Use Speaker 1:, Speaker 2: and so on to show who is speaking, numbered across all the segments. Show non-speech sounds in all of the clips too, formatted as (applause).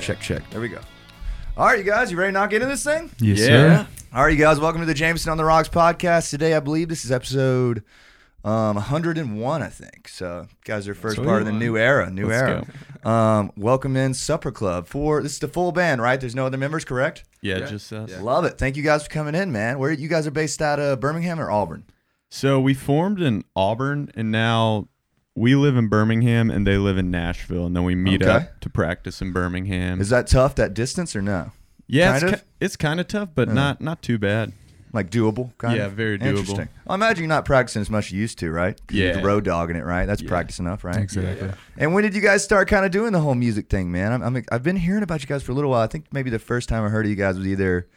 Speaker 1: check, check. There we go. All right, you guys, you ready to knock into this thing?
Speaker 2: Yes,
Speaker 3: Yeah.
Speaker 2: sir.
Speaker 1: All right, you guys, welcome to the Jameson on the Rocks podcast. Today, I believe this is episode um, 101, I think. So, you guys are first part of the new era, new
Speaker 2: Let's
Speaker 1: era. Um, welcome in Supper Club for this is the full band, right? There's no other members, correct?
Speaker 3: Yeah,
Speaker 2: Yeah.
Speaker 3: just us.
Speaker 2: Yeah.
Speaker 1: Love it. Thank you guys for coming in, man. Where you guys are based out of Birmingham or Auburn?
Speaker 3: So we formed in Auburn, and now we live in Birmingham, and they live in Nashville, and then we meet
Speaker 1: Okay.
Speaker 3: up to practice in Birmingham.
Speaker 1: Is that tough, that distance, or no?
Speaker 3: yeah,
Speaker 1: kind
Speaker 3: it's,
Speaker 1: of?
Speaker 3: ki- it's kind of tough, but not not too bad.
Speaker 1: Like doable, kind
Speaker 3: Yeah,
Speaker 1: of.
Speaker 3: very doable.
Speaker 1: Interesting. I imagine you're not practicing as much as you used to, right? 'Cause
Speaker 3: Yeah.
Speaker 1: You're road dogging it, right? That's practice enough, right?
Speaker 2: Exactly.
Speaker 1: And when did you guys start kind of doing the whole music thing, man? I'm, I'm, I've been hearing about you guys for a little while. I think maybe the first time I heard of you guys was either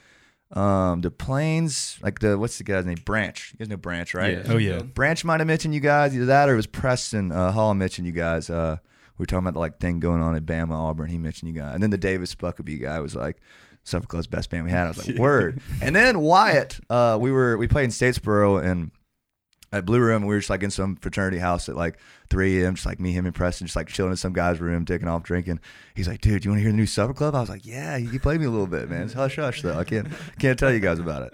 Speaker 1: um, the Plains, like the what's the guy's name? Branch. You guys know Branch, right?
Speaker 3: Yeah.
Speaker 2: Oh yeah.
Speaker 1: Branch might have mentioned you guys, either that or it was Preston uh, Hall mentioned you guys. Uh, we were talking about the like thing going on at Bama Auburn. He mentioned you guys, and then the Davis Buckabee guy was like. Suffolk Club's best band we had. I was like, word. And then Wyatt, uh, we were we played in Statesboro and at Blue Room, and we were just like in some fraternity house at like 3 a.m., just like me, him, and Preston, just like chilling in some guy's room, taking off drinking. He's like, dude, you want to hear the new supper club? I was like, yeah, you played me a little bit, man. It's hush hush, though. I can't can't tell you guys about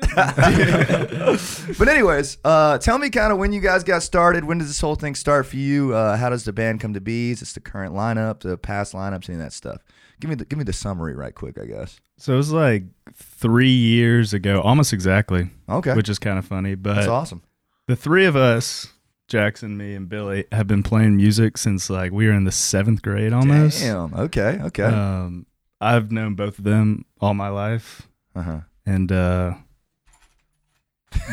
Speaker 1: it. but, anyways, uh, tell me kind of when you guys got started. When does this whole thing start for you? Uh, how does the band come to be? Is this the current lineup, the past lineups, any of that stuff? Give me the, give me the summary right quick, I guess.
Speaker 2: So it was like three years ago, almost exactly,
Speaker 1: Okay.
Speaker 2: which is kind of funny. But
Speaker 1: That's awesome.
Speaker 2: the three of us, Jackson, me, and Billy, have been playing music since like we were in the seventh grade almost.
Speaker 1: Damn. Okay. Okay.
Speaker 2: Um, I've known both of them all my life,
Speaker 1: Uh huh.
Speaker 2: and uh,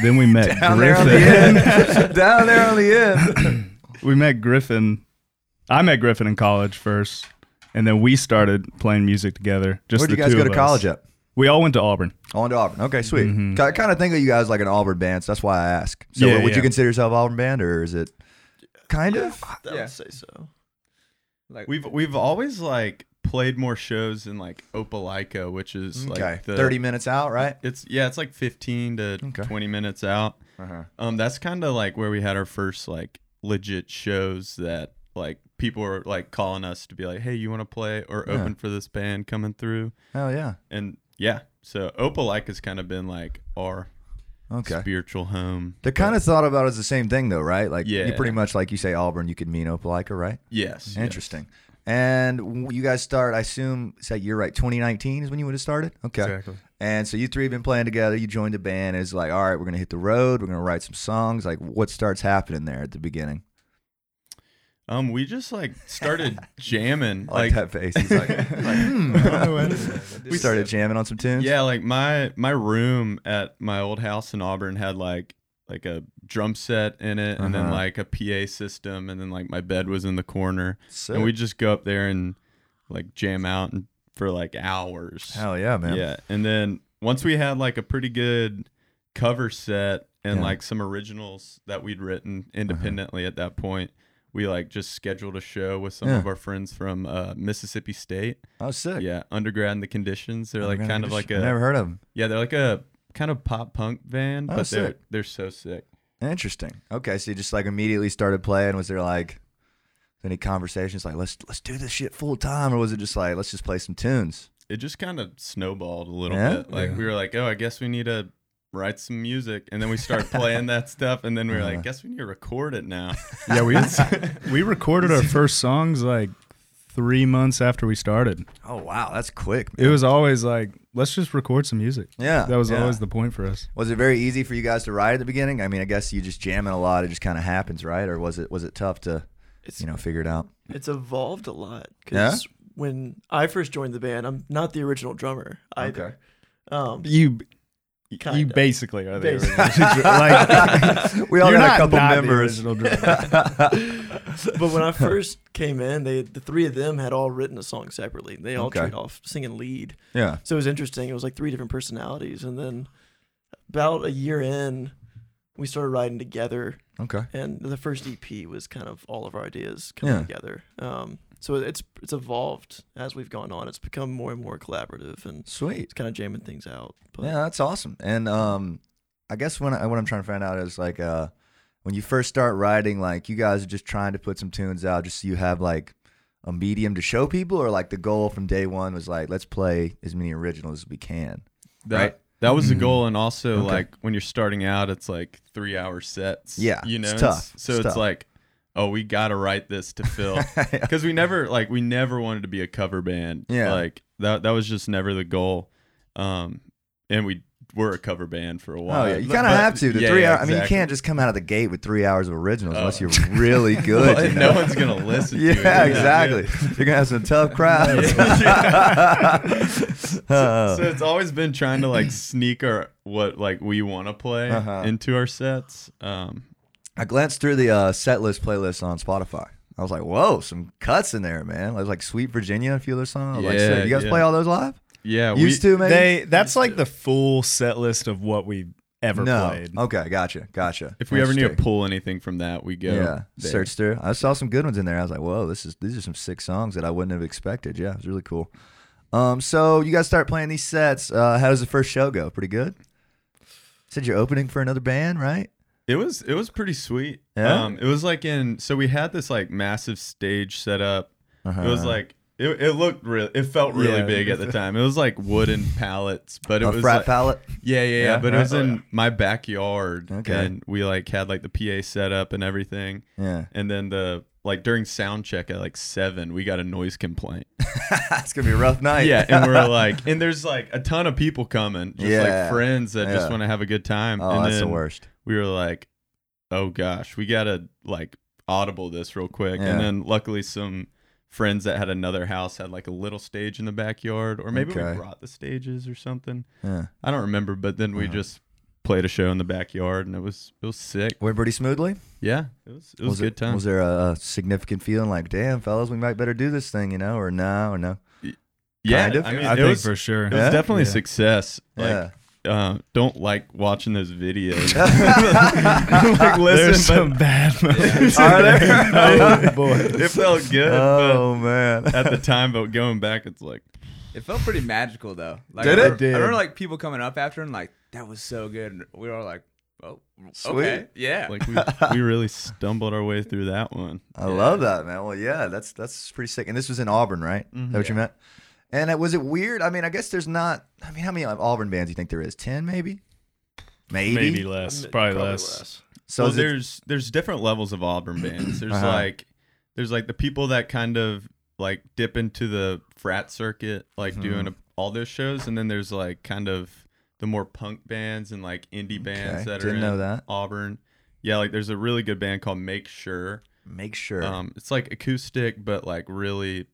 Speaker 2: then
Speaker 1: (laughs)
Speaker 2: we met
Speaker 1: Down there on
Speaker 2: Griffin.
Speaker 1: the end. (laughs) Down there on the end.
Speaker 2: (laughs) we met Griffin. I met Griffin in college first, and then we started playing music together. Just
Speaker 1: Where'd
Speaker 2: the
Speaker 1: you guys
Speaker 2: two
Speaker 1: go
Speaker 2: of
Speaker 1: to college
Speaker 2: us.
Speaker 1: at?
Speaker 2: We all went to Auburn.
Speaker 1: On to Auburn. Okay, sweet.
Speaker 2: Mhm.
Speaker 1: I kind of think of you guys like an Auburn band, so that's why I ask. So,
Speaker 2: Yeah,
Speaker 1: would you
Speaker 2: yeah.
Speaker 1: consider yourself Auburn band, or is it kind of?
Speaker 4: I
Speaker 3: Yeah.
Speaker 4: would say so. Like
Speaker 3: We've we've always like played more shows in like Opelika, which is
Speaker 1: okay,
Speaker 3: like the,
Speaker 1: thirty minutes out, right?
Speaker 3: It's yeah, it's like fifteen to
Speaker 1: Okay.
Speaker 3: twenty minutes out.
Speaker 1: Uh-huh.
Speaker 3: Um, that's kind of like where we had our first like legit shows that like people were like calling us to be like, hey, you want to play or
Speaker 1: Yeah.
Speaker 3: open for this band coming through?
Speaker 1: Hell yeah.
Speaker 3: And yeah, so Opelika has kind of been like our
Speaker 1: Okay.
Speaker 3: spiritual home.
Speaker 1: They're kind of thought about as the same thing, though, right? Like, you
Speaker 3: Yeah.
Speaker 1: pretty much like you say Auburn, you could mean Opelika, right?
Speaker 3: Yes, yes.
Speaker 1: Interesting. And w- you guys start, I assume, say you're right. 2019 is when you would have started. Okay. And so you three have been playing together. You joined the band. It's like, all right, we're gonna hit the road. We're gonna write some songs. Like, what starts happening there at the beginning?
Speaker 3: Um, we just like
Speaker 1: (laughs)
Speaker 3: started jamming
Speaker 1: I like, that face. He's
Speaker 3: (laughs)
Speaker 1: like, like, (laughs) hmm. we started jamming on some tunes.
Speaker 3: Yeah, like my my room at my old house in Auburn had like like a drum set in it, and then
Speaker 1: Uh-huh.
Speaker 3: like a PA system, and then like my bed was in the corner,
Speaker 1: so,
Speaker 3: and we just go up there and like jam out and, for like hours.
Speaker 1: hell yeah, man.
Speaker 3: yeah, and then once we had like a pretty good cover set and
Speaker 1: Yeah.
Speaker 3: like some originals that we'd written independently at that point. We like just scheduled a show with some
Speaker 1: Yeah.
Speaker 3: of our friends from uh, Mississippi State.
Speaker 1: Oh, sick.
Speaker 3: Yeah, undergrad and the conditions. They're like
Speaker 1: Never
Speaker 3: kind
Speaker 1: heard
Speaker 3: of like
Speaker 1: shit.
Speaker 3: a
Speaker 1: never heard of them.
Speaker 3: yeah, they're like a kind of pop punk band,
Speaker 1: Oh,
Speaker 3: but they're
Speaker 1: sick.
Speaker 3: they're so sick.
Speaker 1: Interesting. Okay, so you just like immediately started playing. Was there like any conversations like let's let's do this shit full time, or was it just like let's just play some tunes?
Speaker 3: It just kind of snowballed a little
Speaker 1: Yeah?
Speaker 3: bit. Like we were like, oh, I guess we need to write some music, and then we
Speaker 1: (laughs)
Speaker 3: start playing that stuff, and then we were
Speaker 1: Uh-huh.
Speaker 3: like, guess we need to record it now.
Speaker 2: Yeah, we (laughs) we recorded our first songs like three months after we started.
Speaker 1: Oh wow, that's quick.
Speaker 2: It was always like, let's just record some music.
Speaker 1: Yeah,
Speaker 2: That was
Speaker 1: yeah.
Speaker 2: always the point for us.
Speaker 1: Was it very easy for you guys to ride at the beginning? I mean, I guess you just jamming a lot. It just kind of happens, right? Or was it was it tough to
Speaker 4: It's-
Speaker 1: you know figure it out?
Speaker 4: it's evolved a lot
Speaker 1: Yeah?
Speaker 4: because when I first joined the band, I'm not the original drummer either. Um,
Speaker 2: You you
Speaker 4: Kinda.
Speaker 2: basically are the
Speaker 4: Basically.
Speaker 2: original (laughs) drum- like,
Speaker 1: We all
Speaker 2: you're
Speaker 1: got
Speaker 2: not
Speaker 1: a couple
Speaker 2: not the
Speaker 1: members.
Speaker 2: (laughs) original drummer.
Speaker 4: (laughs)
Speaker 1: (laughs)
Speaker 4: but when I first came in, they the three of them had all written a song separately. They all
Speaker 1: Okay.
Speaker 4: traded off singing lead,
Speaker 1: yeah.
Speaker 4: so it was interesting. It was like three different personalities, and then about a year in, we started writing together.
Speaker 1: Okay.
Speaker 4: and the first EP was kind of all of our ideas coming
Speaker 1: Yeah.
Speaker 4: together. Um, so it's it's evolved as we've gone on. It's become more and more collaborative and
Speaker 1: Sweet.
Speaker 4: it's kind of jamming things out. But
Speaker 1: Yeah, that's awesome. And um, I guess when I, what I'm trying to find out is like uh, when you first start writing, like you guys are just trying to put some tunes out, just so you have like a medium to show people, or like the goal from day one was like let's play as many originals as we can.
Speaker 3: That,
Speaker 1: Right.
Speaker 3: That was the goal, and also
Speaker 1: Okay.
Speaker 3: like when you're starting out, it's like three hour sets.
Speaker 1: Yeah,
Speaker 3: you know,
Speaker 1: it's
Speaker 3: It's-
Speaker 1: tough.
Speaker 3: So
Speaker 1: It's
Speaker 3: it's,
Speaker 1: tough.
Speaker 3: like, oh, we gotta write this to fill
Speaker 1: (laughs) Yeah.
Speaker 3: because we never like we never wanted to be a cover band.
Speaker 1: Yeah.
Speaker 3: like that that was just never the goal. Um, and we were a cover band for a while.
Speaker 1: Oh yeah, you
Speaker 3: But-
Speaker 1: kind of
Speaker 3: but-
Speaker 1: have to. The
Speaker 3: yeah,
Speaker 1: three
Speaker 3: yeah,
Speaker 1: hour. I mean, you
Speaker 3: exactly.
Speaker 1: can't just come out of the gate with three hours of originals
Speaker 3: Oh.
Speaker 1: unless
Speaker 3: (laughs)
Speaker 1: you're really good.
Speaker 3: Well,
Speaker 1: you
Speaker 3: (laughs) No
Speaker 1: know? (laughs)
Speaker 3: one's gonna listen. to it.
Speaker 1: Yeah,
Speaker 3: You know?
Speaker 1: exactly. You're gonna have some tough crowds.
Speaker 3: (laughs)
Speaker 1: (laughs)
Speaker 3: So it's always been trying to like sneak our what like we want to play
Speaker 1: Uh-huh.
Speaker 3: into our sets. Um,
Speaker 1: I glanced through the uh, set list playlist on Spotify. I was like, "Whoa, some cuts in there, man!" I was like, "Sweet Virginia," a few other songs. I was like,
Speaker 3: Yeah,
Speaker 1: sick. "You guys
Speaker 3: yeah.
Speaker 1: play all those live?"
Speaker 3: yeah, we-
Speaker 1: Used to, maybe.
Speaker 2: They that's like the full set list of what we ever
Speaker 1: no.
Speaker 2: played.
Speaker 1: Okay, gotcha, gotcha.
Speaker 3: If we ever need to
Speaker 1: Interesting.
Speaker 3: pull anything from that, we go.
Speaker 1: yeah,
Speaker 3: there.
Speaker 1: search through. I saw some good ones in there. I was like, "Whoa, this is these are some sick songs that I wouldn't have expected." Yeah, it was really cool. Um, so you guys start playing these sets. Uh, how does the first show go? Pretty good. Said you're opening for another band, right?
Speaker 3: It was it was pretty sweet.
Speaker 1: Yeah?
Speaker 3: Um, it was like in so we had this like massive stage set up. It was
Speaker 1: Uh-huh.
Speaker 3: like it, it looked real. It felt really
Speaker 2: Yeah.
Speaker 3: big at the time. It was like wooden pallets, but it
Speaker 1: a
Speaker 3: was
Speaker 1: frat
Speaker 3: like, (laughs)
Speaker 1: palette.
Speaker 3: Yeah, yeah, yeah.
Speaker 1: Yeah,
Speaker 3: but
Speaker 1: right.
Speaker 3: it was in my backyard,
Speaker 1: Okay.
Speaker 3: and we like had like the PA set up and everything.
Speaker 1: Yeah, (laughs)
Speaker 3: And then the like during sound check at like seven, we got a noise complaint.
Speaker 1: it's gonna be a rough night.
Speaker 3: yeah, and
Speaker 1: (laughs)
Speaker 3: we're like, and there's like a ton of people coming, just
Speaker 1: Yeah.
Speaker 3: like friends that
Speaker 1: Yeah.
Speaker 3: just want to have a good time.
Speaker 1: oh,
Speaker 3: and
Speaker 1: that's the
Speaker 3: then
Speaker 1: worst.
Speaker 3: We were like, oh gosh, we gotta like audible this real quick.
Speaker 1: Yeah.
Speaker 3: And then luckily some friends that had another house had like a little stage in the backyard, or maybe
Speaker 1: Okay.
Speaker 3: we brought the stages or something.
Speaker 1: Yeah.
Speaker 3: I don't remember, but then we
Speaker 1: Uh-huh.
Speaker 3: just played a show in the backyard, and it was it was sick.
Speaker 1: Went pretty smoothly.
Speaker 3: Yeah, it was it was, a
Speaker 1: there-
Speaker 3: good time.
Speaker 1: Was there a significant feeling like, damn, fellas, we might better do this thing, you know, or no, or no?
Speaker 3: yeah,
Speaker 1: kind of?
Speaker 3: I mean,
Speaker 2: I
Speaker 3: it
Speaker 2: think
Speaker 3: was
Speaker 2: for sure.
Speaker 3: it was definitely a
Speaker 2: Yeah.
Speaker 3: success. Like,
Speaker 1: yeah.
Speaker 3: uh, don't like watching those videos. (laughs) like,
Speaker 2: (laughs) There's
Speaker 3: listen,
Speaker 2: some bad moments.
Speaker 1: Are there?
Speaker 2: (laughs) oh boy.
Speaker 3: but it felt (laughs) good.
Speaker 1: oh man.
Speaker 3: but uh, at the time, but going back, it's like
Speaker 5: It felt pretty magical though. Like,
Speaker 1: Did
Speaker 5: I
Speaker 1: it?
Speaker 5: remember-
Speaker 2: It did.
Speaker 5: I remember like people coming up after and like that was so good. And we were all like, oh,
Speaker 1: Sweet.
Speaker 5: okay, yeah.
Speaker 3: like we, we really stumbled our way through that one.
Speaker 1: (laughs) I love that, man. Well, yeah, that's that's pretty sick. And this was in Auburn, right?
Speaker 3: Mm-hmm.
Speaker 1: Is that what you meant? And it, was it weird? I mean, I guess there's not. I mean, how many Auburn bands do you think there is? Ten, maybe. Maybe.
Speaker 2: Maybe less. Probably, less.
Speaker 1: So
Speaker 3: well,
Speaker 1: is it-
Speaker 3: there's there's different levels of
Speaker 1: (clears throat)
Speaker 3: Auburn bands. There's
Speaker 1: Uh-huh.
Speaker 3: like there's like the people that kind of like dip into the frat circuit, like
Speaker 1: Mm-hmm.
Speaker 3: doing a, all those shows, and then there's like kind of the more punk bands and like indie bands
Speaker 1: Okay,
Speaker 3: that are
Speaker 1: didn't
Speaker 3: in
Speaker 1: know that.
Speaker 3: Auburn. Yeah, like there's a really good band called Make Sure.
Speaker 1: make sure.
Speaker 3: Um, it's like acoustic, but like really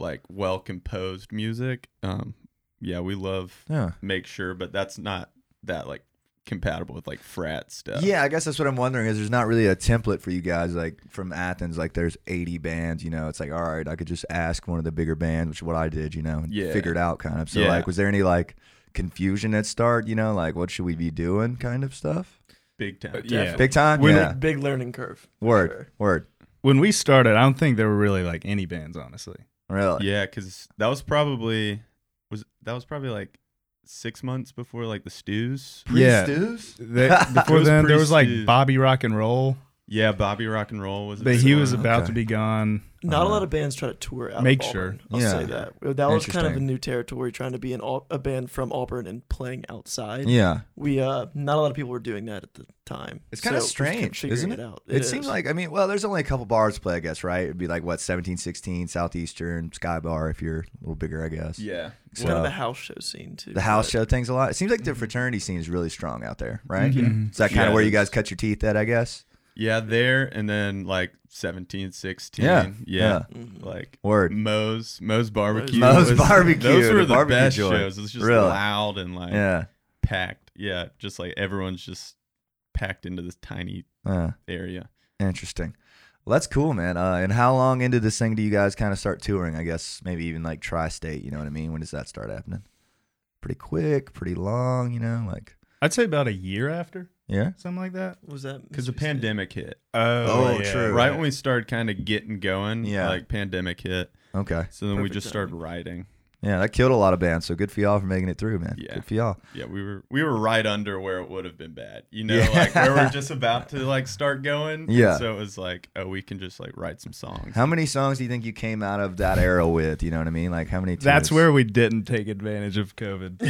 Speaker 3: like well composed music. Um, yeah, we love
Speaker 1: yeah.
Speaker 3: Make Sure, but that's not that like compatible with like frat stuff.
Speaker 1: Yeah, I guess that's what I'm wondering is there's not really a template for you guys like from Athens like there's 80 bands, you know. It's like all right, I could just ask one of the bigger bands, which is what I did, you know, and
Speaker 3: Yeah.
Speaker 1: figure it out kind of. So
Speaker 3: Yeah.
Speaker 1: like was there any like confusion at start, you know, like what should we be doing kind of stuff?
Speaker 3: big time.
Speaker 2: Yeah.
Speaker 1: Big time?
Speaker 4: When
Speaker 1: yeah.
Speaker 4: big learning curve. for
Speaker 1: word.
Speaker 4: sure.
Speaker 1: Word.
Speaker 2: When we started, I don't think there were really like any bands, honestly.
Speaker 1: Really.
Speaker 3: Yeah, because that was probably was that was probably like six months before like the stews.
Speaker 2: Yeah.
Speaker 1: Stews?
Speaker 2: They-
Speaker 3: It
Speaker 2: before
Speaker 3: was
Speaker 2: then, there
Speaker 3: pretty
Speaker 2: was like
Speaker 3: smooth.
Speaker 2: Bobby Rock and Roll,
Speaker 3: Yeah, Bobby Rock and Roll was. a
Speaker 2: but
Speaker 3: big
Speaker 2: he was
Speaker 3: one.
Speaker 2: about
Speaker 1: Okay.
Speaker 2: to be gone.
Speaker 4: Not a
Speaker 1: Uh-huh.
Speaker 4: lot of bands try to tour out.
Speaker 2: Make
Speaker 4: of Auburn, I'll
Speaker 1: Yeah.
Speaker 4: say that that was kind of a
Speaker 1: Interesting.
Speaker 4: new territory, trying to be an au- a band from Auburn and playing outside.
Speaker 1: Yeah.
Speaker 4: We uh, not a lot of people were doing that at the time.
Speaker 1: It's kinda
Speaker 4: So we just kept
Speaker 1: strange,
Speaker 4: figuring
Speaker 1: isn't
Speaker 4: it?
Speaker 1: it?
Speaker 4: out.
Speaker 1: It,
Speaker 4: is.
Speaker 1: seems like I mean, well, there's only a couple bars to play, I guess, right? It'd be like what 1716 Southeastern Sky Bar if you're a little bigger, I guess.
Speaker 3: Yeah.
Speaker 4: it's kind of
Speaker 1: so-
Speaker 4: the house show scene too.
Speaker 1: the house
Speaker 4: but-
Speaker 1: show things a lot. It seems like the fraternity scene is really strong out there, right?
Speaker 2: Yeah. Mhm.
Speaker 1: Is that kind
Speaker 3: Mm-hmm. Yeah,
Speaker 1: of
Speaker 3: it
Speaker 1: where you
Speaker 3: is.
Speaker 1: guys cut your teeth at, I guess?
Speaker 3: Yeah, there and then like 17, 16.
Speaker 1: Yeah,
Speaker 3: Yeah.
Speaker 1: yeah.
Speaker 3: Like
Speaker 1: Word.
Speaker 3: Moe's Mm-hmm. Moe's barbecue.
Speaker 1: Moe's
Speaker 3: was-
Speaker 1: Barbecue,
Speaker 3: Those were
Speaker 1: the
Speaker 3: the,
Speaker 1: barbecue
Speaker 3: best
Speaker 1: joint.
Speaker 3: shows. It was just
Speaker 1: Really?
Speaker 3: loud and like
Speaker 1: Yeah.
Speaker 3: packed. Yeah, just like everyone's just packed into this tiny
Speaker 1: Uh,
Speaker 3: area.
Speaker 1: interesting. Well, that's cool, man. Uh, and how long into this thing do you guys kind of start touring? I guess maybe even like tri state, you know what I mean? When does that start happening? Pretty quick, pretty long, you know? Like,
Speaker 2: I'd say about a year after,
Speaker 1: yeah.
Speaker 2: something like that.
Speaker 4: What was that
Speaker 3: Because the
Speaker 4: Mr. Stan?
Speaker 3: pandemic hit.
Speaker 1: Oh, yeah. true.
Speaker 3: Right when we started kind of getting going,
Speaker 1: Yeah.
Speaker 3: like pandemic hit.
Speaker 1: Okay.
Speaker 3: So then we
Speaker 4: Perfect
Speaker 3: just started writing.
Speaker 1: Yeah, that killed a lot of bands. So good for y'all for making it through, man.
Speaker 3: Yeah.
Speaker 1: Good for y'all.
Speaker 3: Yeah, we were we were right under where it would have been bad. You know,
Speaker 1: Yeah.
Speaker 3: like where we're
Speaker 1: (laughs)
Speaker 3: just about to like start going. and
Speaker 1: Yeah.
Speaker 3: So it was like, oh, we can just like write some songs.
Speaker 1: How many songs do you think you came out of that era with? You know what I mean? Like how many?
Speaker 2: That's
Speaker 1: tunes?
Speaker 2: where we didn't take advantage of COVID.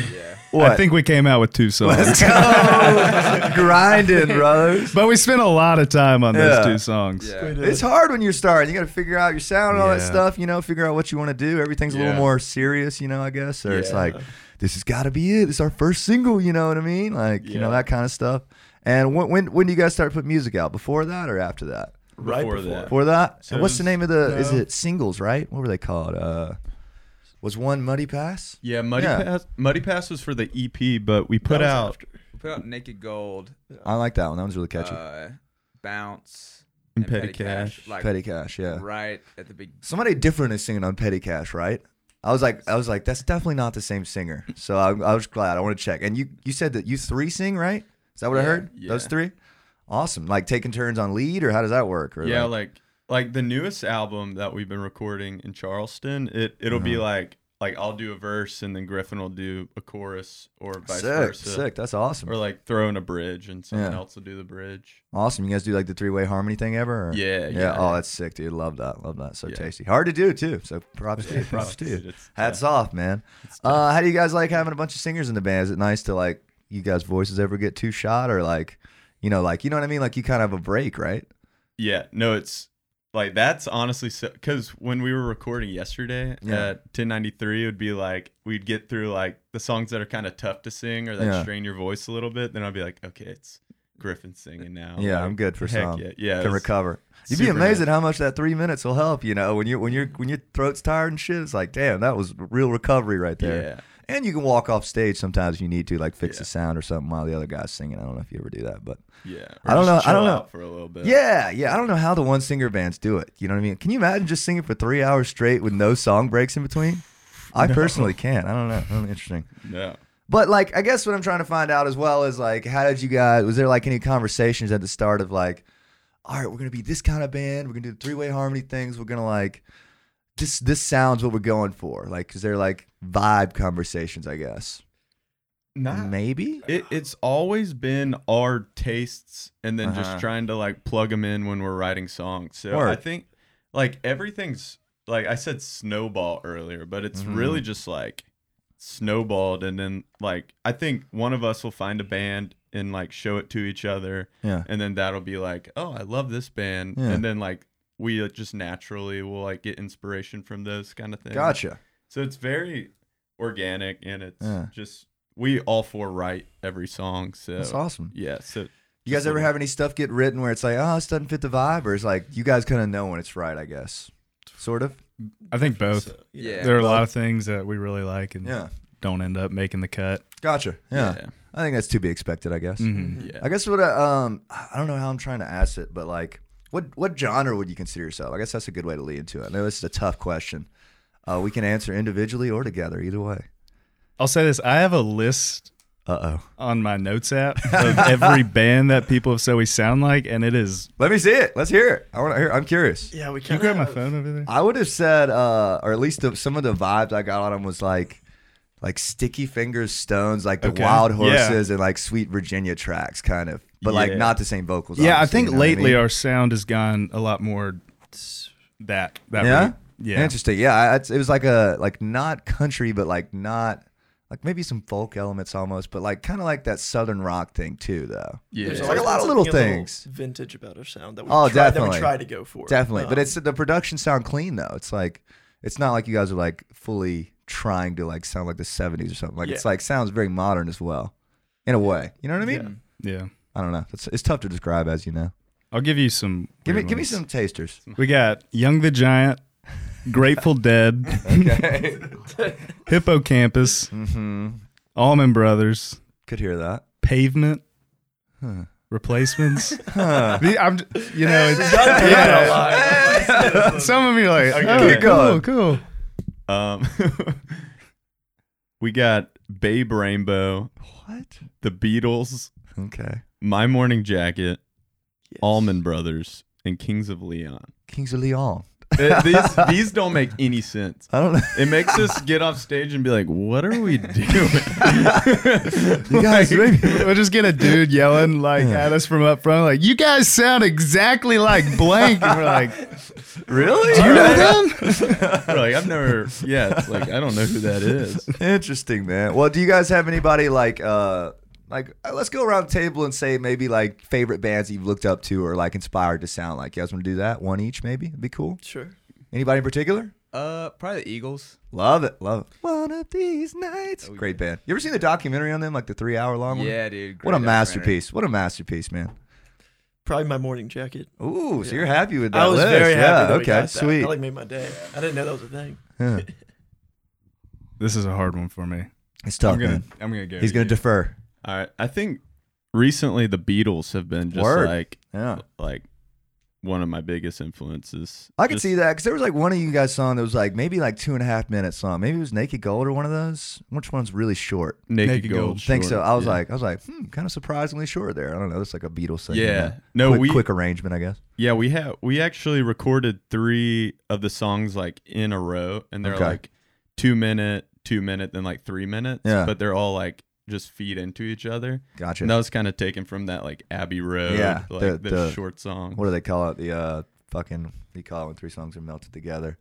Speaker 1: What?
Speaker 2: I think (laughs) we came out with two songs,
Speaker 1: Let's go (laughs) grinding, brothers.
Speaker 2: but we spent a lot of time on
Speaker 1: Yeah.
Speaker 2: those two songs.
Speaker 5: Yeah.
Speaker 1: It's hard when you're starting. You got to figure out your sound and all that
Speaker 2: Yeah.
Speaker 1: stuff. You know, figure out what you want to do. Everything's a
Speaker 3: Yeah.
Speaker 1: little more serious. You know, I guess. Or it's like, this has got to be it. This is our first single. You know what I mean? Like, you know
Speaker 3: Yeah.
Speaker 1: that kind of stuff. And when, when when do you guys start putting music out? Before that or after that?
Speaker 4: right
Speaker 3: before
Speaker 4: before.
Speaker 3: that.
Speaker 1: Before that?
Speaker 3: So
Speaker 1: and what's the
Speaker 3: it's-
Speaker 1: name of the? Is
Speaker 3: no.
Speaker 1: it singles? Right? What were they called? Uh, was one Muddy Pass?
Speaker 3: Yeah, Muddy
Speaker 1: Yeah.
Speaker 3: Pass Muddy Pass was for the EP, but we put
Speaker 4: That was
Speaker 3: out
Speaker 5: We put out Naked Gold,
Speaker 1: I like that one. That one's really catchy.
Speaker 5: uh, Bounce,
Speaker 3: And Petty Cash.
Speaker 5: Like,
Speaker 1: Petty Cash. Yeah.
Speaker 5: Right at the big.
Speaker 1: Somebody different is singing on Petty Cash, right? I was like, I was like, that's definitely not the same singer. So I, I was glad. I want to check. And you, you said that you three sing, right? Is that what I
Speaker 5: Yeah,
Speaker 1: heard?
Speaker 3: yeah.
Speaker 1: Those three, awesome. Like taking turns on lead, or how does that work? Or
Speaker 3: Yeah, like like the newest album that we've been recording in Charleston, it it'll
Speaker 1: Uh-huh.
Speaker 3: be like like I'll do a verse and then Griffin will do a chorus or vice
Speaker 1: sick,
Speaker 3: versa.
Speaker 1: sick. That's awesome.
Speaker 3: Or like throw in a bridge and someone
Speaker 1: Yeah.
Speaker 3: else will do the bridge.
Speaker 1: awesome. You guys do like the three way harmony thing ever? Or?
Speaker 3: Yeah,
Speaker 1: yeah.
Speaker 3: yeah.
Speaker 1: Oh, that's sick, dude. Love that. Love that. So
Speaker 3: Yeah.
Speaker 1: tasty. Hard to do too. So props
Speaker 3: (laughs)
Speaker 1: to you. Props to you.
Speaker 3: It's-
Speaker 1: Hats off, man. Uh, how do you guys like having a bunch of singers in the band? Is it nice to like you guys' voices ever get too shot or like, you know, like you know what I mean? Like you kind of have a break, right?
Speaker 3: Yeah, no, it's like that's honestly so because when we were recording yesterday
Speaker 1: Yeah.
Speaker 3: at 1093, it would be like we'd get through like the songs that are kind of tough to sing or that
Speaker 1: Yeah.
Speaker 3: strain your voice a little bit. Then I'd be like, okay, it's Griffin singing now.
Speaker 1: Yeah,
Speaker 3: Like,
Speaker 1: I'm good for
Speaker 3: heck
Speaker 1: some.
Speaker 3: Yeah, yeah. it
Speaker 1: Can
Speaker 3: was-
Speaker 1: recover. You'd be
Speaker 3: super
Speaker 1: amazed
Speaker 3: nice. Mm-hmm.
Speaker 1: at how much that three minutes will help. You know, when you when your when your throat's tired and shit, it's like, damn, that was real recovery right there.
Speaker 3: Yeah.
Speaker 1: And you can walk off stage sometimes if you need to, like fix
Speaker 3: Yeah.
Speaker 1: the sound or something while the other guy's singing. I don't know if you ever do that, but
Speaker 3: Yeah.
Speaker 1: I don't
Speaker 3: just
Speaker 1: know- I
Speaker 3: chill
Speaker 1: don't know.
Speaker 3: out For a little bit.
Speaker 1: yeah, yeah. I don't know how the one singer bands do it. You know what I mean? Can you imagine just singing for three hours straight with no song breaks in between?
Speaker 3: (laughs)
Speaker 1: I personally can't. I don't know. I don't know. Interesting.
Speaker 3: No.
Speaker 1: But like, I guess what I'm trying to find out as well is like, how did you guys? Was there like any conversations at the start of like, all right, we're gonna be this kind of band. We're gonna do the three way harmony things. We're gonna like, this this sounds what we're going for. Like, is there like vibe conversations? I guess
Speaker 3: Not
Speaker 1: maybe.
Speaker 3: It, it's always been our tastes and then
Speaker 1: Uh-huh.
Speaker 3: just trying to like plug them in when we're writing songs. So I
Speaker 1: Word.
Speaker 3: think like everything's like I said snowball earlier, but it's
Speaker 1: Mhm.
Speaker 3: really just like snowballed and then like I think one of us will find a band and like show it to each other
Speaker 1: Yeah.
Speaker 3: and then that'll be like, "Oh, I love this band."
Speaker 1: Yeah.
Speaker 3: And then like we just naturally will like get inspiration from those kind of things.
Speaker 1: Gotcha.
Speaker 3: So it's very organic and it's
Speaker 1: Yeah.
Speaker 3: just we all four write every song. So
Speaker 1: That's awesome.
Speaker 3: yeah. So
Speaker 1: You guys
Speaker 3: Just
Speaker 1: ever
Speaker 3: like-
Speaker 1: have any stuff get written where it's like, oh, this doesn't fit the vibe, or it's like you guys kind of know when it's right? I guess, sort of.
Speaker 2: I think both.
Speaker 5: Yeah.
Speaker 2: There are a lot of things that we really like and
Speaker 1: Yeah.
Speaker 2: don't end up making the cut.
Speaker 1: Gotcha. Yeah.
Speaker 3: yeah.
Speaker 1: I think that's to be expected. I guess.
Speaker 2: Mhm.
Speaker 3: yeah.
Speaker 1: I guess what I, um I don't know how I'm trying to ask it, but like what what genre would you consider yourself? I guess that's a good way to lead into it. I know this is a tough question. Uh, we can answer individually or together, either way.
Speaker 2: I'll say this: I have a list
Speaker 1: Uh oh.
Speaker 2: on my notes app of every band that people have said we sound like, and it is.
Speaker 1: Let me see it. Let's hear it. I want to hear. I'm curious.
Speaker 4: Yeah, we
Speaker 2: Can
Speaker 4: kind
Speaker 2: you
Speaker 4: of
Speaker 2: grab my phone over there?
Speaker 1: I would have said, uh, or at least the, some of the vibes I got on them was like, like Sticky Fingers, Stones, like the
Speaker 2: Okay.
Speaker 1: Wild
Speaker 2: Yeah.
Speaker 1: Horses, and like Sweet Virginia tracks, kind of, but like
Speaker 3: Yeah.
Speaker 1: not the same vocals.
Speaker 2: Yeah, I
Speaker 1: obviously,
Speaker 2: think
Speaker 1: you know what
Speaker 2: lately
Speaker 1: mean?
Speaker 2: our sound has gone a lot more that that
Speaker 1: Yeah?
Speaker 2: route. yeah.
Speaker 1: Interesting. Yeah, I- it's, it was like a like not country, but like not like maybe some folk elements almost, but like kind of like that southern rock thing too, though.
Speaker 3: yeah.
Speaker 4: There's
Speaker 1: It's
Speaker 4: always
Speaker 1: like a lot
Speaker 4: been
Speaker 1: of little
Speaker 4: something a
Speaker 1: things.
Speaker 4: vintage about our sound that we
Speaker 1: Oh,
Speaker 4: try, that
Speaker 1: definitely.
Speaker 4: we try to go for.
Speaker 1: Definitely, but
Speaker 4: Um,
Speaker 1: it's the production sound clean though. It's like it's not like you guys are like fully trying to like sound like the '70s or something. Like it's
Speaker 4: Yeah.
Speaker 1: like sounds very modern as well, in a way. You know what I mean?
Speaker 2: yeah.
Speaker 1: I don't know. It's, it's tough to describe, as you know.
Speaker 2: I'll give you some.
Speaker 1: Give me
Speaker 2: weird
Speaker 1: give me
Speaker 2: ones.
Speaker 1: some tasters.
Speaker 2: We got Young the Giant,
Speaker 1: (laughs)
Speaker 2: Grateful Dead, (laughs) Hippocampus,
Speaker 1: hmm
Speaker 2: Allman Brothers,
Speaker 1: Could hear that.
Speaker 2: Pavement,
Speaker 1: Huh.
Speaker 4: (laughs)
Speaker 1: (laughs)
Speaker 2: Replacements.
Speaker 1: Huh.
Speaker 2: The- I'm, j- you know, it's,
Speaker 4: Yeah.
Speaker 2: yeah. (laughs) some of you are like,
Speaker 3: Okay.
Speaker 2: oh,
Speaker 1: Keep going.
Speaker 2: cool, cool.
Speaker 3: Um, (laughs) we got Babe Rainbow,
Speaker 1: what?
Speaker 3: The Beatles,
Speaker 1: (laughs) Okay.
Speaker 3: My Morning Jacket,
Speaker 4: Yes.
Speaker 3: Allman Brothers, and Kings of Leon.
Speaker 1: Kings of Leon. (laughs)
Speaker 3: It- these these don't make any sense.
Speaker 1: I don't know.
Speaker 3: It makes us get off stage and be like, "What are we doing?"
Speaker 1: (laughs)
Speaker 3: (laughs)
Speaker 1: You guys,
Speaker 2: (laughs)
Speaker 1: maybe-
Speaker 2: We'll just get a dude yelling like at us from up front, like, you guys sound exactly like blank. And we're like,
Speaker 1: really?
Speaker 2: do
Speaker 1: (laughs)
Speaker 2: you know them?
Speaker 3: We're like I've never. Yeah, it's like I don't know who that is.
Speaker 1: Interesting, man. Well, do you guys have anybody like uh like uh, let's go around the table and say maybe like favorite bands you've looked up to or like inspired to sound like. You guys want to do that? One each, maybe? It'd be cool.
Speaker 4: Sure.
Speaker 1: Anybody in particular?
Speaker 5: Uh, probably the Eagles.
Speaker 1: Love it. Love it. One of these nights. Great band. You ever seen the documentary on them, like the three hour long one?
Speaker 5: Yeah,
Speaker 1: What
Speaker 5: dude.
Speaker 1: a
Speaker 5: great documentary.
Speaker 1: masterpiece. What a masterpiece, man.
Speaker 4: Probably my morning jacket.
Speaker 1: Ooh, so you're happy with that
Speaker 4: I was
Speaker 1: list.
Speaker 4: very happy.
Speaker 1: yeah,
Speaker 4: that we
Speaker 1: okay,
Speaker 4: got that.
Speaker 1: sweet.
Speaker 4: That like made my day. I didn't know that was a thing.
Speaker 1: Yeah.
Speaker 2: This is a hard one for me.
Speaker 1: It's tough,
Speaker 3: I'm gonna.
Speaker 1: man.
Speaker 3: I'm gonna go.
Speaker 1: He's gonna
Speaker 3: you.
Speaker 1: defer.
Speaker 3: All right. I think recently the Beatles have been just
Speaker 1: Word.
Speaker 3: like
Speaker 1: Yeah.
Speaker 3: like one of my biggest influences.
Speaker 1: I could
Speaker 3: Just-
Speaker 1: see that because there was like one of you guys song that was like maybe like two and a half minutes song. Maybe it was Naked Gold or one of those. Which one's really short?
Speaker 3: Naked,
Speaker 2: Naked
Speaker 3: Gold.
Speaker 2: Gold.
Speaker 1: I think so.
Speaker 3: Short,
Speaker 1: I was
Speaker 3: yeah.
Speaker 1: like, I was like, hmm, kind of surprisingly short there. I don't know. It's like a Beatles thing. you
Speaker 3: Yeah.
Speaker 1: know?
Speaker 3: No,
Speaker 1: Quick-
Speaker 3: we-
Speaker 1: quick arrangement, I guess.
Speaker 3: yeah, we have we actually recorded three of the songs like in a row, and they're
Speaker 1: Okay.
Speaker 3: like two minute, two minute, then like three minutes.
Speaker 1: Yeah.
Speaker 3: but they're all like just feed into each other.
Speaker 1: Gotcha.
Speaker 3: And that was kind of taken from that like Abbey Road,
Speaker 1: Yeah,
Speaker 3: like
Speaker 1: the-
Speaker 3: the,
Speaker 1: the-
Speaker 3: short song.
Speaker 1: What do they call it? The uh, fucking what do you call it when three songs are melted together?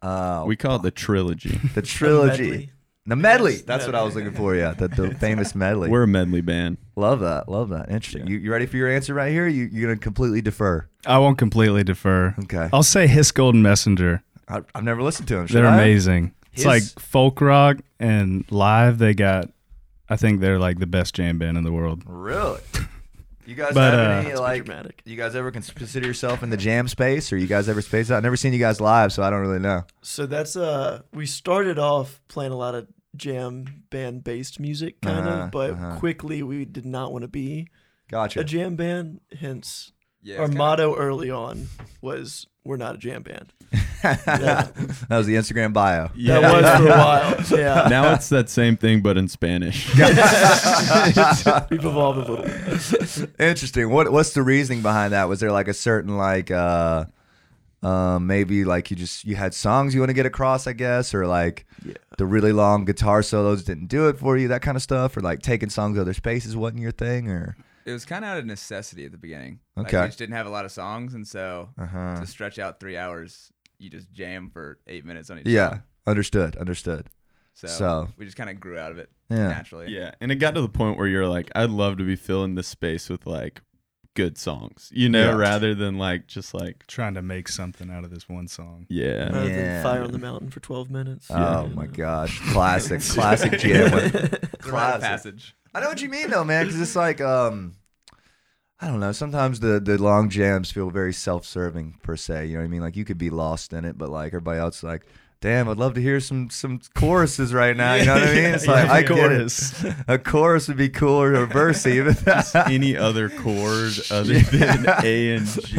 Speaker 1: Uh,
Speaker 3: we call it the trilogy.
Speaker 1: (laughs) the trilogy.
Speaker 4: Medley.
Speaker 1: The medley.
Speaker 4: Yes,
Speaker 1: That's what I was looking for. Yeah, the,
Speaker 3: (laughs)
Speaker 1: the famous medley.
Speaker 3: We're a medley band.
Speaker 1: love that. Love that. Interesting. You, you ready for your answer right here? You, you're gonna completely defer.
Speaker 2: I won't completely defer.
Speaker 1: Okay.
Speaker 3: Oh.
Speaker 2: I'll say His Golden Messenger.
Speaker 1: I, I've never listened to them. Should
Speaker 2: They're
Speaker 1: I?
Speaker 2: amazing.
Speaker 1: His-
Speaker 2: It's like folk rock and live. They got, I think they're like the best jam band in the world.
Speaker 1: Really? You guys
Speaker 2: But, uh,
Speaker 1: have any
Speaker 4: That's
Speaker 1: like?
Speaker 4: dramatic.
Speaker 1: You guys ever cons- consider yourself in the jam space, or you guys ever space out? I've never seen you guys live, so I don't really know.
Speaker 4: So that's uh, we started off playing a lot of jam band based music, kind
Speaker 1: Uh-huh,
Speaker 4: of, but
Speaker 1: uh-huh.
Speaker 4: quickly we did not want to be
Speaker 1: Gotcha. (laughs)
Speaker 4: a jam band. Hence,
Speaker 5: Yeah,
Speaker 4: our
Speaker 5: it's kinda-
Speaker 4: motto early on was, "We're not a
Speaker 1: (laughs)
Speaker 4: jam band."
Speaker 1: that was the Instagram bio.
Speaker 3: Yeah.
Speaker 4: That was for a while. Yeah,
Speaker 3: now it's that same thing but
Speaker 1: (laughs)
Speaker 3: in Spanish.
Speaker 4: (laughs) we've evolved a little. bit.
Speaker 1: Interesting. What What's the reasoning behind that? Was there like a certain like, uh, uh, maybe like you just you had songs you want to get across, I guess, or like
Speaker 4: Yeah.
Speaker 1: the really long guitar solos didn't do it for you, that kind of stuff, or like taking songs to other spaces wasn't your thing, or
Speaker 5: It was kind of out of necessity at the beginning.
Speaker 1: Okay.
Speaker 5: Like, we just didn't have a lot of songs, and so
Speaker 1: Uh-huh.
Speaker 5: to stretch out three hours, you just jam for eight minutes on each.
Speaker 1: yeah,
Speaker 5: song.
Speaker 1: understood, understood.
Speaker 5: So,
Speaker 1: So-
Speaker 5: we just kind of grew out of it
Speaker 1: Yeah.
Speaker 5: naturally.
Speaker 3: Yeah, and it got to the point where you're like, I'd love to be filling this space with like good songs, you know,
Speaker 1: Yeah.
Speaker 3: rather than like just like
Speaker 2: Trying to make something out of this one song.
Speaker 3: yeah.
Speaker 4: Rather
Speaker 1: Yeah.
Speaker 4: than fire on the mountain for twelve minutes.
Speaker 1: Oh my gosh,
Speaker 3: (laughs)
Speaker 1: classic, classic jam.
Speaker 5: It's a rite of
Speaker 1: Classic.
Speaker 5: passage.
Speaker 1: I know what you mean though, man, because it's like um, I don't know. Sometimes the the long jams feel very self serving per se. You know what I mean? Like you could be lost in it, but like everybody else, is like. Damn, I'd love to hear some some choruses right now. You know what I mean?
Speaker 3: (laughs)
Speaker 1: It's like I
Speaker 2: chorus.
Speaker 1: get it. A chorus would be cool or a verse
Speaker 3: (laughs)
Speaker 1: even.
Speaker 3: Any other chord other than A and
Speaker 1: (laughs)
Speaker 3: G?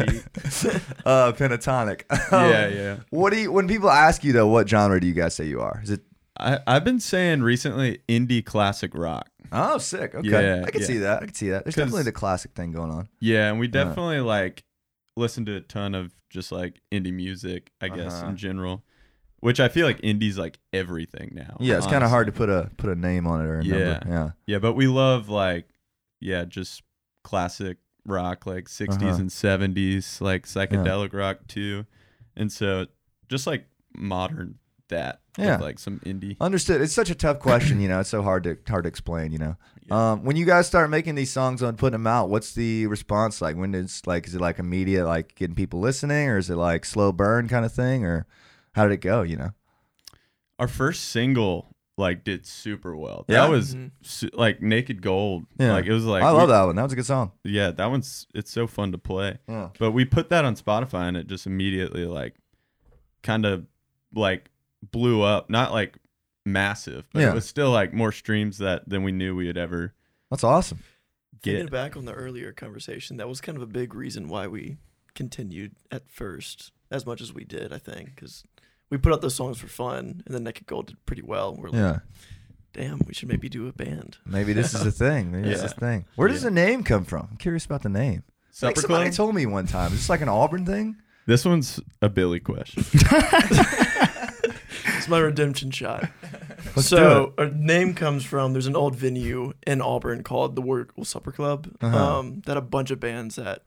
Speaker 1: uh,
Speaker 3: (laughs)
Speaker 1: pentatonic. Um,
Speaker 3: Yeah, yeah.
Speaker 1: What do you? When people ask you though, what genre do you guys say you are? Is it
Speaker 3: I I've been saying recently indie classic rock.
Speaker 1: oh sick? Okay,
Speaker 3: Yeah,
Speaker 1: I can
Speaker 3: yeah.
Speaker 1: see that. I can see that. There's
Speaker 3: 'Cause-
Speaker 1: definitely the classic thing going on.
Speaker 3: Yeah, and we
Speaker 1: Yeah.
Speaker 3: definitely like listen to a ton of just like indie music, I guess
Speaker 1: Uh-huh.
Speaker 3: in general, which I feel like indie's like everything now.
Speaker 1: Yeah, it's kind of
Speaker 3: honestly.
Speaker 1: hard to put a put a name on it or a number.
Speaker 3: Yeah.
Speaker 1: Yeah.
Speaker 3: Yeah, but we love like yeah, just classic rock like 60s
Speaker 1: Uh-huh.
Speaker 3: and 70s, like psychedelic rock too. And so just like modern that with,
Speaker 1: Yeah.
Speaker 3: like some indie.
Speaker 1: Understood. It's such a tough question, you know. It's so hard to hard to explain, you know. Um, when you guys start making these songs and putting them out, what's the response like? When it's like, is it like immediate, like getting people listening, or is it like slow burn kind of thing, or how did it go? You know.
Speaker 3: Our first single like did super well.
Speaker 1: Yeah?
Speaker 3: That was
Speaker 4: Mhm.
Speaker 3: su- like Naked Gold.
Speaker 1: Yeah.
Speaker 3: Like it was like
Speaker 1: I love
Speaker 3: we-
Speaker 1: that one. That was a good song.
Speaker 3: Yeah, that one's it's so fun to play.
Speaker 1: Yeah.
Speaker 3: But we put that on Spotify and it just immediately like kind of like blew up. Not like massive, but
Speaker 1: Yeah.
Speaker 3: it was still like more streams that than we knew we would ever
Speaker 1: That's awesome.
Speaker 3: get.
Speaker 4: Thinking back on the earlier conversation, that was kind of a big reason why we continued at first as much as we did. I think because we put out those songs for fun, and then Naked Gold did pretty well. We're like,
Speaker 1: Yeah.
Speaker 4: damn, we should maybe do a band.
Speaker 1: Maybe this
Speaker 3: (laughs)
Speaker 1: is a thing. Maybe this is a
Speaker 3: Yeah.
Speaker 1: thing. Where does
Speaker 3: Yeah.
Speaker 1: the name come from? I'm curious about the name. I
Speaker 3: Supper
Speaker 1: think somebody
Speaker 3: Club?
Speaker 1: told me one time. Is this like an Auburn thing?
Speaker 3: This one's a Billy
Speaker 4: (laughs)
Speaker 3: question.
Speaker 4: It's my redemption shot.
Speaker 1: (laughs) Let's do
Speaker 4: so our name comes from there's an old venue in Auburn called the Warwick Supper Club
Speaker 1: Uh-huh.
Speaker 4: um, that a bunch of bands that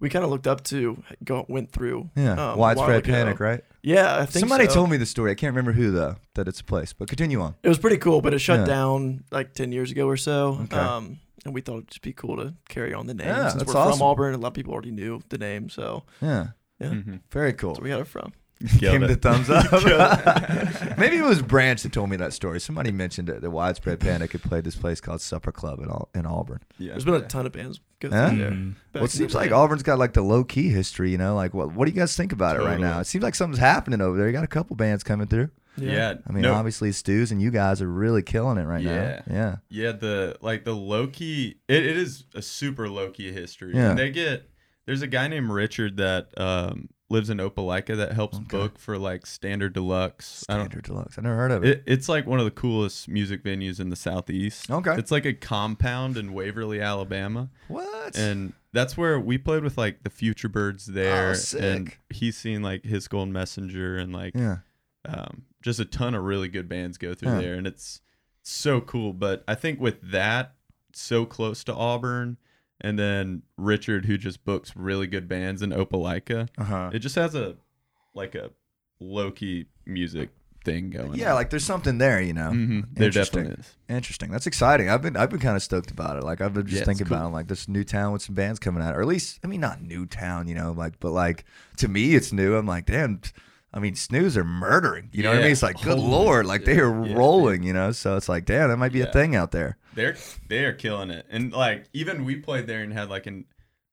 Speaker 4: we kind of looked up to go, went through.
Speaker 1: it. Yeah,
Speaker 4: um, a while
Speaker 1: widespread
Speaker 4: ago.
Speaker 1: panic, right?
Speaker 4: Yeah, I think
Speaker 1: Somebody
Speaker 4: so.
Speaker 1: told me the story. I can't remember who though that it's a place, but continue on.
Speaker 4: It was pretty cool, but it shut
Speaker 1: Yeah.
Speaker 4: down like 10 years ago or so.
Speaker 1: Okay.
Speaker 4: Um, and we thought it'd just be cool to carry on the name.
Speaker 1: Yeah,
Speaker 4: Since
Speaker 1: that's
Speaker 4: we're
Speaker 1: awesome.
Speaker 4: from Auburn, a lot of people already knew the name, so
Speaker 1: Yeah,
Speaker 3: Mhm.
Speaker 1: very
Speaker 4: that's
Speaker 1: cool.
Speaker 4: where we got it from.
Speaker 1: Give him
Speaker 3: Killed
Speaker 1: the
Speaker 3: it. (laughs)
Speaker 1: thumbs up. (laughs) Maybe it was Branch that told me that story. Somebody mentioned it, that widespread panic had played this place called Supper Club in, Al- in Auburn.
Speaker 3: Yeah.
Speaker 4: There's been a ton of bands go through
Speaker 1: Yeah?
Speaker 4: there.
Speaker 2: Mm.
Speaker 4: back
Speaker 1: well,
Speaker 4: in
Speaker 1: it seems
Speaker 4: the
Speaker 1: like
Speaker 4: day.
Speaker 1: Auburn's got like the low key history, you know. Like, what what do you guys think about it right now?
Speaker 3: Totally.
Speaker 1: It seems like something's happening over there. You got a couple bands coming through.
Speaker 3: Yeah.
Speaker 1: I mean,
Speaker 3: no,
Speaker 1: obviously, Stews and you guys are really killing it right
Speaker 3: Yeah.
Speaker 1: now. Yeah,
Speaker 3: Yeah, the like the low key it, it is a super low key history.
Speaker 1: Yeah.
Speaker 3: And they get there's a guy named Richard that um lives in Opelika that helps
Speaker 1: Okay.
Speaker 3: book for like standard deluxe. I don't
Speaker 1: Standard Deluxe. I never heard of it.
Speaker 3: it, it's like one of the coolest music venues in the southeast.
Speaker 1: Okay.
Speaker 3: It's like a compound in Waverly, Alabama.
Speaker 1: what?
Speaker 3: And that's where we played with like the Future Birds there. And
Speaker 1: Oh, sick.
Speaker 3: he's seen like his Golden Messenger and like
Speaker 1: yeah,
Speaker 3: um, just a ton of really good bands go through
Speaker 1: Yeah.
Speaker 3: there, and it's so cool. But I think with that, so close to Auburn, and then Richard, who just books really good bands in Opelika,
Speaker 1: uh huh.
Speaker 3: it just has a like a low key music thing going.
Speaker 1: Yeah, like there's something there, you know.
Speaker 3: hmm there
Speaker 1: Interesting.
Speaker 3: definitely is.
Speaker 1: Interesting. That's exciting. I've been I've been kind of stoked about it. Like I've been just
Speaker 3: Yeah, it's
Speaker 1: thinking
Speaker 3: cool.
Speaker 1: about it, like this new town with some bands coming out, or at least I mean not new town, you know, like but like to me it's new. I'm like damn. I mean, snooze are murdering. You know what I mean?
Speaker 3: Yeah.
Speaker 1: It's like, good
Speaker 3: Holy
Speaker 1: lord, like they
Speaker 3: shit.
Speaker 1: are
Speaker 3: Yeah,
Speaker 1: rolling. You know, so it's like, damn, that might be a
Speaker 3: Yeah.
Speaker 1: thing out there.
Speaker 3: They're they're killing it, and like even we played there and had like an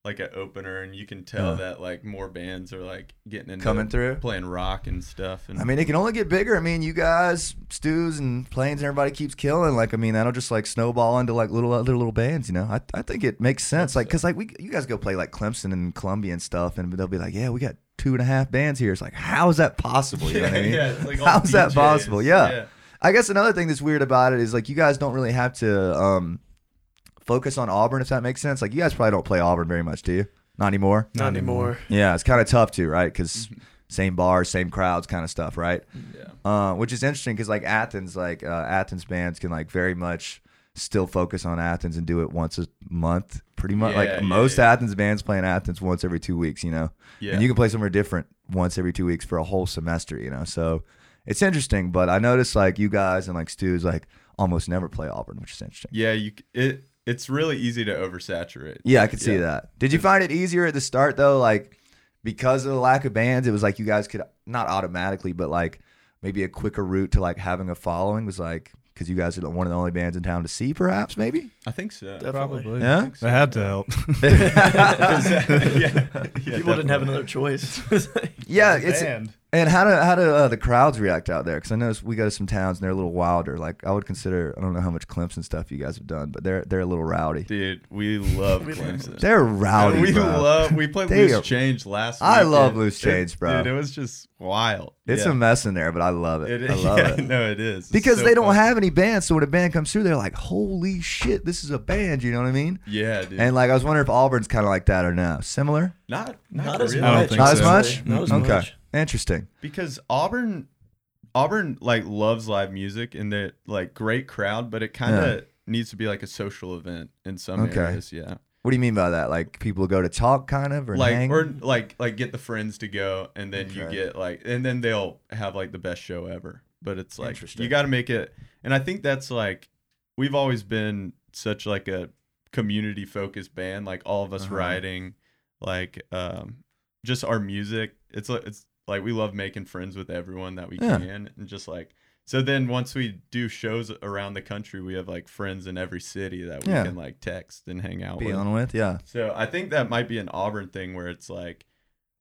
Speaker 3: like an opener, and you can tell
Speaker 1: Yeah.
Speaker 3: that like more bands are like getting into
Speaker 1: Coming through?
Speaker 3: playing rock and stuff. And
Speaker 1: I mean, it can only get bigger. I mean, you guys, stews and planes, and everybody keeps killing. Like, I mean, that'll just like snowball into like little other little bands. You know, I, I think it makes sense. Like, cause like we you guys go play like Clemson and Columbia and stuff, and they'll be like, yeah, we got two and a half bands here. It's like, how is that possible? You know what I mean?
Speaker 3: (laughs) yeah,
Speaker 1: (laughs)
Speaker 3: it's like all
Speaker 1: How's that
Speaker 3: DJs.
Speaker 1: possible? Yeah.
Speaker 3: yeah.
Speaker 1: I guess another thing that's weird about it is like you guys don't really have to um focus on Auburn if that makes sense. Like, you guys probably don't play Auburn very much, do you? Not anymore.
Speaker 4: Not anymore.
Speaker 1: Yeah, it's kind of tough to right because same bars, same crowds, kind of stuff, right?
Speaker 3: Mm-hmm. Yeah.
Speaker 1: uh, which is interesting because like Athens, like uh, Athens bands can like very much still focus on Athens and do it once a month, pretty much. like
Speaker 3: Yeah, yeah,
Speaker 1: most
Speaker 3: yeah.
Speaker 1: Athens bands play in Athens once every two weeks, you know,
Speaker 3: Yeah.
Speaker 1: and you can play somewhere different once every two weeks for a whole semester, you know. So it's interesting, but I noticed like you guys and like Stu's like almost never play Auburn, which is interesting.
Speaker 3: yeah, you c- it it's really easy to oversaturate.
Speaker 1: Yeah, I could see
Speaker 3: Yeah.
Speaker 1: that. Did you find it easier at the start though? Like because of the lack of bands, it was like you guys could not automatically, but like maybe a quicker route to like having a following was like because you guys are the- one of the only bands in town to see, perhaps
Speaker 3: (laughs)
Speaker 1: maybe.
Speaker 3: I think so.
Speaker 4: Definitely.
Speaker 1: Yeah.
Speaker 2: That had to help.
Speaker 3: yeah. yeah,
Speaker 4: People didn't have
Speaker 3: definitely.
Speaker 4: another choice.
Speaker 1: Yeah,
Speaker 2: (laughs)
Speaker 1: it's
Speaker 2: Band.
Speaker 1: and how do how do uh, the crowds react out there? Because I noticed we go to some towns and they're a little wilder. Like I would consider I don't know how much Clemson stuff you guys have done, but they're they're a little rowdy.
Speaker 3: Dude, we love
Speaker 4: We love
Speaker 3: Clemson.
Speaker 1: They're rowdy.
Speaker 3: (laughs) we
Speaker 1: bro.
Speaker 3: love. We played
Speaker 1: They
Speaker 3: loose
Speaker 1: are-
Speaker 3: change last.
Speaker 1: I love
Speaker 3: weekend.
Speaker 1: Loose Change,
Speaker 3: it,
Speaker 1: bro.
Speaker 3: Dude, it was just wild.
Speaker 1: It's
Speaker 3: yeah.
Speaker 1: a mess in there, but I love it.
Speaker 3: It,
Speaker 1: I love
Speaker 3: (laughs) yeah,
Speaker 1: it.
Speaker 3: No, it is It's
Speaker 1: because
Speaker 3: so
Speaker 1: they don't
Speaker 3: fun.
Speaker 1: have any bands. So when a band comes through, they're like, "Holy shit, this is a band!" You know what I mean?
Speaker 3: Yeah, dude.
Speaker 1: And like, I was wondering if Auburn's kind of like that or no, similar.
Speaker 3: not not,
Speaker 4: Not as
Speaker 3: really.
Speaker 2: I don't
Speaker 4: much.
Speaker 2: think
Speaker 1: Not as
Speaker 2: so.
Speaker 1: much.
Speaker 4: Not as
Speaker 1: okay,
Speaker 4: much.
Speaker 1: interesting.
Speaker 3: because Auburn Auburn like loves live music and they're like great crowd, but it kind of needs to be like a social event in some
Speaker 1: Okay.
Speaker 3: areas, yeah.
Speaker 1: What do you mean by that? Like people go to talk, kind of, or
Speaker 3: like
Speaker 1: hang?
Speaker 3: or like like get the friends to go and then you
Speaker 1: Okay.
Speaker 3: get like and then they'll have like the best show ever. But it's like
Speaker 1: Interesting.
Speaker 3: you got to make it and I think that's like we've always been such like a community focused band, like all of us
Speaker 1: Uh-huh.
Speaker 3: writing like um just our music. It's like it's like we love making friends with everyone that we
Speaker 1: Yeah.
Speaker 3: can and just like so then once we do shows around the country, we have like friends in every city that we
Speaker 1: Yeah.
Speaker 3: can like text and hang out
Speaker 1: be
Speaker 3: with.
Speaker 1: on with, yeah.
Speaker 3: So I think that might be an Auburn thing where it's like,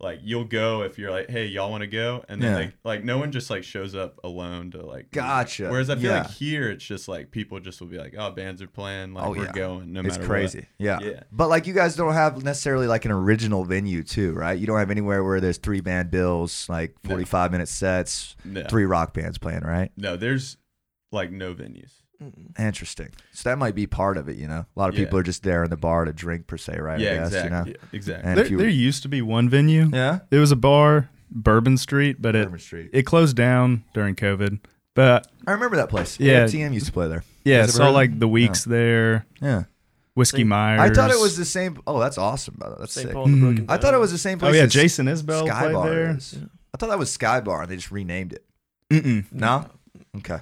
Speaker 3: like you'll go if you're like, hey, y'all want to go, and then
Speaker 1: Yeah.
Speaker 3: like, like no one just like shows up alone to like.
Speaker 1: Gotcha.
Speaker 3: Whereas I feel
Speaker 1: Yeah.
Speaker 3: like here it's just like people just will be like, oh, bands are playing, like
Speaker 1: Oh,
Speaker 3: we're
Speaker 1: yeah.
Speaker 3: going, no
Speaker 1: it's
Speaker 3: matter
Speaker 1: crazy, yeah.
Speaker 3: what. Yeah.
Speaker 1: But like, you guys don't have necessarily like an original venue, too, right? You don't have anywhere where there's three band bills, like
Speaker 3: No.
Speaker 1: forty-five minute sets,
Speaker 3: No.
Speaker 1: three rock bands playing, right?
Speaker 3: No, there's like no venues.
Speaker 4: Mm-mm.
Speaker 1: Interesting. So that might be part of it, you know. A lot of
Speaker 3: Yeah.
Speaker 1: people are just there in the bar to drink per se, right? I
Speaker 3: yeah,
Speaker 1: guess, you know?
Speaker 3: exactly. Exactly.
Speaker 1: And
Speaker 2: There,
Speaker 1: if you-
Speaker 2: there used to be one venue.
Speaker 1: Yeah.
Speaker 2: It was a bar, Bourbon Street, but it
Speaker 1: Bourbon Street.
Speaker 2: it closed down during COVID. But
Speaker 1: I remember that place.
Speaker 2: Yeah.
Speaker 1: TM used to play there.
Speaker 2: yeah,
Speaker 1: Has it
Speaker 2: so
Speaker 1: been-
Speaker 2: like the weeks there,
Speaker 1: Yeah.
Speaker 2: Whiskey Myers.
Speaker 1: I thought it was the same. Oh, that's awesome, by the way. That's
Speaker 4: St.
Speaker 1: sick.
Speaker 4: Paul and the
Speaker 2: Mm.
Speaker 4: Broken
Speaker 1: I thought it was the same
Speaker 2: Oh
Speaker 1: place.
Speaker 2: yeah,
Speaker 1: as
Speaker 2: Jason Isbell
Speaker 1: Sky
Speaker 2: played
Speaker 1: Bar
Speaker 2: there.
Speaker 1: is. I thought that was Sky Bar, and they just renamed it.
Speaker 2: Mm-mm.
Speaker 1: No. Okay.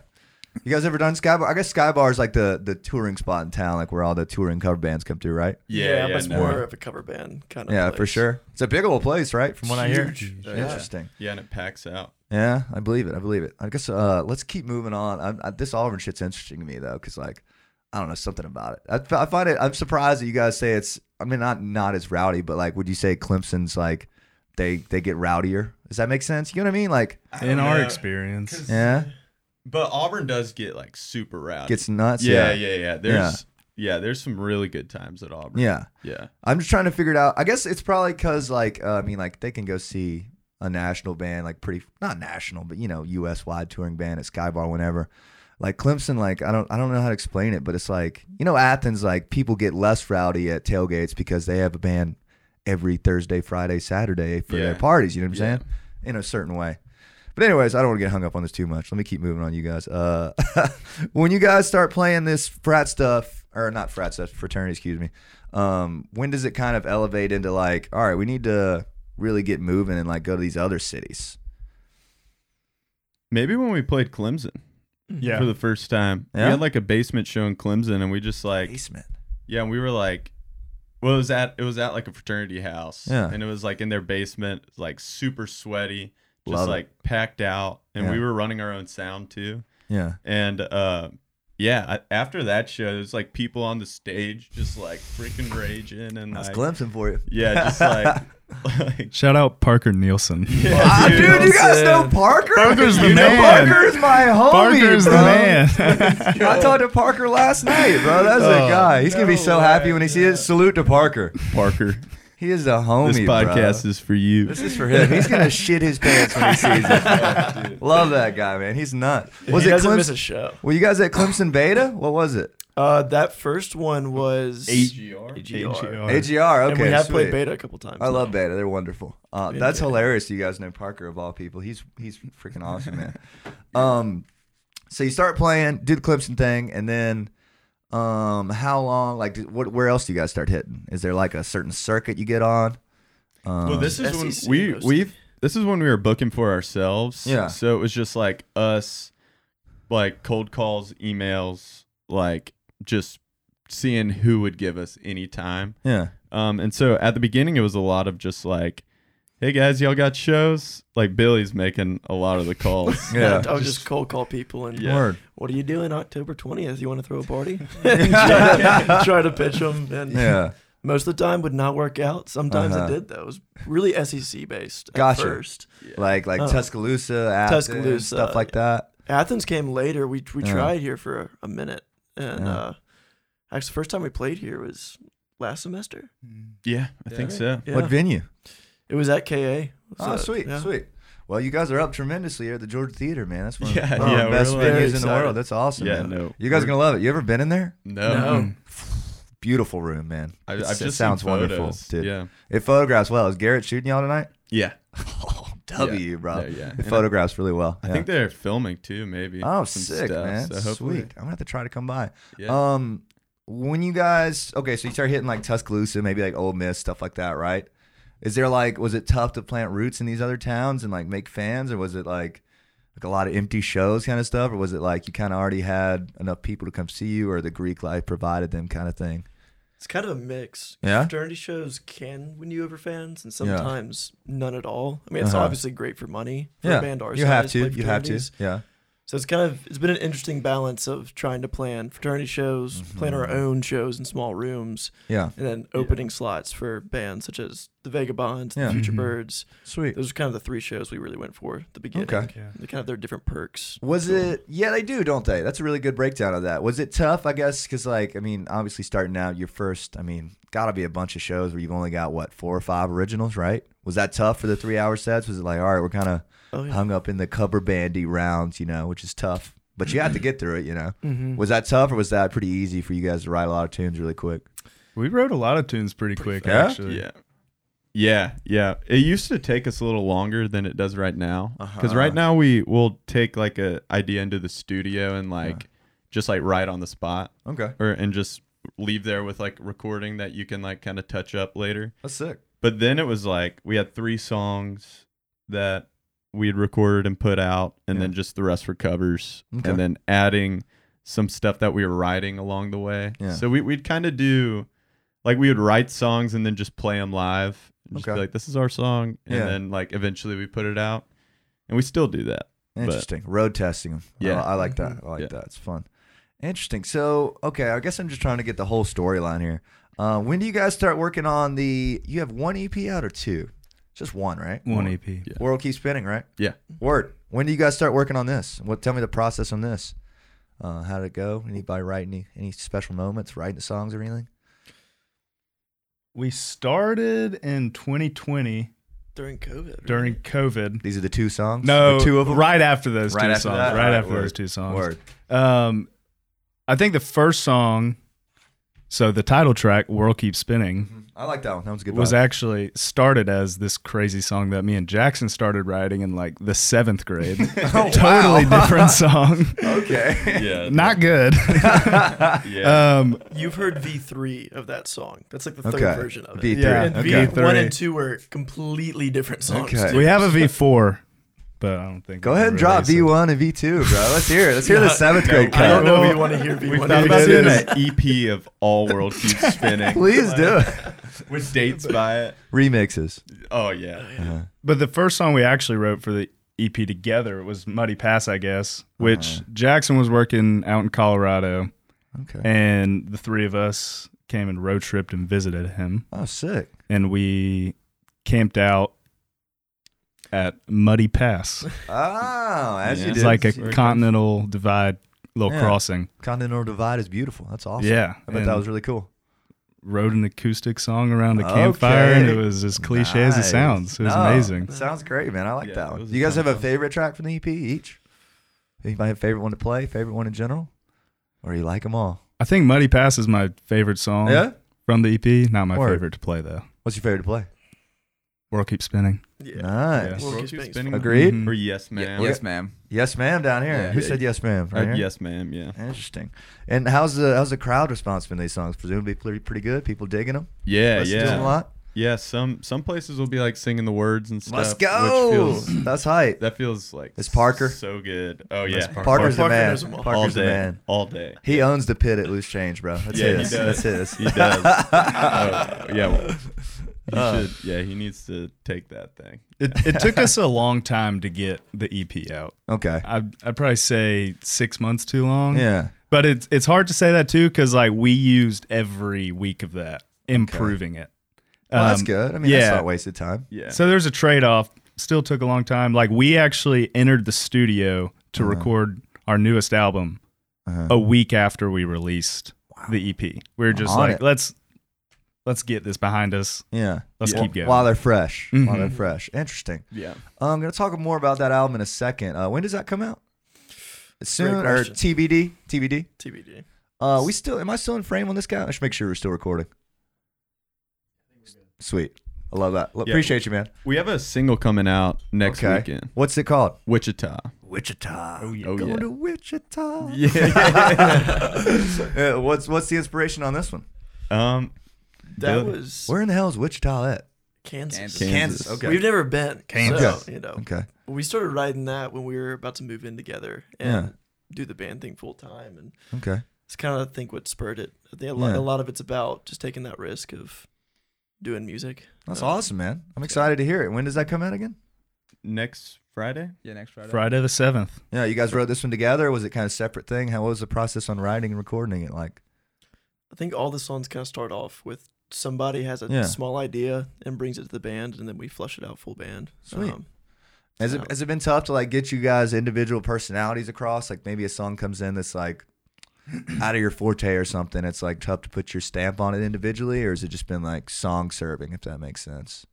Speaker 1: You guys ever done Sky Bar? I guess Sky Bar is like the the touring spot in town, like where all the touring cover bands come through, right?
Speaker 4: Yeah,
Speaker 3: Yeah,
Speaker 4: but
Speaker 3: yeah,
Speaker 4: it's
Speaker 3: no.
Speaker 4: more of a cover band kind of.
Speaker 1: yeah, for
Speaker 4: place.
Speaker 1: sure. It's a big old place, right? From what I hear.
Speaker 3: Yeah.
Speaker 1: Interesting.
Speaker 3: Yeah, and it packs out.
Speaker 1: Yeah, I believe it. I believe it. I guess uh, let's keep moving on. I, I, this Auburn shit's interesting to me though, because like I don't know something about it. I, f- I find it. I'm surprised that you guys say it's. I mean, not not as rowdy, but like, would you say Clemson's like they they get rowdier? Does that make sense? You know what I mean? Like,
Speaker 2: In our experience,
Speaker 1: yeah,
Speaker 3: But Auburn does get like super rowdy.
Speaker 1: gets nuts.
Speaker 3: yeah,
Speaker 1: Yeah,
Speaker 3: yeah, yeah, There's yeah. there's some really good times at Auburn.
Speaker 1: yeah.
Speaker 3: Yeah.
Speaker 1: I'm just trying to figure it out. I guess it's probably because like uh, I mean, like they can go see a national band, like pretty not national, but you know, U.S. wide touring band at Skybar whenever. Like Clemson, like I don't I don't know how to explain it, but it's like you know Athens, like people get less rowdy at tailgates because they have a band every Thursday, Friday, Saturday for their
Speaker 3: Yeah.
Speaker 1: parties. You know what I'm
Speaker 3: Yeah.
Speaker 1: saying? In a certain way. But anyways, I don't want to get hung up on this too much. Let me keep moving on, you guys. Uh, (laughs) when you guys start playing this frat stuff, or not frat stuff, fraternity, excuse me. Um, when does it kind of elevate into like, all right, we need to really get moving and like go to these other cities?
Speaker 3: Maybe when we played Clemson
Speaker 2: yeah,
Speaker 3: for the first time.
Speaker 1: Yeah?
Speaker 3: We had like a basement show in Clemson and we just like
Speaker 1: Basement.
Speaker 3: Yeah, and we were like, well, it was at it was at like a fraternity house.
Speaker 1: Yeah.
Speaker 3: and it was like in their basement, like super sweaty, just
Speaker 1: Love it.
Speaker 3: like packed out, and we
Speaker 1: Yeah.
Speaker 3: were running our own sound too.
Speaker 1: Yeah.
Speaker 3: And uh, yeah, I, after that show, there's like people on the stage just like freaking raging and
Speaker 1: That's
Speaker 3: like,
Speaker 1: Clemson for you.
Speaker 3: yeah,
Speaker 1: (laughs)
Speaker 3: just like. like
Speaker 2: shout out Parker Nielsen.
Speaker 1: Ah, dude, you guys know
Speaker 4: Clemson.
Speaker 1: Parker?
Speaker 2: Parker's the
Speaker 1: You know
Speaker 2: man.
Speaker 1: Parker's my homie.
Speaker 2: Parker's the
Speaker 1: bro. (laughs)
Speaker 2: man. (laughs)
Speaker 1: I talked to Parker last night, bro. That's a
Speaker 2: Oh,
Speaker 1: guy. He's gonna be
Speaker 3: no
Speaker 1: so happy
Speaker 3: way,
Speaker 1: when he sees it. Salute to Parker.
Speaker 3: Parker,
Speaker 1: He is the homie.
Speaker 3: this podcast
Speaker 1: bro.
Speaker 3: is for you.
Speaker 1: This is for him. He's gonna shit his pants when he sees it. bro. Love that guy, man. He's nuts. Was
Speaker 4: he
Speaker 1: it
Speaker 4: doesn't miss a
Speaker 1: Clemson?
Speaker 4: show.
Speaker 1: Were you guys at Clemson Beta? What was it?
Speaker 4: Uh, that first one was AGR.
Speaker 2: AGR.
Speaker 1: AGR. Okay.
Speaker 4: Oh, and we have
Speaker 1: sweet.
Speaker 4: played beta a couple times.
Speaker 1: I love Beta. They're wonderful. Uh,
Speaker 4: Beta,
Speaker 1: that's
Speaker 4: Beta.
Speaker 1: hilarious. You guys know Parker of all people. He's he's freaking awesome, man. Um, so you start playing, do the Clemson thing, and then, um, how long? Like, did- what? Where else do you guys start hitting? Is there like a certain circuit you get on? Um,
Speaker 3: Well, this is
Speaker 1: E
Speaker 3: when
Speaker 4: SEC
Speaker 3: we
Speaker 4: mostly.
Speaker 3: we this is when we were booking for ourselves.
Speaker 1: Yeah.
Speaker 3: So it was just like us, like cold calls, emails, like just seeing who would give us any time.
Speaker 1: yeah,
Speaker 3: Um, and so at the beginning it was a lot of just like, hey guys, y'all got shows? Like Billy's making a lot of the calls.
Speaker 1: (laughs) yeah.
Speaker 4: I would just cold call people and
Speaker 3: Yeah.
Speaker 1: Word.
Speaker 4: what are you doing October 20th? You want to throw a
Speaker 1: (laughs)
Speaker 4: party? (laughs) try, try to pitch them. And (laughs)
Speaker 1: Yeah.
Speaker 4: Most of the time would not work out. Sometimes
Speaker 1: Uh-huh.
Speaker 4: it did though. It was really SEC based at
Speaker 1: Gotcha.
Speaker 4: first.
Speaker 1: Like like
Speaker 4: Oh.
Speaker 1: Tuscaloosa, Athens,
Speaker 4: Tuscaloosa,
Speaker 1: stuff like that.
Speaker 4: Athens came later. We we
Speaker 1: Yeah.
Speaker 4: tried here for a, a minute, and
Speaker 1: Yeah.
Speaker 4: uh, actually, the first time we played here was last semester.
Speaker 3: yeah, I think so.
Speaker 4: Yeah.
Speaker 1: What venue?
Speaker 4: it was at KA.
Speaker 1: Oh,
Speaker 4: So,
Speaker 1: sweet,
Speaker 4: yeah.
Speaker 1: sweet. Well, you guys are up tremendously here at the Georgia Theater, man. That's one of
Speaker 3: Yeah,
Speaker 1: the um,
Speaker 3: yeah, we're
Speaker 1: best
Speaker 3: really
Speaker 1: venues in the
Speaker 4: excited.
Speaker 1: world. That's awesome.
Speaker 3: Yeah,
Speaker 1: man.
Speaker 3: no,
Speaker 1: You guys are
Speaker 3: we're-
Speaker 1: gonna love it. You ever been in there? (sighs)
Speaker 3: No.
Speaker 4: No.
Speaker 1: Beautiful room, man.
Speaker 3: I,
Speaker 1: It's-
Speaker 3: I've just
Speaker 1: it
Speaker 3: seen
Speaker 1: sounds wonderful,
Speaker 3: photos.
Speaker 1: dude.
Speaker 3: Yeah.
Speaker 1: It photographs well. Is Garrett shooting y'all tonight? (laughs)
Speaker 3: Yeah.
Speaker 1: Oh, W, bro.
Speaker 3: Yeah, yeah.
Speaker 1: It
Speaker 3: And I-
Speaker 1: photographs really well.
Speaker 3: I
Speaker 1: yeah.
Speaker 3: think they're filming too, maybe.
Speaker 1: Oh,
Speaker 3: (laughs) some
Speaker 1: sick,
Speaker 3: stuff,
Speaker 1: man.
Speaker 3: so hopefully-
Speaker 1: Sweet. I'm gonna have to try to come by.
Speaker 3: Yeah.
Speaker 1: Um, when you guys okay, so you start hitting like Tuscaloosa, maybe like Ole Miss, stuff like that, right? Is there like was it tough to plant roots in these other towns and like make fans, or was it like like a lot of empty shows kind of stuff, or was it like you kind of already had enough people to come see you, or the Greek life provided them kind of thing?
Speaker 4: It's kind of a mix.
Speaker 1: Yeah?
Speaker 4: Fraternity shows can win you over fans, and sometimes none at all. I mean, it's
Speaker 1: Uh-huh.
Speaker 4: obviously great for money for a band our
Speaker 1: you have
Speaker 4: size,
Speaker 1: to,
Speaker 4: play
Speaker 1: you have to,
Speaker 4: fraternities.
Speaker 1: yeah,
Speaker 4: So it's kind of it's been an interesting balance of trying to plan fraternity shows, plan our own shows in small rooms,
Speaker 1: Mm-hmm. yeah,
Speaker 4: and then opening slots for bands such as the Vagabonds,
Speaker 1: Yeah.
Speaker 4: the Future
Speaker 2: Mhm.
Speaker 4: Birds.
Speaker 1: sweet.
Speaker 4: Those are kind of the three shows we really went for at the beginning.
Speaker 1: Okay.
Speaker 2: Yeah.
Speaker 4: They kind of their different perks.
Speaker 1: Was it? Yeah, they do, don't they? That's a really good breakdown of that. Was it tough? I guess because, like, I mean, obviously starting out, your first, I mean, gotta be a bunch of shows where you've only got what four or five originals, right? Was that tough for the three-hour sets? Was it like, all right, we're kind of
Speaker 4: Oh yeah.
Speaker 1: hung up in the cover bandy rounds, you know, which is tough. but you have to get through it. You know,
Speaker 4: Mm-hmm.
Speaker 1: was that tough or was that pretty easy for you guys to write a lot of tunes really quick?
Speaker 2: We wrote a lot of tunes pretty quick,
Speaker 1: fast.
Speaker 2: actually.
Speaker 3: Yeah. Yeah, yeah. It used to take us a little longer than it does right now. Because
Speaker 1: Uh-huh.
Speaker 3: right now we will take like a idea into the studio and like just like write on the spot
Speaker 1: Okay,
Speaker 3: or and just leave there with like recording that you can like kind of touch up later.
Speaker 1: that's sick.
Speaker 3: But then it was like we had three songs that we had recorded and put out, and
Speaker 1: Yeah.
Speaker 3: then just the rest were covers,
Speaker 1: Okay.
Speaker 3: and then adding some stuff that we were writing along the way.
Speaker 1: Yeah.
Speaker 3: So we, we'd kind of do like we would write songs and then just play them live. and Just
Speaker 1: Okay.
Speaker 3: be like, this is our song. And
Speaker 1: Yeah.
Speaker 3: then like eventually we put it out, and we still do that.
Speaker 1: Interesting. Road testing them.
Speaker 3: Yeah.
Speaker 1: I, I like
Speaker 2: Mm-hmm.
Speaker 1: that. I like
Speaker 3: Yeah.
Speaker 1: that. It's fun. Interesting. So, okay, I guess I'm just trying to get the whole storyline here. Uh, when do you guys start working on the? You have one EP out or two? Just one, right?
Speaker 2: One E EP.
Speaker 3: Yeah.
Speaker 1: World keeps spinning, right?
Speaker 3: Yeah.
Speaker 1: Word. When do you guys start working on this? What? Tell me the process on this. Uh, how did it go? Anybody write any any special moments? Writing songs or anything?
Speaker 2: We started in 2020
Speaker 4: During COVID.
Speaker 2: during
Speaker 4: right?
Speaker 2: COVID.
Speaker 1: These are the two songs.
Speaker 2: No,
Speaker 1: Or two of them.
Speaker 2: right after those
Speaker 1: Right
Speaker 2: two
Speaker 1: after
Speaker 2: songs.
Speaker 1: that?
Speaker 2: Right
Speaker 1: Alright,
Speaker 2: after
Speaker 1: word.
Speaker 2: those two songs.
Speaker 1: Word.
Speaker 2: Um, I think the first song, so the title track, "World Keeps Spinning,"
Speaker 1: Mm-hmm. I like that one. That was a good.
Speaker 2: was
Speaker 1: vibe.
Speaker 2: actually started as this crazy song that me and Jackson started writing in like the
Speaker 1: (laughs)
Speaker 2: seventh grade.
Speaker 1: Oh,
Speaker 2: totally
Speaker 1: wow.
Speaker 2: different song.
Speaker 1: (laughs) okay.
Speaker 3: Yeah.
Speaker 2: Not good.
Speaker 3: yeah.
Speaker 1: uh,
Speaker 2: um,
Speaker 4: You've heard V3 of that song. That's like the third
Speaker 1: Okay.
Speaker 4: version of it.
Speaker 1: V3.
Speaker 2: Yeah.
Speaker 4: And
Speaker 1: Okay.
Speaker 4: V1
Speaker 2: V3.
Speaker 4: and 2 were completely different songs.
Speaker 1: Okay.
Speaker 4: too.
Speaker 2: we have a V four, but I don't think.
Speaker 1: Go
Speaker 2: we
Speaker 1: ahead and drop
Speaker 2: release it.
Speaker 1: V1 and V2, bro. Let's hear it.
Speaker 2: (laughs)
Speaker 1: Let's hear the
Speaker 4: No,
Speaker 1: seventh
Speaker 3: no,
Speaker 1: grade
Speaker 3: I
Speaker 4: I
Speaker 1: cut.
Speaker 4: don't know if
Speaker 2: Well,
Speaker 4: you want to hear V1
Speaker 3: We
Speaker 4: and
Speaker 3: thought
Speaker 4: V2.
Speaker 3: about
Speaker 2: did
Speaker 3: doing an EP of All
Speaker 1: (laughs)
Speaker 3: World Keeps Spinning.
Speaker 1: Please do
Speaker 2: (laughs)
Speaker 1: it.
Speaker 3: With dates by it.
Speaker 1: Remixes.
Speaker 3: Oh, yeah.
Speaker 2: But the first song we actually wrote for the EP together was "Muddy Pass," I guess, which Jackson was working out in Colorado,
Speaker 1: Uh-huh. Okay.
Speaker 2: and the three of us came and road tripped and visited him,
Speaker 1: Oh, sick.
Speaker 2: and we camped out at Muddy Pass.
Speaker 1: Oh, as you
Speaker 3: Yeah.
Speaker 1: did.
Speaker 2: It's like a
Speaker 3: Very
Speaker 2: continental divide, little
Speaker 1: Yeah.
Speaker 2: crossing.
Speaker 1: Continental Divide is beautiful. That's awesome.
Speaker 2: Yeah,
Speaker 1: I bet
Speaker 2: and
Speaker 1: that was really cool.
Speaker 2: wrote an acoustic song around a campfire, and it
Speaker 1: Okay.
Speaker 2: was as cliche as
Speaker 1: Nice.
Speaker 2: it sounds. It was
Speaker 1: No,
Speaker 2: amazing.
Speaker 1: Sounds great, man. I like
Speaker 3: Yeah,
Speaker 1: that
Speaker 3: it
Speaker 1: one.
Speaker 3: was
Speaker 1: Do you guys
Speaker 3: a
Speaker 1: have
Speaker 3: ton of
Speaker 1: a favorite track from the EP each? Anybody have a favorite one to play? Favorite one in general? Or you like them all?
Speaker 2: I think "Muddy Pass" is my favorite song.
Speaker 1: yeah.
Speaker 2: from the EP. Not my
Speaker 1: Word.
Speaker 2: favorite to play though.
Speaker 1: What's your favorite to play?
Speaker 2: World keeps spinning.
Speaker 4: Yeah.
Speaker 1: Nice.
Speaker 4: World
Speaker 3: World
Speaker 4: Keeps
Speaker 3: Keeps
Speaker 4: Spinning.
Speaker 3: Spinning.
Speaker 1: Agreed.
Speaker 2: Mhm.
Speaker 3: Or Yes,
Speaker 5: Yeah,
Speaker 3: Ma'am.
Speaker 5: Yes, ma'am.
Speaker 1: Yes, ma'am. Down here.
Speaker 5: Yeah.
Speaker 1: Who
Speaker 3: Yeah.
Speaker 1: said yes, ma'am?
Speaker 3: Uh,
Speaker 1: Right here?
Speaker 3: yes, ma'am. Yeah.
Speaker 1: Interesting. And how's the how's the crowd response been to these songs? Presumably pretty pretty good. People digging them.
Speaker 3: Yeah,
Speaker 1: Listen to them a
Speaker 3: yeah,
Speaker 1: lot.
Speaker 3: yeah. Some some places will be like singing the words and stuff.
Speaker 1: Let's
Speaker 3: which
Speaker 1: go.
Speaker 3: feels-
Speaker 1: That's hype.
Speaker 3: that feels like
Speaker 1: It's Parker.
Speaker 3: So good. Oh yeah,
Speaker 1: Parker's the
Speaker 4: Parker
Speaker 1: man.
Speaker 4: knows 'em all.
Speaker 3: all
Speaker 1: Parker's the
Speaker 3: day,
Speaker 1: man.
Speaker 3: all day.
Speaker 1: He owns the pit at Loose Change, bro. That's
Speaker 3: Yeah, he
Speaker 1: his. That's
Speaker 3: does.
Speaker 1: his.
Speaker 3: He
Speaker 1: (laughs)
Speaker 3: does. Oh, yeah, well, he
Speaker 1: Uh.
Speaker 3: should. Yeah, he needs to take that thing.
Speaker 2: It, it took us a long time to get the
Speaker 1: E
Speaker 2: EP out.
Speaker 1: Okay.
Speaker 3: Um,
Speaker 2: I'd, I'd probably say six months too long.
Speaker 1: Yeah.
Speaker 2: But it's it's hard to say that too because like we used every week of that improving it.
Speaker 1: Well, that's
Speaker 2: Um,
Speaker 1: good. I mean,
Speaker 2: yeah.
Speaker 1: that's not wasted time.
Speaker 3: Yeah.
Speaker 2: So there's a trade off. Still took a long time. Like we actually entered the studio to
Speaker 1: Uh-huh.
Speaker 2: record our newest album
Speaker 1: Uh-huh.
Speaker 3: Oh.
Speaker 2: a week after we released the EP. We were just
Speaker 1: On
Speaker 2: like,
Speaker 1: it.
Speaker 2: let's let's get this behind us.
Speaker 1: Yeah.
Speaker 2: Let's
Speaker 3: Yeah.
Speaker 2: keep going.
Speaker 1: While they're fresh. While
Speaker 2: Mhm.
Speaker 3: Mm-hmm.
Speaker 1: they're fresh. Interesting.
Speaker 3: yeah.
Speaker 1: Uh, I'm gonna talk more about that album in a second. Uh, when does that come out? Soon or
Speaker 4: question.
Speaker 1: TBD? TBD.
Speaker 4: TBD.
Speaker 1: Uh, we still? Am I still in frame on this guy? I should make sure we're still recording. Sweet. I love that. Well,
Speaker 3: Yeah.
Speaker 1: Appreciate you, man.
Speaker 3: We have a single coming out next
Speaker 1: okay.
Speaker 3: weekend.
Speaker 1: What's it called?
Speaker 3: Wichita.
Speaker 1: Wichita. Oh
Speaker 3: yeah. Oh,
Speaker 1: Going
Speaker 3: yeah.
Speaker 1: to
Speaker 3: (laughs)
Speaker 1: Wichita. (laughs)
Speaker 3: Yeah.
Speaker 1: Yeah, What's What's the inspiration on this one?
Speaker 3: um.
Speaker 4: That
Speaker 3: Dude.
Speaker 4: was
Speaker 1: Where in the hell is Wichita at?
Speaker 4: Kansas.
Speaker 5: Kansas.
Speaker 3: Kansas.
Speaker 1: Okay.
Speaker 4: We've never been.
Speaker 2: Kansas.
Speaker 4: So, you know,
Speaker 1: okay.
Speaker 4: we started writing that when we were about to move in together and
Speaker 1: Yeah.
Speaker 4: do the band thing full time. And
Speaker 1: Okay.
Speaker 4: it's kind of, I think, what spurred it. I think a, lot,
Speaker 1: Yeah.
Speaker 4: a lot of it's about just taking that risk of doing music.
Speaker 1: That's
Speaker 4: Uh,
Speaker 1: awesome, man. I'm excited to hear it. When does that come out again?
Speaker 3: Next Friday.
Speaker 5: Yeah, next Friday.
Speaker 2: Friday the seventh.
Speaker 1: Yeah, you guys wrote this one together. Or was it kind of separate thing? How what was the process on writing and recording it like?
Speaker 4: I think all the songs kind of start off with somebody has a
Speaker 1: Yeah.
Speaker 4: small idea and brings it to the band, and then we flush it out full band.
Speaker 1: Sweet.
Speaker 4: Um,
Speaker 1: Has
Speaker 4: Yeah.
Speaker 1: it has it been tough to like get you guys individual personalities across? Like maybe a song comes in that's like (clears throat) out of your forte or something. It's like tough to put your stamp on it individually, or has it just been like song serving? If that makes sense,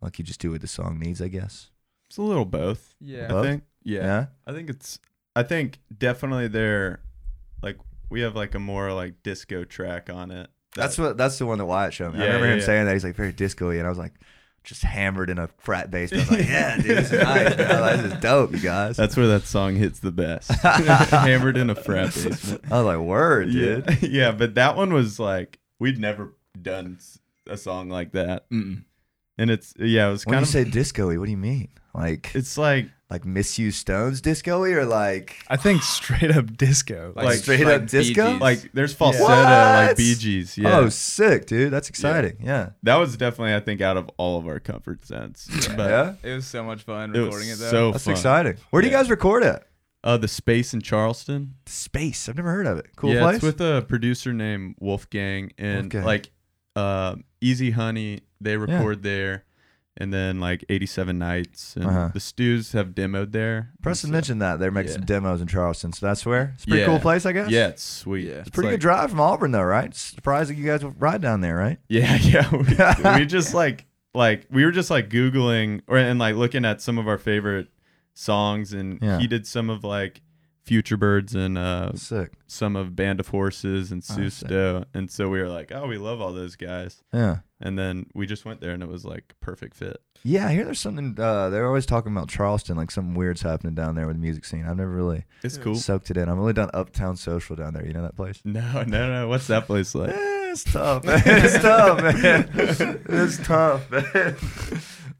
Speaker 1: like you just do what the song needs, I guess.
Speaker 3: It's a little both.
Speaker 5: Yeah.
Speaker 1: Both?
Speaker 3: I think. Yeah.
Speaker 1: Yeah.
Speaker 3: I think it's I think definitely they're like we have like a more like disco track on it.
Speaker 1: That's what that's the one that Wyatt showed me. I
Speaker 3: Yeah,
Speaker 1: remember
Speaker 3: yeah,
Speaker 1: him
Speaker 3: yeah.
Speaker 1: saying that. He's like very disco y and I was like just hammered in a frat basement. I was like, Yeah, dude, this is nice, bro. This is dope, you (laughs) guys.
Speaker 3: That's where that song hits the best. Hammered in a (laughs) frat basement.
Speaker 1: I was like, Word, dude.
Speaker 3: Yeah. yeah, but that one was like we'd never done s- a song like that,
Speaker 2: Mm-mm.
Speaker 3: and it's yeah, it was
Speaker 1: When
Speaker 3: kind
Speaker 1: you
Speaker 3: of
Speaker 1: say disco y, what do you mean? Like
Speaker 3: it's like
Speaker 1: like misuse stones disco y or like
Speaker 2: I
Speaker 1: (gasps)
Speaker 2: think straight up disco.
Speaker 1: like,
Speaker 3: like-
Speaker 1: straight
Speaker 5: like
Speaker 1: up
Speaker 5: Bee
Speaker 1: disco? Like
Speaker 5: Gees.
Speaker 3: like there's falsetto
Speaker 1: What?
Speaker 3: like Bee Gees. Yeah,
Speaker 1: Oh sick, dude. That's exciting. Yeah.
Speaker 3: that was definitely I think out of all of our comfort zones. But
Speaker 1: yeah.
Speaker 5: It was so much fun
Speaker 3: it was
Speaker 5: recording it though.
Speaker 3: so
Speaker 1: That's
Speaker 3: fun.
Speaker 1: exciting. Where do you
Speaker 3: Yeah.
Speaker 1: guys record at?
Speaker 3: Uh, the space in Charleston.
Speaker 1: Space. I've never heard of it. Cool
Speaker 3: yeah,
Speaker 1: place.
Speaker 3: it's with a producer named Wolfgang and
Speaker 1: Wolfgang.
Speaker 3: like uh, Easy Honey. They record there, and then like 87 Nights and
Speaker 1: Uh-huh.
Speaker 3: the Stews have demoed there.
Speaker 1: Preston
Speaker 3: And so-
Speaker 1: mentioned that they make
Speaker 3: Yeah.
Speaker 1: some demos in Charleston, so that's where. It's a pretty
Speaker 3: Yeah.
Speaker 1: cool place, I guess.
Speaker 3: Yeah, it's sweet.
Speaker 5: Yeah.
Speaker 3: It's
Speaker 1: Pretty
Speaker 3: like-
Speaker 1: good drive from Auburn, though, right? Surprising you guys would ride down there, right?
Speaker 3: Yeah, (laughs) yeah.
Speaker 1: (laughs)
Speaker 3: We, we just like like we were just like googling or and like looking at some of our favorite songs, and
Speaker 1: Yeah.
Speaker 3: he did some of like Future Birds and uh,
Speaker 1: Sick.
Speaker 3: some of Band of Horses and
Speaker 1: Oh, sick.
Speaker 3: Susto, and so we were like, oh, we love all those guys.
Speaker 1: Yeah.
Speaker 3: And then we just went there and it was like perfect fit.
Speaker 1: Yeah, I hear there's something. Uh, they're always talking about Charleston, like something weird's happening down there with the music scene. I've never really
Speaker 3: It's
Speaker 4: Yeah.
Speaker 3: cool.
Speaker 1: soaked it in. I've only done Uptown Social down there. You know that place?
Speaker 3: (laughs) No, no, no. What's that place like?
Speaker 1: Eh, it's tough. man. it's tough, man. It's tough, man.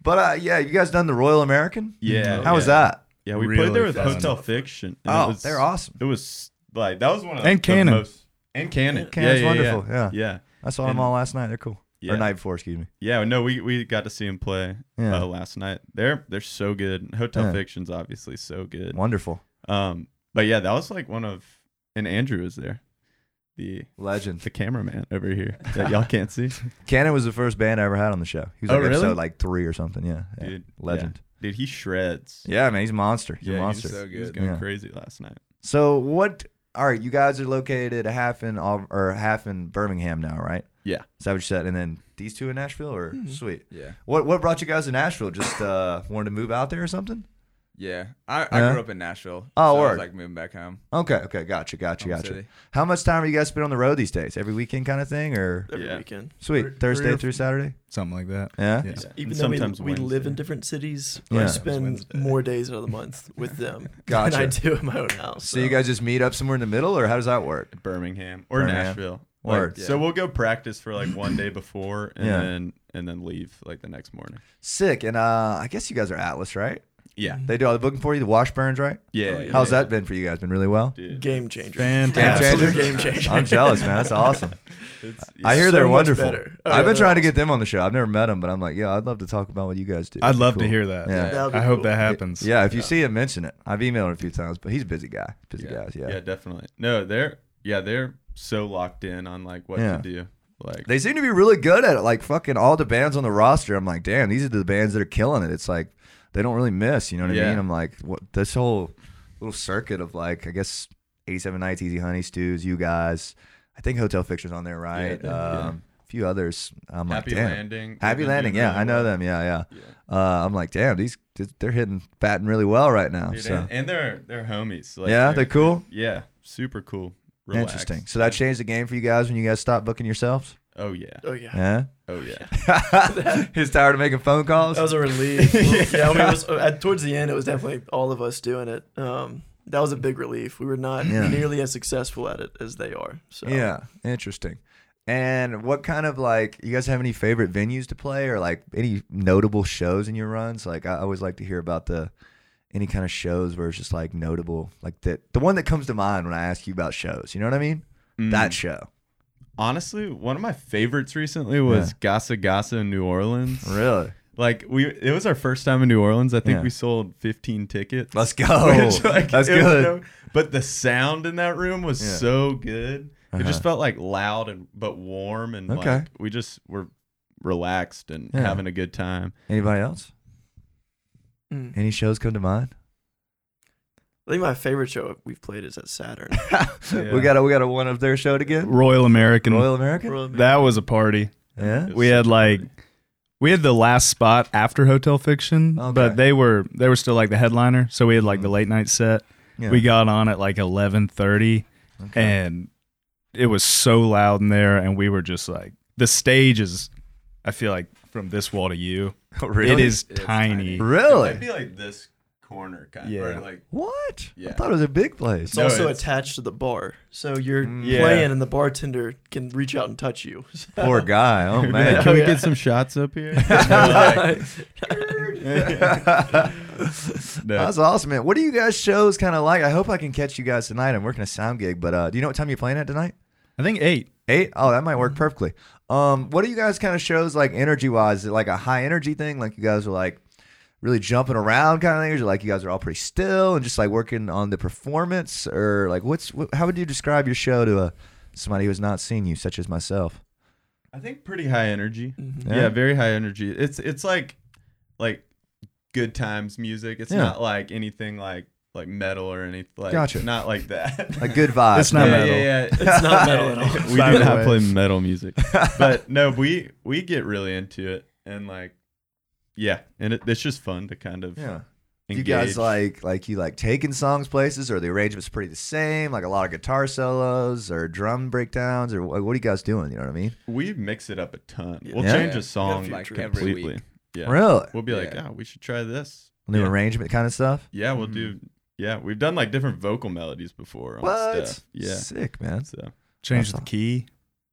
Speaker 1: But uh, yeah, you guys done the Royal American?
Speaker 3: Yeah.
Speaker 1: How was
Speaker 3: Oh, yeah.
Speaker 1: that?
Speaker 3: Yeah, we
Speaker 2: Really
Speaker 3: played there with
Speaker 2: fun.
Speaker 3: Hotel Fiction. and
Speaker 1: Oh,
Speaker 3: it was,
Speaker 1: they're awesome.
Speaker 3: It was like that was one of
Speaker 2: And
Speaker 3: the
Speaker 2: Cannon.
Speaker 3: most- and Cannon.
Speaker 1: Cannon's
Speaker 3: yeah, yeah,
Speaker 1: wonderful. Yeah.
Speaker 3: Yeah. yeah.
Speaker 1: I saw them
Speaker 3: And-
Speaker 1: all last night. They're cool.
Speaker 3: Yeah.
Speaker 1: Or night before, excuse me.
Speaker 3: Yeah, no, we, we got to see him play
Speaker 1: Yeah.
Speaker 3: uh, last night. They're they're so good. Hotel
Speaker 1: Yeah.
Speaker 3: Fiction's obviously so good.
Speaker 1: Wonderful.
Speaker 3: Um, but yeah, that was like one of and Andrew was there, the
Speaker 1: Legend.
Speaker 3: the cameraman over here that y'all can't see.
Speaker 1: Cannon was the first band I ever had on the show. He was
Speaker 3: Oh,
Speaker 1: like
Speaker 3: really?
Speaker 1: episode like three or something. Yeah. yeah.
Speaker 3: Dude, yeah.
Speaker 1: Legend.
Speaker 3: Dude, he shreds.
Speaker 1: Yeah, man, he's a monster. He's
Speaker 3: Yeah,
Speaker 1: a
Speaker 3: he's
Speaker 1: monster.
Speaker 5: So
Speaker 3: He was
Speaker 5: good.
Speaker 3: going
Speaker 1: Yeah.
Speaker 3: crazy last night.
Speaker 1: so what? All right, you guys are located a half in Al- or half in Birmingham now, right?
Speaker 3: Yeah. Hmm.
Speaker 1: Is that what you said? And then these two in Nashville, or sweet.
Speaker 5: Yeah.
Speaker 1: What what brought you guys to Nashville? Just uh wanted to move out there or something?
Speaker 5: Yeah. I, I
Speaker 1: Yeah.
Speaker 5: grew up in Nashville.
Speaker 1: Oh,
Speaker 5: so I
Speaker 1: word.
Speaker 5: was like moving back home.
Speaker 1: Okay, okay, gotcha, gotcha,
Speaker 5: Home
Speaker 1: gotcha.
Speaker 5: city.
Speaker 1: How much time are you guys spend on the road these days? Every weekend kind of thing, or
Speaker 4: every
Speaker 3: Yeah.
Speaker 4: weekend.
Speaker 1: sweet
Speaker 2: Three-
Speaker 1: Thursday
Speaker 2: three or-
Speaker 1: through Saturday?
Speaker 2: something like that.
Speaker 1: Yeah.
Speaker 2: Yeah.
Speaker 3: And
Speaker 4: Even though we,
Speaker 3: sometimes
Speaker 4: we live
Speaker 3: Wednesday.
Speaker 4: in different cities,
Speaker 1: Yeah.
Speaker 4: I spend
Speaker 2: Wednesday.
Speaker 4: more days out of the month with them
Speaker 1: Gotcha.
Speaker 4: than I do at my own house.
Speaker 1: So you guys just meet up somewhere in the middle, or how does that work?
Speaker 3: Birmingham or
Speaker 1: Birmingham.
Speaker 3: Nashville. Like,
Speaker 1: Word.
Speaker 3: So we'll go practice for like one day before and
Speaker 1: Yeah.
Speaker 3: then and then leave like the next morning.
Speaker 1: Sick, and uh I guess you guys are Atlas, right?
Speaker 3: Yeah.
Speaker 1: They do all the booking for you, the Washburns, right?
Speaker 4: Oh,
Speaker 3: Yeah. yeah
Speaker 1: How's
Speaker 3: yeah.
Speaker 1: that been for you guys? Been really well.
Speaker 3: Dude,
Speaker 4: game changer,
Speaker 2: Fantastic.
Speaker 4: Absolute
Speaker 1: Game
Speaker 4: game changer.
Speaker 1: I'm jealous, man. That's awesome.
Speaker 3: it's,
Speaker 1: I hear
Speaker 4: so
Speaker 1: they're
Speaker 4: much
Speaker 1: wonderful.
Speaker 4: better. Oh,
Speaker 1: I've
Speaker 4: yeah,
Speaker 1: been
Speaker 4: they're
Speaker 1: trying to get them on the show. I've never met them, but I'm like, yeah, I'd love to talk about what you guys do.
Speaker 2: I'd love
Speaker 1: Cool.
Speaker 2: to hear that.
Speaker 1: Yeah.
Speaker 4: That'd be
Speaker 2: I hope
Speaker 4: cool.
Speaker 2: that happens.
Speaker 1: Yeah, if you see him, mention it. I've emailed him a few times, but he's a busy guy. Busy guys, yeah.
Speaker 3: yeah, definitely. No, they're yeah, they're so locked in on like what
Speaker 1: Yeah.
Speaker 3: to do. Like
Speaker 1: They seem to be really good at it. Like fucking all the bands on the roster. I'm like, damn, these are the bands that are killing it. It's like they don't really miss. You know what I
Speaker 3: Yeah.
Speaker 1: mean? I'm like, what this whole little circuit of like, I guess 87 Nights, Easy Honey, Stews, you guys. I think Hotel Fiction's on there, right?
Speaker 3: Yeah, yeah.
Speaker 1: um, A few others. I'm
Speaker 3: Happy
Speaker 1: like, damn.
Speaker 3: Landing.
Speaker 1: Happy
Speaker 3: They've been
Speaker 1: Landing,
Speaker 3: doing
Speaker 1: yeah,
Speaker 3: really
Speaker 1: I know
Speaker 3: well.
Speaker 1: them, yeah, yeah.
Speaker 3: Yeah.
Speaker 1: Uh, I'm like, damn, these they're hitting batting really well right now.
Speaker 3: Dude,
Speaker 1: so
Speaker 3: and, and they're they're homies. Like,
Speaker 1: yeah, they're cool.
Speaker 3: yeah, super cool. Relaxed.
Speaker 1: Interesting. So that changed the game for you guys when you guys stopped booking yourselves.
Speaker 3: Oh yeah.
Speaker 4: Oh yeah.
Speaker 1: Yeah.
Speaker 3: Oh yeah.
Speaker 1: (laughs) He's tired of making phone calls.
Speaker 4: That was a relief. yeah, I mean, it was, uh, at, towards the end, it was definitely all of us doing it. Um, that was a big relief. We were not
Speaker 1: Yeah.
Speaker 4: nearly as successful at it as they are. So
Speaker 1: Yeah, interesting. And what kind of like you guys have any favorite venues to play or like any notable shows in your runs? Like I always like to hear about the any kind of shows where it's just like notable, like that the one that comes to mind when I ask you about shows. You know what I mean? That show.
Speaker 3: Honestly, one of my favorites recently was Gasa Gasa in New Orleans.
Speaker 1: Really?
Speaker 3: Like we, it was our first time in New Orleans. I think
Speaker 1: Yeah.
Speaker 3: we sold 15 tickets. (laughs)
Speaker 1: Let's go.
Speaker 3: Which, like,
Speaker 1: That's
Speaker 3: it was
Speaker 1: good.
Speaker 3: no- but the sound in that room was
Speaker 1: Yeah.
Speaker 3: so good. It
Speaker 1: Uh-huh.
Speaker 3: just felt like loud and but warm and
Speaker 1: Okay.
Speaker 3: like we just were relaxed and
Speaker 1: Yeah.
Speaker 3: having a good time.
Speaker 1: Anybody else?
Speaker 4: Mm.
Speaker 1: Any shows come to mind?
Speaker 4: I think my favorite show we've played is at Saturn.
Speaker 1: We
Speaker 2: Yeah.
Speaker 1: got a we got a one of their show to get.
Speaker 2: Royal American.
Speaker 1: Royal American.
Speaker 4: Royal Mail.
Speaker 2: that was a party.
Speaker 1: yeah.
Speaker 3: It was
Speaker 2: We
Speaker 3: so
Speaker 2: had like
Speaker 3: funny.
Speaker 2: we had the last spot after Hotel Fiction,
Speaker 1: Okay.
Speaker 2: but they were they were still like the headliner, so we had like the late night set.
Speaker 1: Yeah.
Speaker 2: We got on at like eleven thirty,
Speaker 1: Okay.
Speaker 2: and it was so loud in there, and we were just like, the stage is, I feel like from this wall to you,
Speaker 1: (laughs)
Speaker 2: it is
Speaker 5: It's
Speaker 2: tiny.
Speaker 5: tiny.
Speaker 3: It might
Speaker 1: really
Speaker 3: be like this corner kind
Speaker 2: Yeah.
Speaker 3: of or like
Speaker 1: what? I
Speaker 5: Yeah.
Speaker 1: thought it was a big place.
Speaker 4: It's
Speaker 3: No,
Speaker 4: also
Speaker 3: it's-
Speaker 4: attached to the bar, so you're
Speaker 2: Yeah.
Speaker 4: playing, and the bartender can reach out and touch you. (laughs) So-
Speaker 1: (laughs) Poor guy.
Speaker 2: (laughs)
Speaker 1: Oh man.
Speaker 4: Can we get
Speaker 3: some shots up here?
Speaker 1: That's awesome, man. What do you guys shows kind of like? I hope I can catch you guys tonight. I'm working a sound gig, but uh, do you know what time you're playing at tonight?
Speaker 2: I think eight.
Speaker 1: Eight? Oh, that might work perfectly. Um, what do you guys kind of shows like energy wise? Is it like a high energy thing? Like you guys are like really jumping around kind of thing, or is it like you guys are all pretty still and just like working on the performance, or like what's what, how would you describe your show to a somebody who has not seen you, such as myself?
Speaker 3: I think pretty high energy.
Speaker 5: Mm-hmm.
Speaker 4: Mhm.
Speaker 3: Yeah. very high energy. It's it's like like good times music. It's
Speaker 1: Yeah.
Speaker 3: not like anything like like metal or anything like
Speaker 1: Gotcha.
Speaker 3: not like that.
Speaker 1: (laughs) Like good vibes.
Speaker 2: It's
Speaker 3: (laughs)
Speaker 2: not
Speaker 3: yeah,
Speaker 2: metal.
Speaker 3: Yeah,
Speaker 1: (laughs)
Speaker 3: yeah.
Speaker 4: It's not metal at all.
Speaker 3: we
Speaker 1: By
Speaker 3: do
Speaker 1: the
Speaker 3: not
Speaker 1: way.
Speaker 3: play
Speaker 1: (laughs)
Speaker 3: metal music. But no, we we get really into it and like yeah, and it, it's just fun to kind of
Speaker 1: Yeah. Do you
Speaker 3: engage.
Speaker 1: guys like like you like taking songs places, or the arrangements pretty the same? Like a lot of guitar solos or drum breakdowns, or what, what are you guys doing? You know what I mean?
Speaker 3: we mix it up a ton.
Speaker 4: Yeah.
Speaker 3: We'll
Speaker 1: Yeah.
Speaker 3: change
Speaker 5: Yeah.
Speaker 3: a song
Speaker 4: Like
Speaker 3: completely.
Speaker 5: every week.
Speaker 3: Yeah.
Speaker 1: Really,
Speaker 3: We'll be like,
Speaker 5: Yeah.
Speaker 3: "Ah, we should try this."
Speaker 1: new
Speaker 3: yeah.
Speaker 1: arrangement kind of stuff.
Speaker 3: Yeah, we'll do Yeah, we've done like different vocal melodies before on
Speaker 1: What?
Speaker 3: stuff. Yeah.
Speaker 1: sick man.
Speaker 3: So
Speaker 1: That's
Speaker 2: Change the
Speaker 1: all.
Speaker 2: key.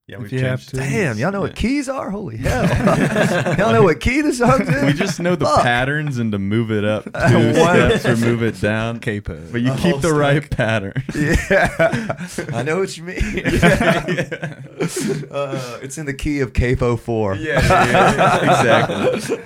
Speaker 3: yeah,
Speaker 2: If
Speaker 3: we've
Speaker 2: you have
Speaker 3: changed
Speaker 2: to.
Speaker 3: it.
Speaker 1: Damn, y'all know what
Speaker 3: Yeah.
Speaker 1: keys are? Holy
Speaker 3: (laughs)
Speaker 1: hell! (laughs) y'all know what key the song is?
Speaker 3: we just know the
Speaker 1: Fuck.
Speaker 3: patterns and to move it
Speaker 1: (laughs)
Speaker 3: up two
Speaker 1: What?
Speaker 3: steps or move it down.
Speaker 2: Capo.
Speaker 3: But you
Speaker 4: A
Speaker 3: keep
Speaker 4: whole
Speaker 3: the right pattern.
Speaker 1: (laughs) Yeah, I know what you
Speaker 3: (laughs)
Speaker 1: mean. (laughs) uh, it's in the key of capo four. (laughs)
Speaker 3: exactly.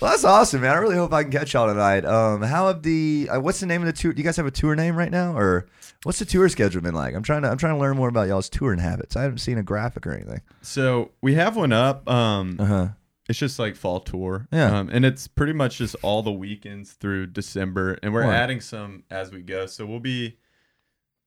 Speaker 1: Well, that's awesome, man. I really hope I can catch y'all tonight. Um, how have the uh, what's the name of the tour? Do you guys have a tour name right now, or what's the tour schedule been like? I'm trying to I'm trying to learn more about y'all's touring habits. I haven't seen a graphic or anything.
Speaker 3: So we have one up. Um,
Speaker 1: Uh huh.
Speaker 3: it's just like fall tour.
Speaker 1: Yeah.
Speaker 3: Um, and it's pretty much just all the weekends through December, and we're
Speaker 1: Right.
Speaker 3: adding some as we go. So we'll be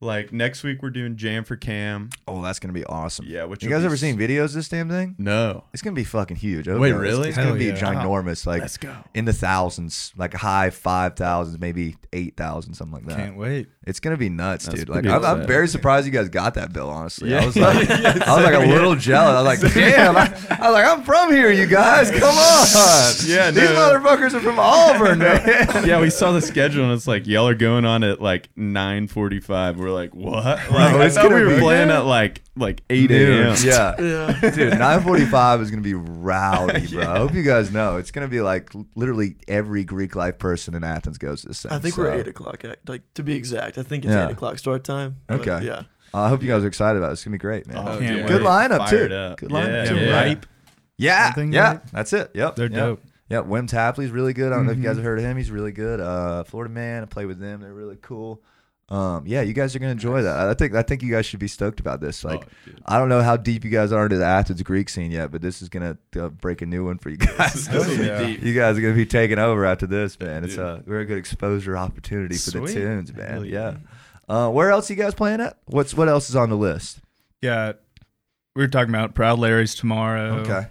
Speaker 3: like next week we're doing Jam for Cam.
Speaker 1: Oh, that's gonna be awesome.
Speaker 3: Yeah. Which
Speaker 1: You
Speaker 3: will
Speaker 1: guys
Speaker 3: be
Speaker 1: ever
Speaker 3: s-
Speaker 1: seen videos of this damn thing?
Speaker 3: No.
Speaker 1: It's gonna be fucking huge. Oh,
Speaker 3: Wait,
Speaker 1: no, it's-
Speaker 3: really?
Speaker 1: It's, gonna
Speaker 2: Hell
Speaker 1: be
Speaker 2: yeah.
Speaker 1: ginormous, like
Speaker 3: Let's go.
Speaker 1: in the thousands, like high five thousands, maybe eight thousand, something like that.
Speaker 2: Can't wait.
Speaker 1: It's gonna be nuts,
Speaker 3: That's
Speaker 1: dude. Like
Speaker 3: pretty
Speaker 1: I'm, I'm
Speaker 3: exciting.
Speaker 1: very surprised you guys got that bill. Honestly, I
Speaker 3: Yeah.
Speaker 1: was
Speaker 3: (laughs)
Speaker 1: like, I was like a little jealous. I was like, damn. I, I was like, I'm from here, you guys. Come on.
Speaker 3: Yeah,
Speaker 1: these
Speaker 3: no.
Speaker 1: motherfuckers are from Auburn,
Speaker 3: (laughs)
Speaker 1: man.
Speaker 3: yeah, we saw the schedule and it's like y'all are going on at like nine forty five. We're like, what? Like, I
Speaker 1: it's
Speaker 3: thought we
Speaker 1: gonna
Speaker 3: were
Speaker 1: be-
Speaker 3: playing at like like eight a.m.
Speaker 1: Dude,
Speaker 3: (laughs)
Speaker 1: yeah.
Speaker 4: Yeah.
Speaker 1: Dude, 945 is going to be rowdy, bro. I hope you guys know. It's going to be like literally every Greek life person in Athens goes to this thing.
Speaker 4: I think we're
Speaker 1: so.
Speaker 4: eight o'clock. ac- Like to be exact, I think it's
Speaker 1: Yeah.
Speaker 4: eight o'clock start time. but
Speaker 1: Okay.
Speaker 4: Yeah.
Speaker 1: I hope you guys are excited about it. It's going to be great, man.
Speaker 3: Oh,
Speaker 2: Can't
Speaker 3: dude.
Speaker 2: wait.
Speaker 1: Good lineup,
Speaker 3: Fired
Speaker 1: too.
Speaker 3: up.
Speaker 1: Good lineup,
Speaker 3: Yeah,
Speaker 1: too.
Speaker 3: yeah.
Speaker 2: Ripe.
Speaker 1: Yeah,
Speaker 2: Something
Speaker 1: yeah,
Speaker 2: like-
Speaker 1: that's it. Yep,
Speaker 2: They're
Speaker 1: yep.
Speaker 2: dope.
Speaker 1: Yeah, Wim Tapley's really good. I don't know if you guys have heard of him. He's really good. Uh, Florida man. I play with them. They're really cool. Um, yeah, you guys are gonna enjoy that. I think I think you guys should be stoked about this.
Speaker 3: Oh,
Speaker 1: Like, I don't know how deep you guys are into the Athens Greek scene yet, but this is gonna uh, break a new one for you guys.
Speaker 3: This will be
Speaker 1: (laughs)
Speaker 2: Yeah.
Speaker 3: deep.
Speaker 1: you guys are gonna be taking over after this, man. It's a very good exposure opportunity for the
Speaker 2: Sweet.
Speaker 1: tunes, man.
Speaker 3: Hell
Speaker 1: yeah.
Speaker 3: yeah.
Speaker 1: Uh, where else you guys playing at? What's what else is on the list?
Speaker 2: Yeah. We were talking about Proud Larry's tomorrow.
Speaker 1: Okay,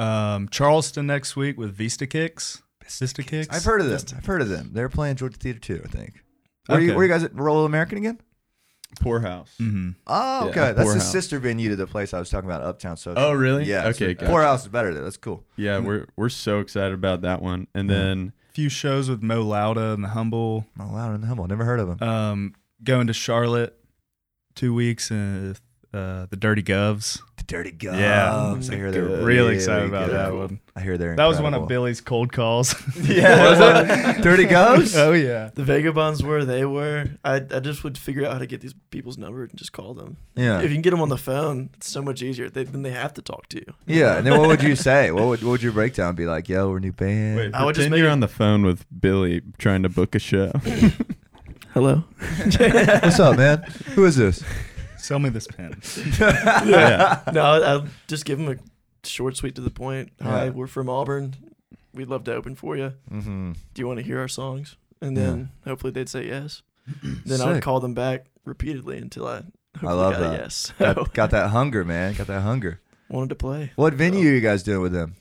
Speaker 2: Um, Charleston next week with Vista Kicks. Vista Kicks.
Speaker 1: I've heard of them. I've heard of them. They're playing Georgia Theater too, I think. Where, are you,
Speaker 2: Okay.
Speaker 1: where you guys at Royal American again?
Speaker 3: Poorhouse.
Speaker 2: Mhm.
Speaker 1: Oh,
Speaker 3: Yeah,
Speaker 1: okay. That's the
Speaker 3: Poorhouse.
Speaker 1: sister venue to the place I was talking about, Uptown Social.
Speaker 3: Oh, really?
Speaker 1: Yeah.
Speaker 3: Okay,
Speaker 1: So
Speaker 3: gotcha.
Speaker 1: Poorhouse is better there. That's cool.
Speaker 3: Yeah, we're we're so excited about that one. And then
Speaker 2: few shows with Mo Lauda and the Humble.
Speaker 1: Oh, loud and humble. Never heard of them.
Speaker 2: Um, going to Charlotte two weeks and uh, the Dirty Govs.
Speaker 1: the Dirty Gums.
Speaker 2: yeah. uh,
Speaker 1: I hear they're
Speaker 2: Really,
Speaker 1: really
Speaker 2: excited about
Speaker 1: good.
Speaker 2: that one.
Speaker 1: I hear they're.
Speaker 2: That was one
Speaker 1: incredible.
Speaker 2: of Billy's cold calls.
Speaker 1: Yeah. Dirty
Speaker 2: (laughs)
Speaker 1: Gums.
Speaker 2: oh yeah.
Speaker 4: The vagabonds where they were. I, I just would figure out how to get these people's number and just call them.
Speaker 1: Yeah.
Speaker 4: If you can get them on the phone, it's so much easier. They, then they have to talk to you.
Speaker 1: Yeah. And then what
Speaker 4: (laughs)
Speaker 1: would you say? What would, what would your breakdown be like? Yo, we're a new band.
Speaker 3: wait,
Speaker 4: I would just
Speaker 3: pretend
Speaker 4: make
Speaker 3: you're
Speaker 4: it-
Speaker 3: on the phone with Billy trying to book
Speaker 1: (laughs)
Speaker 3: a show.
Speaker 4: Hello.
Speaker 1: What's up, man? Who is this?
Speaker 2: Sell me this pen.
Speaker 3: yeah.
Speaker 4: No, I- I'll just give them a short, sweet, to the point. Hi,
Speaker 1: Yeah.
Speaker 4: we're from Auburn. We'd love to open for you.
Speaker 1: Mm-hmm.
Speaker 4: Do you want to hear our songs? And
Speaker 1: Yeah.
Speaker 4: then hopefully they'd say yes. Then I would
Speaker 1: Sick.
Speaker 4: call them back repeatedly until I hopefully
Speaker 1: love
Speaker 4: got a
Speaker 1: that.
Speaker 4: yes. (laughs) So,
Speaker 1: Got, got that hunger, man. Got that hunger.
Speaker 4: wanted to play.
Speaker 1: What venue are you guys doing with them?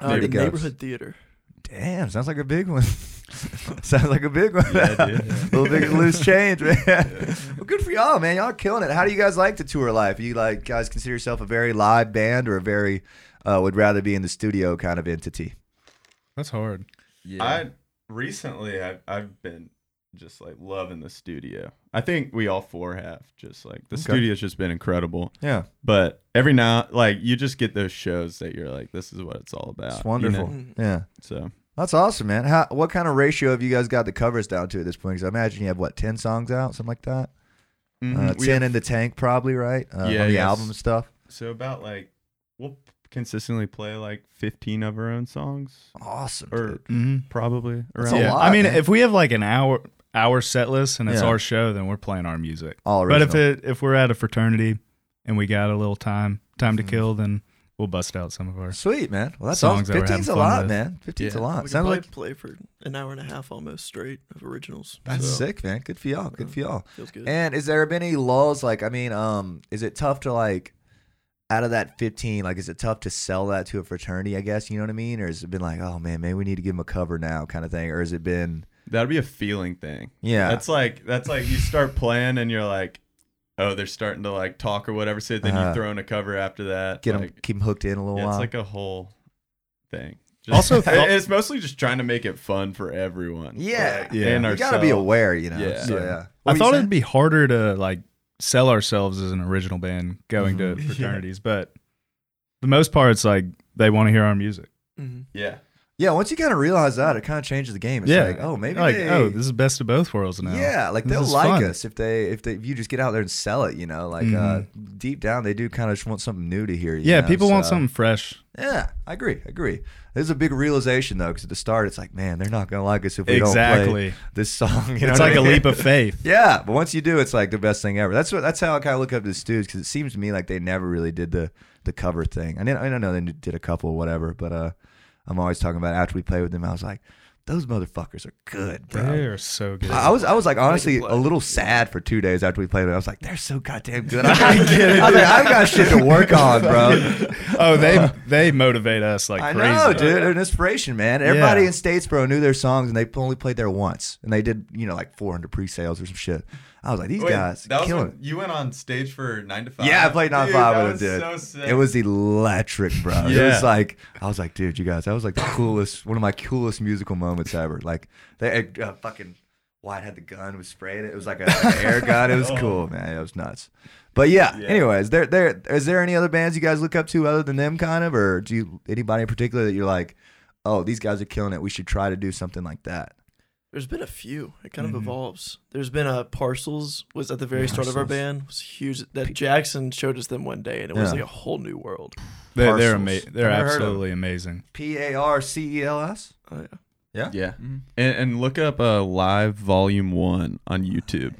Speaker 4: Uh,
Speaker 1: There
Speaker 4: the
Speaker 1: it goes.
Speaker 4: neighborhood theater.
Speaker 1: Damn, sounds like a big one. (laughs) Sounds like a big one. (laughs)
Speaker 3: Yeah, dude.
Speaker 1: little bit of loose change, man. Well, good for y'all, man. Y'all are killing it. How do you guys like the tour life? You like guys consider yourself a very live band or a very uh, would rather be in the studio kind of entity?
Speaker 2: That's hard.
Speaker 5: Yeah.
Speaker 3: I recently I've I've been just like loving the studio. I think we all four have just like the
Speaker 1: Okay.
Speaker 3: studio's just been incredible.
Speaker 1: Yeah,
Speaker 3: But every now like you just get those shows that you're like, this is what it's all about.
Speaker 1: it's
Speaker 3: you know?
Speaker 1: wonderful. Uh,
Speaker 4: know.
Speaker 1: Yeah,
Speaker 3: So
Speaker 1: that's awesome, man. How, what kind of ratio have you guys got the covers down to at this point? Because I imagine you have what ten songs out, something like that. Uh,
Speaker 3: mhm, we
Speaker 1: ten
Speaker 3: have-
Speaker 1: in the tank, probably right? Uh,
Speaker 3: Yeah,
Speaker 1: on the
Speaker 3: yes.
Speaker 1: album stuff.
Speaker 3: so about like we'll consistently play like 15 of our own songs
Speaker 1: Awesome.
Speaker 3: or
Speaker 1: dude.
Speaker 2: Mm-hmm.
Speaker 3: probably
Speaker 1: Mm. That's
Speaker 3: around.
Speaker 1: a
Speaker 2: yeah.
Speaker 1: lot,
Speaker 2: I mean,
Speaker 1: man.
Speaker 2: if we have like an hour hour set list and it's
Speaker 1: Yeah.
Speaker 2: our show, then we're playing our music.
Speaker 1: all
Speaker 2: But
Speaker 1: original.
Speaker 2: if it if we're at a fraternity and we got a little time time to
Speaker 1: Mhm.
Speaker 2: kill, then we'll bust out some of our.
Speaker 1: Sweet man. Well, that's
Speaker 2: Songs
Speaker 1: awesome.
Speaker 2: that we're having
Speaker 1: 15's a
Speaker 2: fun
Speaker 1: lot,
Speaker 2: with.
Speaker 1: man. 15's
Speaker 3: Yeah.
Speaker 1: a
Speaker 4: We
Speaker 1: lot.
Speaker 4: could
Speaker 1: Sounds
Speaker 4: probably
Speaker 1: like
Speaker 4: play for an hour and a half almost straight of originals.
Speaker 1: that's
Speaker 4: so,
Speaker 1: sick, man. Good for y'all. Good for y'all.
Speaker 4: Feels good.
Speaker 1: And is there been any lulls? Like, I mean, um, is it tough to like out of that 15? Like, is it tough to sell that to a fraternity? I guess you know what I mean. Or has it been like, oh man, maybe we need to give them a cover now, kind of thing? Or has it been,
Speaker 3: That'd be a feeling thing.
Speaker 1: yeah,
Speaker 3: That's like that's like you start playing and you're like, oh, they're starting to like talk or whatever. So then
Speaker 1: Uh-huh.
Speaker 3: you throw in a cover after that.
Speaker 1: get them,
Speaker 3: like,
Speaker 1: keep them hooked in a little
Speaker 3: yeah,
Speaker 1: while.
Speaker 3: It's like a whole thing.
Speaker 2: Also,
Speaker 3: it-
Speaker 2: thought-
Speaker 3: it's mostly just trying to make it fun for everyone.
Speaker 1: yeah,
Speaker 3: like,
Speaker 2: Yeah.
Speaker 3: and
Speaker 1: you gotta be
Speaker 3: ourselves.
Speaker 1: aware, you know.
Speaker 3: Yeah.
Speaker 1: So,
Speaker 2: Yeah.
Speaker 1: yeah.
Speaker 2: I thought it'd be harder to like sell ourselves as an original band going
Speaker 1: Mhm.
Speaker 2: to
Speaker 1: (laughs)
Speaker 4: Yeah.
Speaker 2: fraternities, but the most part it's like they want to hear our music.
Speaker 4: Mhm.
Speaker 3: Yeah,
Speaker 1: yeah. Once you kind of realize that, it kind of changes the game. It's
Speaker 2: Yeah.
Speaker 1: like, oh, maybe
Speaker 2: like,
Speaker 1: they-
Speaker 2: oh, this is best of both worlds now.
Speaker 1: Yeah, like
Speaker 2: This
Speaker 1: they'll
Speaker 2: is
Speaker 1: like
Speaker 2: fun.
Speaker 1: us if they if they if you just get out there and sell it, you know. Like uh, deep down, they do kind of just want something new to hear. You
Speaker 2: Mm-hmm. Yeah,
Speaker 1: know,
Speaker 2: people want
Speaker 1: so-
Speaker 2: something fresh.
Speaker 1: Yeah, I agree. I agree. There's a big realization though, because at the start, it's like, man, they're not gonna like us if we don't play
Speaker 2: Exactly.
Speaker 1: this song. (laughs) You know
Speaker 2: It's
Speaker 1: what
Speaker 2: like
Speaker 1: I
Speaker 2: a
Speaker 1: mean? (laughs)
Speaker 2: leap of faith.
Speaker 1: Yeah, but once you do, it's like the best thing ever. That's what. That's how I kind of look up to the Stews because it seems to me like they never really did the the cover thing. I didn't. I don't know. They did a couple, or whatever. But uh, I'm always talking about after we play with them. I was like, those motherfuckers are good, bro.
Speaker 2: They are so good.
Speaker 1: I I was I was like honestly
Speaker 4: play.
Speaker 1: a little sad for two days after we played it. I was like, they're so goddamn (laughs) good. I, can't get it. I was like, I've got shit to work on, (laughs) bro. (laughs)
Speaker 2: oh, they they motivate us like
Speaker 1: I
Speaker 2: crazy.
Speaker 1: know, dude. They're an inspiration, man. Everybody
Speaker 2: Yeah.
Speaker 1: in Statesboro knew their songs, and they only played there once, and they did you know like 400 pre-sales or some shit. I was like, these
Speaker 3: Wait,
Speaker 1: guys
Speaker 3: That was
Speaker 1: killing.
Speaker 3: when you went on stage for nine to five.
Speaker 1: Yeah, I played non
Speaker 3: Dude,
Speaker 1: five
Speaker 3: that
Speaker 1: with him, dude.
Speaker 3: was So sick.
Speaker 1: It was electric, bro. It
Speaker 3: Yeah.
Speaker 1: was like I was like, dude, you guys, that was like the coolest, one of my coolest musical moments ever. Like they uh, fucking White had the gun, was spraying it. It was like a, an
Speaker 3: (laughs)
Speaker 1: air gun. It was cool, man. It was nuts. But yeah,
Speaker 3: Oh. Yeah.
Speaker 1: anyways, there, there, is there any other bands you guys look up to other than them, kind of, or do you anybody in particular that you're like, oh, these guys are killing it. We should try to do something like that.
Speaker 4: There's been a few. It kind
Speaker 2: Mhm.
Speaker 4: of
Speaker 1: Mm-hmm.
Speaker 4: evolves. There's been a Parcels was at the very start of our
Speaker 1: Parcels.
Speaker 4: band. Was huge. That Jackson showed us them one day, and it was
Speaker 1: Yeah.
Speaker 4: like a whole new world.
Speaker 2: They're they're, ama-
Speaker 1: Parcels.
Speaker 2: they're
Speaker 1: Never heard of
Speaker 2: absolutely amazing.
Speaker 1: P A R C E L S.
Speaker 4: Oh, yeah.
Speaker 3: yeah. And, and look up uh, live volume one on YouTube.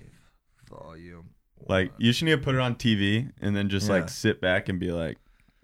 Speaker 1: Volume.
Speaker 3: Like you should need to put it on TV and then just
Speaker 1: Yeah.
Speaker 3: like sit back and be like,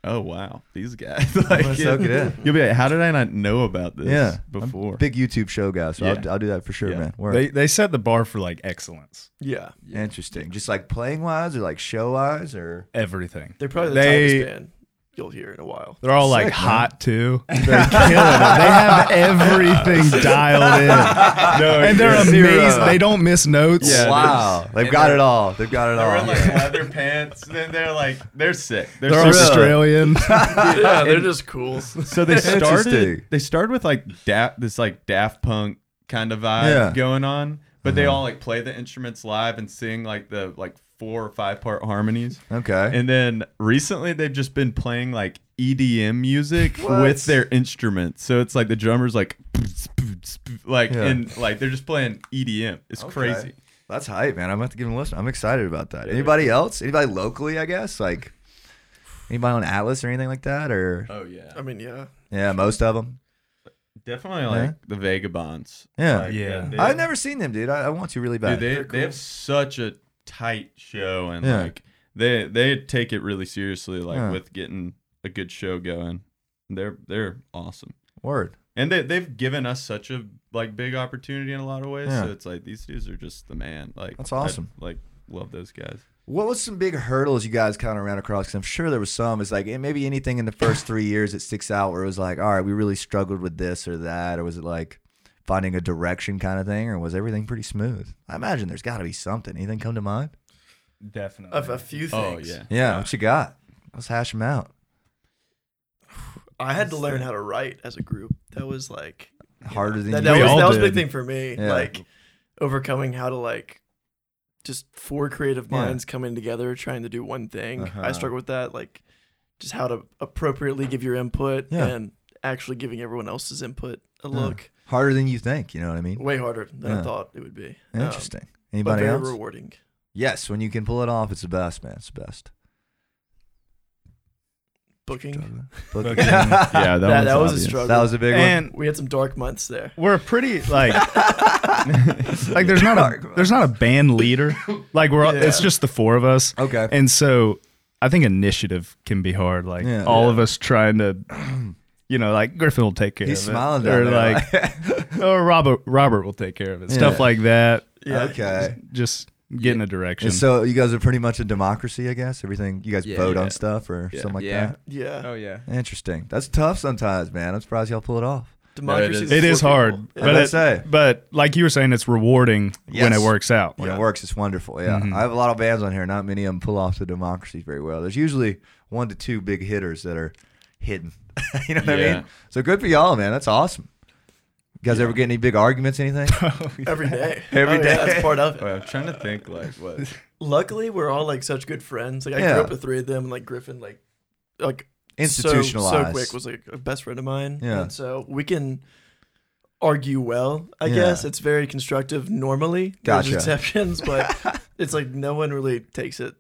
Speaker 3: oh wow, these guys. (laughs) like,
Speaker 1: gonna (laughs)
Speaker 3: it-
Speaker 1: soak it in.
Speaker 3: You'll be like, how did I not know about this?
Speaker 1: Yeah, I'm
Speaker 3: before.
Speaker 1: big YouTube show guy, so I'll,
Speaker 3: Yeah.
Speaker 1: I'll do that for sure,
Speaker 3: Yeah.
Speaker 1: man. Word.
Speaker 2: They they set the bar for like excellence.
Speaker 4: Yeah,
Speaker 1: Interesting. Just like playing wise or like show wise or
Speaker 2: Everything.
Speaker 4: they're probably the
Speaker 2: They-
Speaker 4: tightest band you'll hear in
Speaker 1: (laughs)
Speaker 4: a while.
Speaker 2: They're all like
Speaker 1: Sick, man.
Speaker 2: hot too. They're killing it. They have everything dialed in. and they're
Speaker 1: Zero.
Speaker 2: amazing. They don't miss notes.
Speaker 3: Yeah,
Speaker 1: wow.
Speaker 3: there's-
Speaker 1: They've
Speaker 3: and
Speaker 1: got
Speaker 3: they're-
Speaker 1: it all. They've got it
Speaker 3: They're
Speaker 1: all. (laughs)
Speaker 3: in like leather pants. Then they're like, they're sick. They're,
Speaker 2: They're
Speaker 3: so
Speaker 1: Really?
Speaker 2: Australian.
Speaker 4: yeah, they're just cool.
Speaker 3: So they
Speaker 1: Interesting.
Speaker 3: started. They started with like da- this like Daft Punk kind of vibe
Speaker 1: Yeah. Uh-huh.
Speaker 3: going on, but they all like play the instruments live and sing like the like four or five part harmonies.
Speaker 1: okay.
Speaker 3: And then recently they've just been playing like EDM music
Speaker 1: (laughs) What?
Speaker 3: with their instruments. So it's like the drummer's like like
Speaker 1: Yeah.
Speaker 3: and like they're just playing EDM. It's
Speaker 1: Okay.
Speaker 3: crazy.
Speaker 1: That's hype, man. I'm about to give them a listen. I'm excited about that. Anybody else? Anybody locally, I guess? Like anybody on Atlas or anything like that? Or
Speaker 3: Oh yeah.
Speaker 4: (laughs) I mean, yeah,
Speaker 1: yeah, most of them.
Speaker 3: Definitely like the Vagabonds.
Speaker 1: Yeah.
Speaker 3: Like,
Speaker 2: Yeah.
Speaker 3: they-
Speaker 1: I've never seen them, dude. I, I want to really bad.
Speaker 3: Dude, they,
Speaker 4: They're
Speaker 3: they have
Speaker 4: cool.
Speaker 3: such a tight show and
Speaker 1: Yeah.
Speaker 3: like they they take it really seriously like
Speaker 1: Yeah.
Speaker 3: with getting a good show going. They're they're awesome.
Speaker 1: Word.
Speaker 3: And they they've given us such a like big opportunity in a lot of ways.
Speaker 1: Yeah.
Speaker 3: So it's like these dudes are just the man. Like
Speaker 1: That's
Speaker 3: I,
Speaker 1: awesome.
Speaker 3: like love those guys.
Speaker 1: What was some big hurdles you guys kind of ran across? Because I'm sure there was some. It's like eh, maybe anything in the first three years that sticks out where it was like, all right, we really struggled with this or that, or was it like finding a direction kind of thing, or was everything pretty smooth? I imagine there's got to be something. Anything come to mind?
Speaker 2: Definitely.
Speaker 4: Of a few
Speaker 3: Oh
Speaker 4: things.
Speaker 3: yeah.
Speaker 1: Yeah, what you got? Let's hash them out.
Speaker 4: I had to learn how to write as a group. That was like
Speaker 1: Harder than
Speaker 4: that,
Speaker 1: you
Speaker 4: that
Speaker 2: We
Speaker 4: was
Speaker 2: all
Speaker 4: that was a
Speaker 2: did.
Speaker 4: big thing for me.
Speaker 1: Yeah.
Speaker 4: Like overcoming how to like just four creative
Speaker 1: Yeah.
Speaker 4: minds coming together trying to do one thing.
Speaker 1: Uh-huh.
Speaker 4: I struggle with that. Like just how to appropriately give your input
Speaker 1: Yeah.
Speaker 4: and actually giving everyone else's input a
Speaker 1: Yeah.
Speaker 4: look.
Speaker 1: harder than you think. You know what I mean?
Speaker 4: Way harder than
Speaker 1: Yeah.
Speaker 4: I thought it would be. Um,
Speaker 1: Interesting.
Speaker 4: but
Speaker 1: Anybody
Speaker 4: very
Speaker 1: else?
Speaker 4: rewarding.
Speaker 1: Yes, when you can pull it off, it's the best, man. It's the best.
Speaker 4: Booking.
Speaker 1: Booking.
Speaker 2: Booking.
Speaker 1: that
Speaker 2: (laughs)
Speaker 3: Yeah, that,
Speaker 4: That, that was
Speaker 3: obvious.
Speaker 1: (laughs)
Speaker 4: a struggle.
Speaker 1: was a big one.
Speaker 2: And
Speaker 4: we had some dark months there.
Speaker 2: we're a pretty like like there's not a there's not a band leader. Like we're all, it's
Speaker 4: Yeah.
Speaker 2: just the four of us.
Speaker 1: Okay.
Speaker 2: And so I think initiative can be hard. Like
Speaker 1: Yeah.
Speaker 2: all of us trying to, (clears throat) you know, like Griffin will take care
Speaker 1: He's
Speaker 2: of it.
Speaker 1: smiling
Speaker 2: Or
Speaker 1: down there.
Speaker 2: like,
Speaker 1: (laughs)
Speaker 2: or Robert Robert will take care of it. Stuff
Speaker 1: Yeah.
Speaker 2: like that.
Speaker 4: Yeah.
Speaker 1: okay.
Speaker 2: Just getting a direction.
Speaker 1: And so you guys are pretty much a democracy, I guess. Everything you guys
Speaker 5: Yeah,
Speaker 1: vote
Speaker 5: yeah.
Speaker 1: on stuff or something like
Speaker 5: Yeah.
Speaker 4: Yeah.
Speaker 5: Oh yeah.
Speaker 1: that. Interesting. That's tough sometimes, man. I'm surprised y'all pull it off.
Speaker 4: Democracy
Speaker 3: is.
Speaker 4: for
Speaker 2: it is
Speaker 4: people.
Speaker 2: hard,
Speaker 4: Yeah.
Speaker 2: but
Speaker 1: I
Speaker 2: it,
Speaker 1: say.
Speaker 2: but like you were saying, it's rewarding when
Speaker 1: Yes.
Speaker 2: it works out.
Speaker 1: When it works, it's wonderful. Yeah,
Speaker 4: Mm-hmm.
Speaker 1: I have a lot of bands on here. Not many of them pull off the democracy very well. There's usually one to two big hitters that are hidden. (laughs) you know what I
Speaker 3: Yeah.
Speaker 1: mean? So good for y'all, man. That's awesome. You guys ever get any big arguments?
Speaker 4: (laughs)
Speaker 1: Anything?
Speaker 4: Oh, every day.
Speaker 1: (laughs)
Speaker 4: Oh,
Speaker 1: Every
Speaker 4: Every day,
Speaker 1: day.
Speaker 4: that's part of it.
Speaker 3: Wait, I'm Oh, trying to think like what.
Speaker 4: Luckily, we're all like such good friends. Like I
Speaker 1: Yeah.
Speaker 4: grew up with three of them. Like Griffin, like like
Speaker 1: Institutionalized.
Speaker 4: So, so quick was like a best friend of mine.
Speaker 1: Yeah.
Speaker 4: And so we can argue well. I
Speaker 1: Yeah.
Speaker 4: guess it's very constructive normally. There's
Speaker 1: Gotcha. (laughs)
Speaker 4: exceptions, but it's like no one really takes it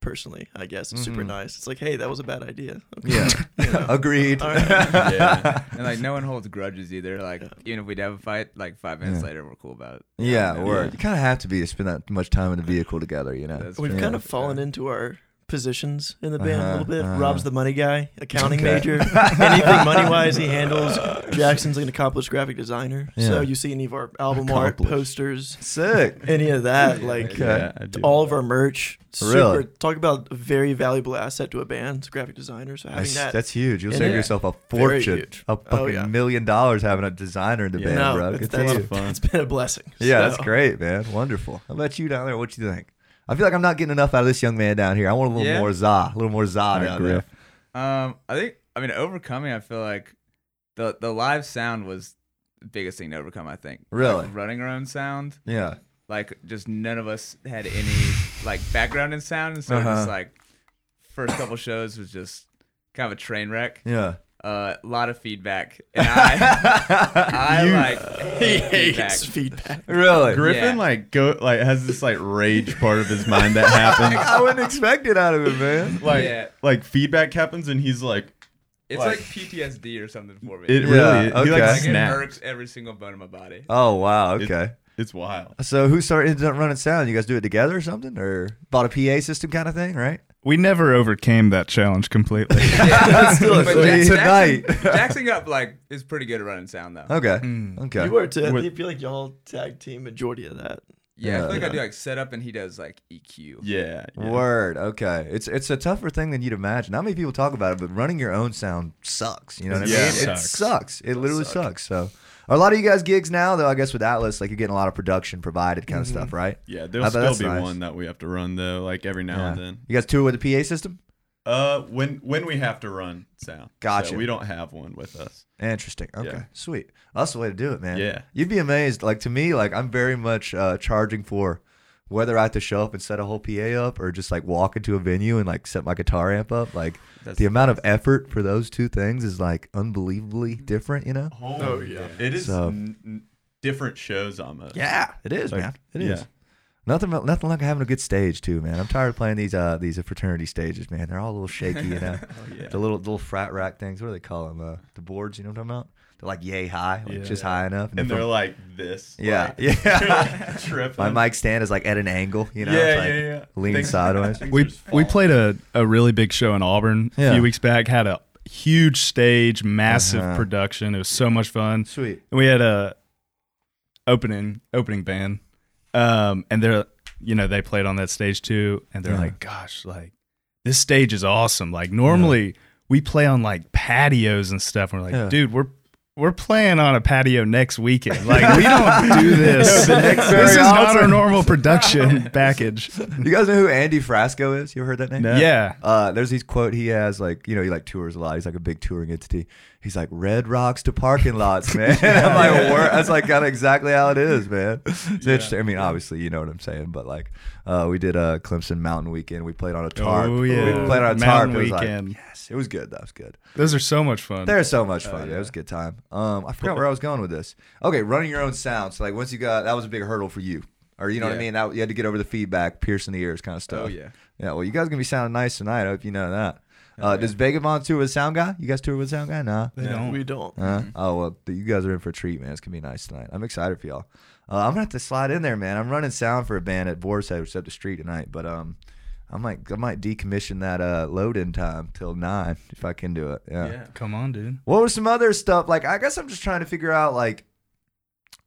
Speaker 4: personally. I guess it's super nice. It's like, hey, that was a bad idea. Okay.
Speaker 1: Mm-hmm.
Speaker 4: (laughs)
Speaker 1: Yeah. Agreed.
Speaker 4: All (laughs) right.
Speaker 3: Yeah.
Speaker 5: And like no one holds grudges either. Like even if we'd have a fight, like five minutes
Speaker 1: Yeah.
Speaker 5: later we're cool about it.
Speaker 1: Yeah, or
Speaker 3: Yeah.
Speaker 1: you kind of have to be to spend that much time in a vehicle together, you know.
Speaker 5: That's
Speaker 4: We've
Speaker 5: true.
Speaker 4: kind of
Speaker 5: Yeah.
Speaker 4: fallen into our positions in the band a
Speaker 1: Uh-huh,
Speaker 4: little bit.
Speaker 1: uh-huh.
Speaker 4: Rob's the money guy, accounting
Speaker 1: Okay. (laughs)
Speaker 4: major. Anything money wise, he handles. Jackson's like an accomplished graphic designer.
Speaker 1: Yeah.
Speaker 4: So you see any of our album art,
Speaker 1: Accomplished.
Speaker 4: posters,
Speaker 1: Sick.
Speaker 4: any of that,
Speaker 1: (laughs)
Speaker 4: like
Speaker 1: Okay.
Speaker 3: Yeah, I do.
Speaker 4: all of our merch. Super.
Speaker 1: Really?
Speaker 4: Talk about a very valuable asset to a band, it's graphic designer. So having
Speaker 1: That's,
Speaker 4: that.
Speaker 1: that's huge. You'll
Speaker 4: in
Speaker 1: save
Speaker 4: it.
Speaker 1: yourself a
Speaker 4: Very
Speaker 1: fortune,
Speaker 4: huge.
Speaker 1: a
Speaker 4: Oh,
Speaker 1: fucking
Speaker 4: yeah.
Speaker 1: million dollars having a designer in the
Speaker 3: Yeah.
Speaker 1: band,
Speaker 4: no,
Speaker 1: bro.
Speaker 4: it's,
Speaker 1: Good for
Speaker 4: that's,
Speaker 1: you.
Speaker 4: (laughs) it's been a blessing.
Speaker 1: Yeah, that's
Speaker 4: So,
Speaker 1: great, man. Wonderful. How about you down there? What you think? I feel like I'm not getting enough out of this young man down here. I want a little
Speaker 5: Yeah.
Speaker 1: more za, a little more za
Speaker 3: right,
Speaker 1: down
Speaker 3: Griff.
Speaker 5: Um, I think I mean overcoming. I feel like the the live sound was the biggest thing to overcome. I think
Speaker 1: Really?
Speaker 5: Like, running our own sound.
Speaker 1: there. Yeah.
Speaker 5: Like just none of us had any like background in sound, and so we're
Speaker 1: Uh-huh.
Speaker 5: just like first couple shows was just kind of a train wreck. Uh,
Speaker 1: Yeah.
Speaker 5: A lot of feedback, and I
Speaker 4: (laughs)
Speaker 5: I like
Speaker 4: He
Speaker 5: hate feedback.
Speaker 4: hates feedback.
Speaker 1: (laughs) Really?
Speaker 3: Griffin
Speaker 5: Yeah.
Speaker 3: like go like has this like rage part of his mind that
Speaker 4: (laughs)
Speaker 3: happens.
Speaker 1: I wouldn't expect it out of him, man.
Speaker 3: Like
Speaker 5: Yeah.
Speaker 3: like feedback happens and he's like
Speaker 5: It's
Speaker 3: Like-
Speaker 5: like, PTSD or something for me.
Speaker 3: it
Speaker 1: Yeah,
Speaker 3: really he
Speaker 1: okay.
Speaker 3: like
Speaker 5: like it
Speaker 3: snaps.
Speaker 5: irks every single bone in my body.
Speaker 1: Oh wow. Okay.
Speaker 3: It's wild.
Speaker 1: So who started ended up running sound? You guys do it together or something, or bought a PA system kind of thing, right?
Speaker 2: we never overcame that challenge completely.
Speaker 1: (laughs) Still
Speaker 5: But Jack-
Speaker 1: tonight.
Speaker 5: Jackson, Jackson got like is pretty good at running sound though.
Speaker 1: okay. Okay.
Speaker 4: You were too.
Speaker 3: With-
Speaker 4: I feel like y'all tag team majority of that.
Speaker 5: Yeah, I feel like I
Speaker 4: Yeah.
Speaker 5: do like setup and he does like E EQ.
Speaker 3: Yeah. yeah.
Speaker 1: Word. Okay. It's it's a tougher thing than you'd imagine. Not many people talk about it, but running your own sound sucks. You know what I
Speaker 3: Yeah.
Speaker 1: mean? It
Speaker 2: Sucks.
Speaker 1: sucks. It literally sucks. So a lot of you guys gigs now though, I guess with Atlas, like you're getting a lot of production provided kind of stuff, right?
Speaker 3: Yeah, there'll
Speaker 1: I bet
Speaker 3: still
Speaker 1: that's
Speaker 3: be
Speaker 1: nice.
Speaker 3: one that we have to run though, like every now and then.
Speaker 1: You guys tour with the PA system?
Speaker 3: Uh, when when we have to run sound,
Speaker 1: Gotcha.
Speaker 3: So we don't have one with us.
Speaker 1: Interesting. Okay.
Speaker 3: Yeah.
Speaker 1: Sweet. That's the way to do it, man.
Speaker 3: Yeah.
Speaker 1: You'd be amazed. Like to me, like I'm very much uh, charging for whether I have to show up and set a whole PA up or just like walk into a venue and like set my guitar amp up. Like the amount of effort for those two things is like unbelievably different, you know?
Speaker 3: Oh,
Speaker 4: yeah.
Speaker 3: it is
Speaker 1: So-
Speaker 3: n- n- different shows almost.
Speaker 1: Yeah, it is,
Speaker 3: Like,
Speaker 1: man. It is.
Speaker 3: yeah.
Speaker 1: Nothing, nothing like having a good stage too, man. I'm tired of playing these uh these fraternity stages, man. They're all a little shaky, you
Speaker 3: (laughs)
Speaker 1: know.
Speaker 3: Oh,
Speaker 1: The little little frat rack things. What do they call them? Uh, the boards. You know what I'm talking about? They're like yay high, like just high enough.
Speaker 3: and
Speaker 1: from-
Speaker 3: they're like this.
Speaker 1: Yeah,
Speaker 3: like,
Speaker 1: yeah.
Speaker 3: (laughs) tripping.
Speaker 1: my mic stand is like at an angle, you know,
Speaker 3: Yeah,
Speaker 1: it's like
Speaker 3: yeah, yeah.
Speaker 1: leaning
Speaker 3: Things- (laughs)
Speaker 1: sideways.
Speaker 3: things
Speaker 2: we
Speaker 3: just
Speaker 2: we
Speaker 3: fall.
Speaker 2: played a, a really big show in Auburn
Speaker 1: Yeah.
Speaker 2: a few weeks back. Had a huge stage, massive
Speaker 1: Uh-huh.
Speaker 2: production. It was so much fun.
Speaker 1: Sweet.
Speaker 2: And we had a opening opening band, um, and they're you know they played on that stage too, and they're
Speaker 1: Yeah.
Speaker 2: like, "Gosh, like this stage is awesome." Like normally we play on like patios and stuff. And we're like,
Speaker 1: Yeah.
Speaker 2: "Dude, we're." we're playing on a patio next weekend. Like
Speaker 1: (laughs)
Speaker 2: we don't do this.
Speaker 1: The next very
Speaker 2: this is not our
Speaker 1: often. (laughs)
Speaker 2: normal production package.
Speaker 1: You guys know who Andy Frasco is? You ever heard that name?
Speaker 2: Yeah. Yeah.
Speaker 1: Uh, there's these quote he has like you know he like tours a lot. He's like a big touring entity. He's like red rocks to parking lots, man. (laughs) I'm like, "Word." that's like kind of exactly how it is, man. It's interesting. I mean, obviously you know what I'm saying, but like uh, we did a Clemson Mountain Weekend. We played on a tarp.
Speaker 2: Oh, yeah.
Speaker 1: we played on a
Speaker 2: Mountain
Speaker 1: tarp. It was like-
Speaker 2: Weekend.
Speaker 1: yes, it was good. That was good.
Speaker 2: Those are so much fun.
Speaker 1: They're so much fun.
Speaker 5: Oh,
Speaker 1: It was a good time. Um, I forgot where I was going with this. Okay, running your own sound. So like once you got that was a big hurdle for you, or you know what I
Speaker 5: Yeah.
Speaker 1: mean. That, you had to get over the feedback, piercing the ears, kind of stuff.
Speaker 5: Oh, yeah.
Speaker 1: Yeah. Well, you guys gonna be sounding nice tonight. I hope you know that.
Speaker 5: Oh,
Speaker 1: Uh, Does Vagabond tour with sound guy? You guys tour with sound guy? Nah.
Speaker 5: Uh,
Speaker 2: They don't.
Speaker 4: We don't.
Speaker 1: Huh?
Speaker 5: mm-hmm.
Speaker 1: Oh well, th- you guys are in for a treat, man. It's gonna be nice tonight. I'm excited for y'all. Uh, I'm gonna have to slide in there, man. I'm running sound for a band at Boar's Head, which is up the street tonight. But um, I might I might decommission that uh load in time till nine if I can do it.
Speaker 5: Yeah.
Speaker 2: Come on, dude.
Speaker 1: What was some other stuff? Like, I guess I'm just trying to figure out, like,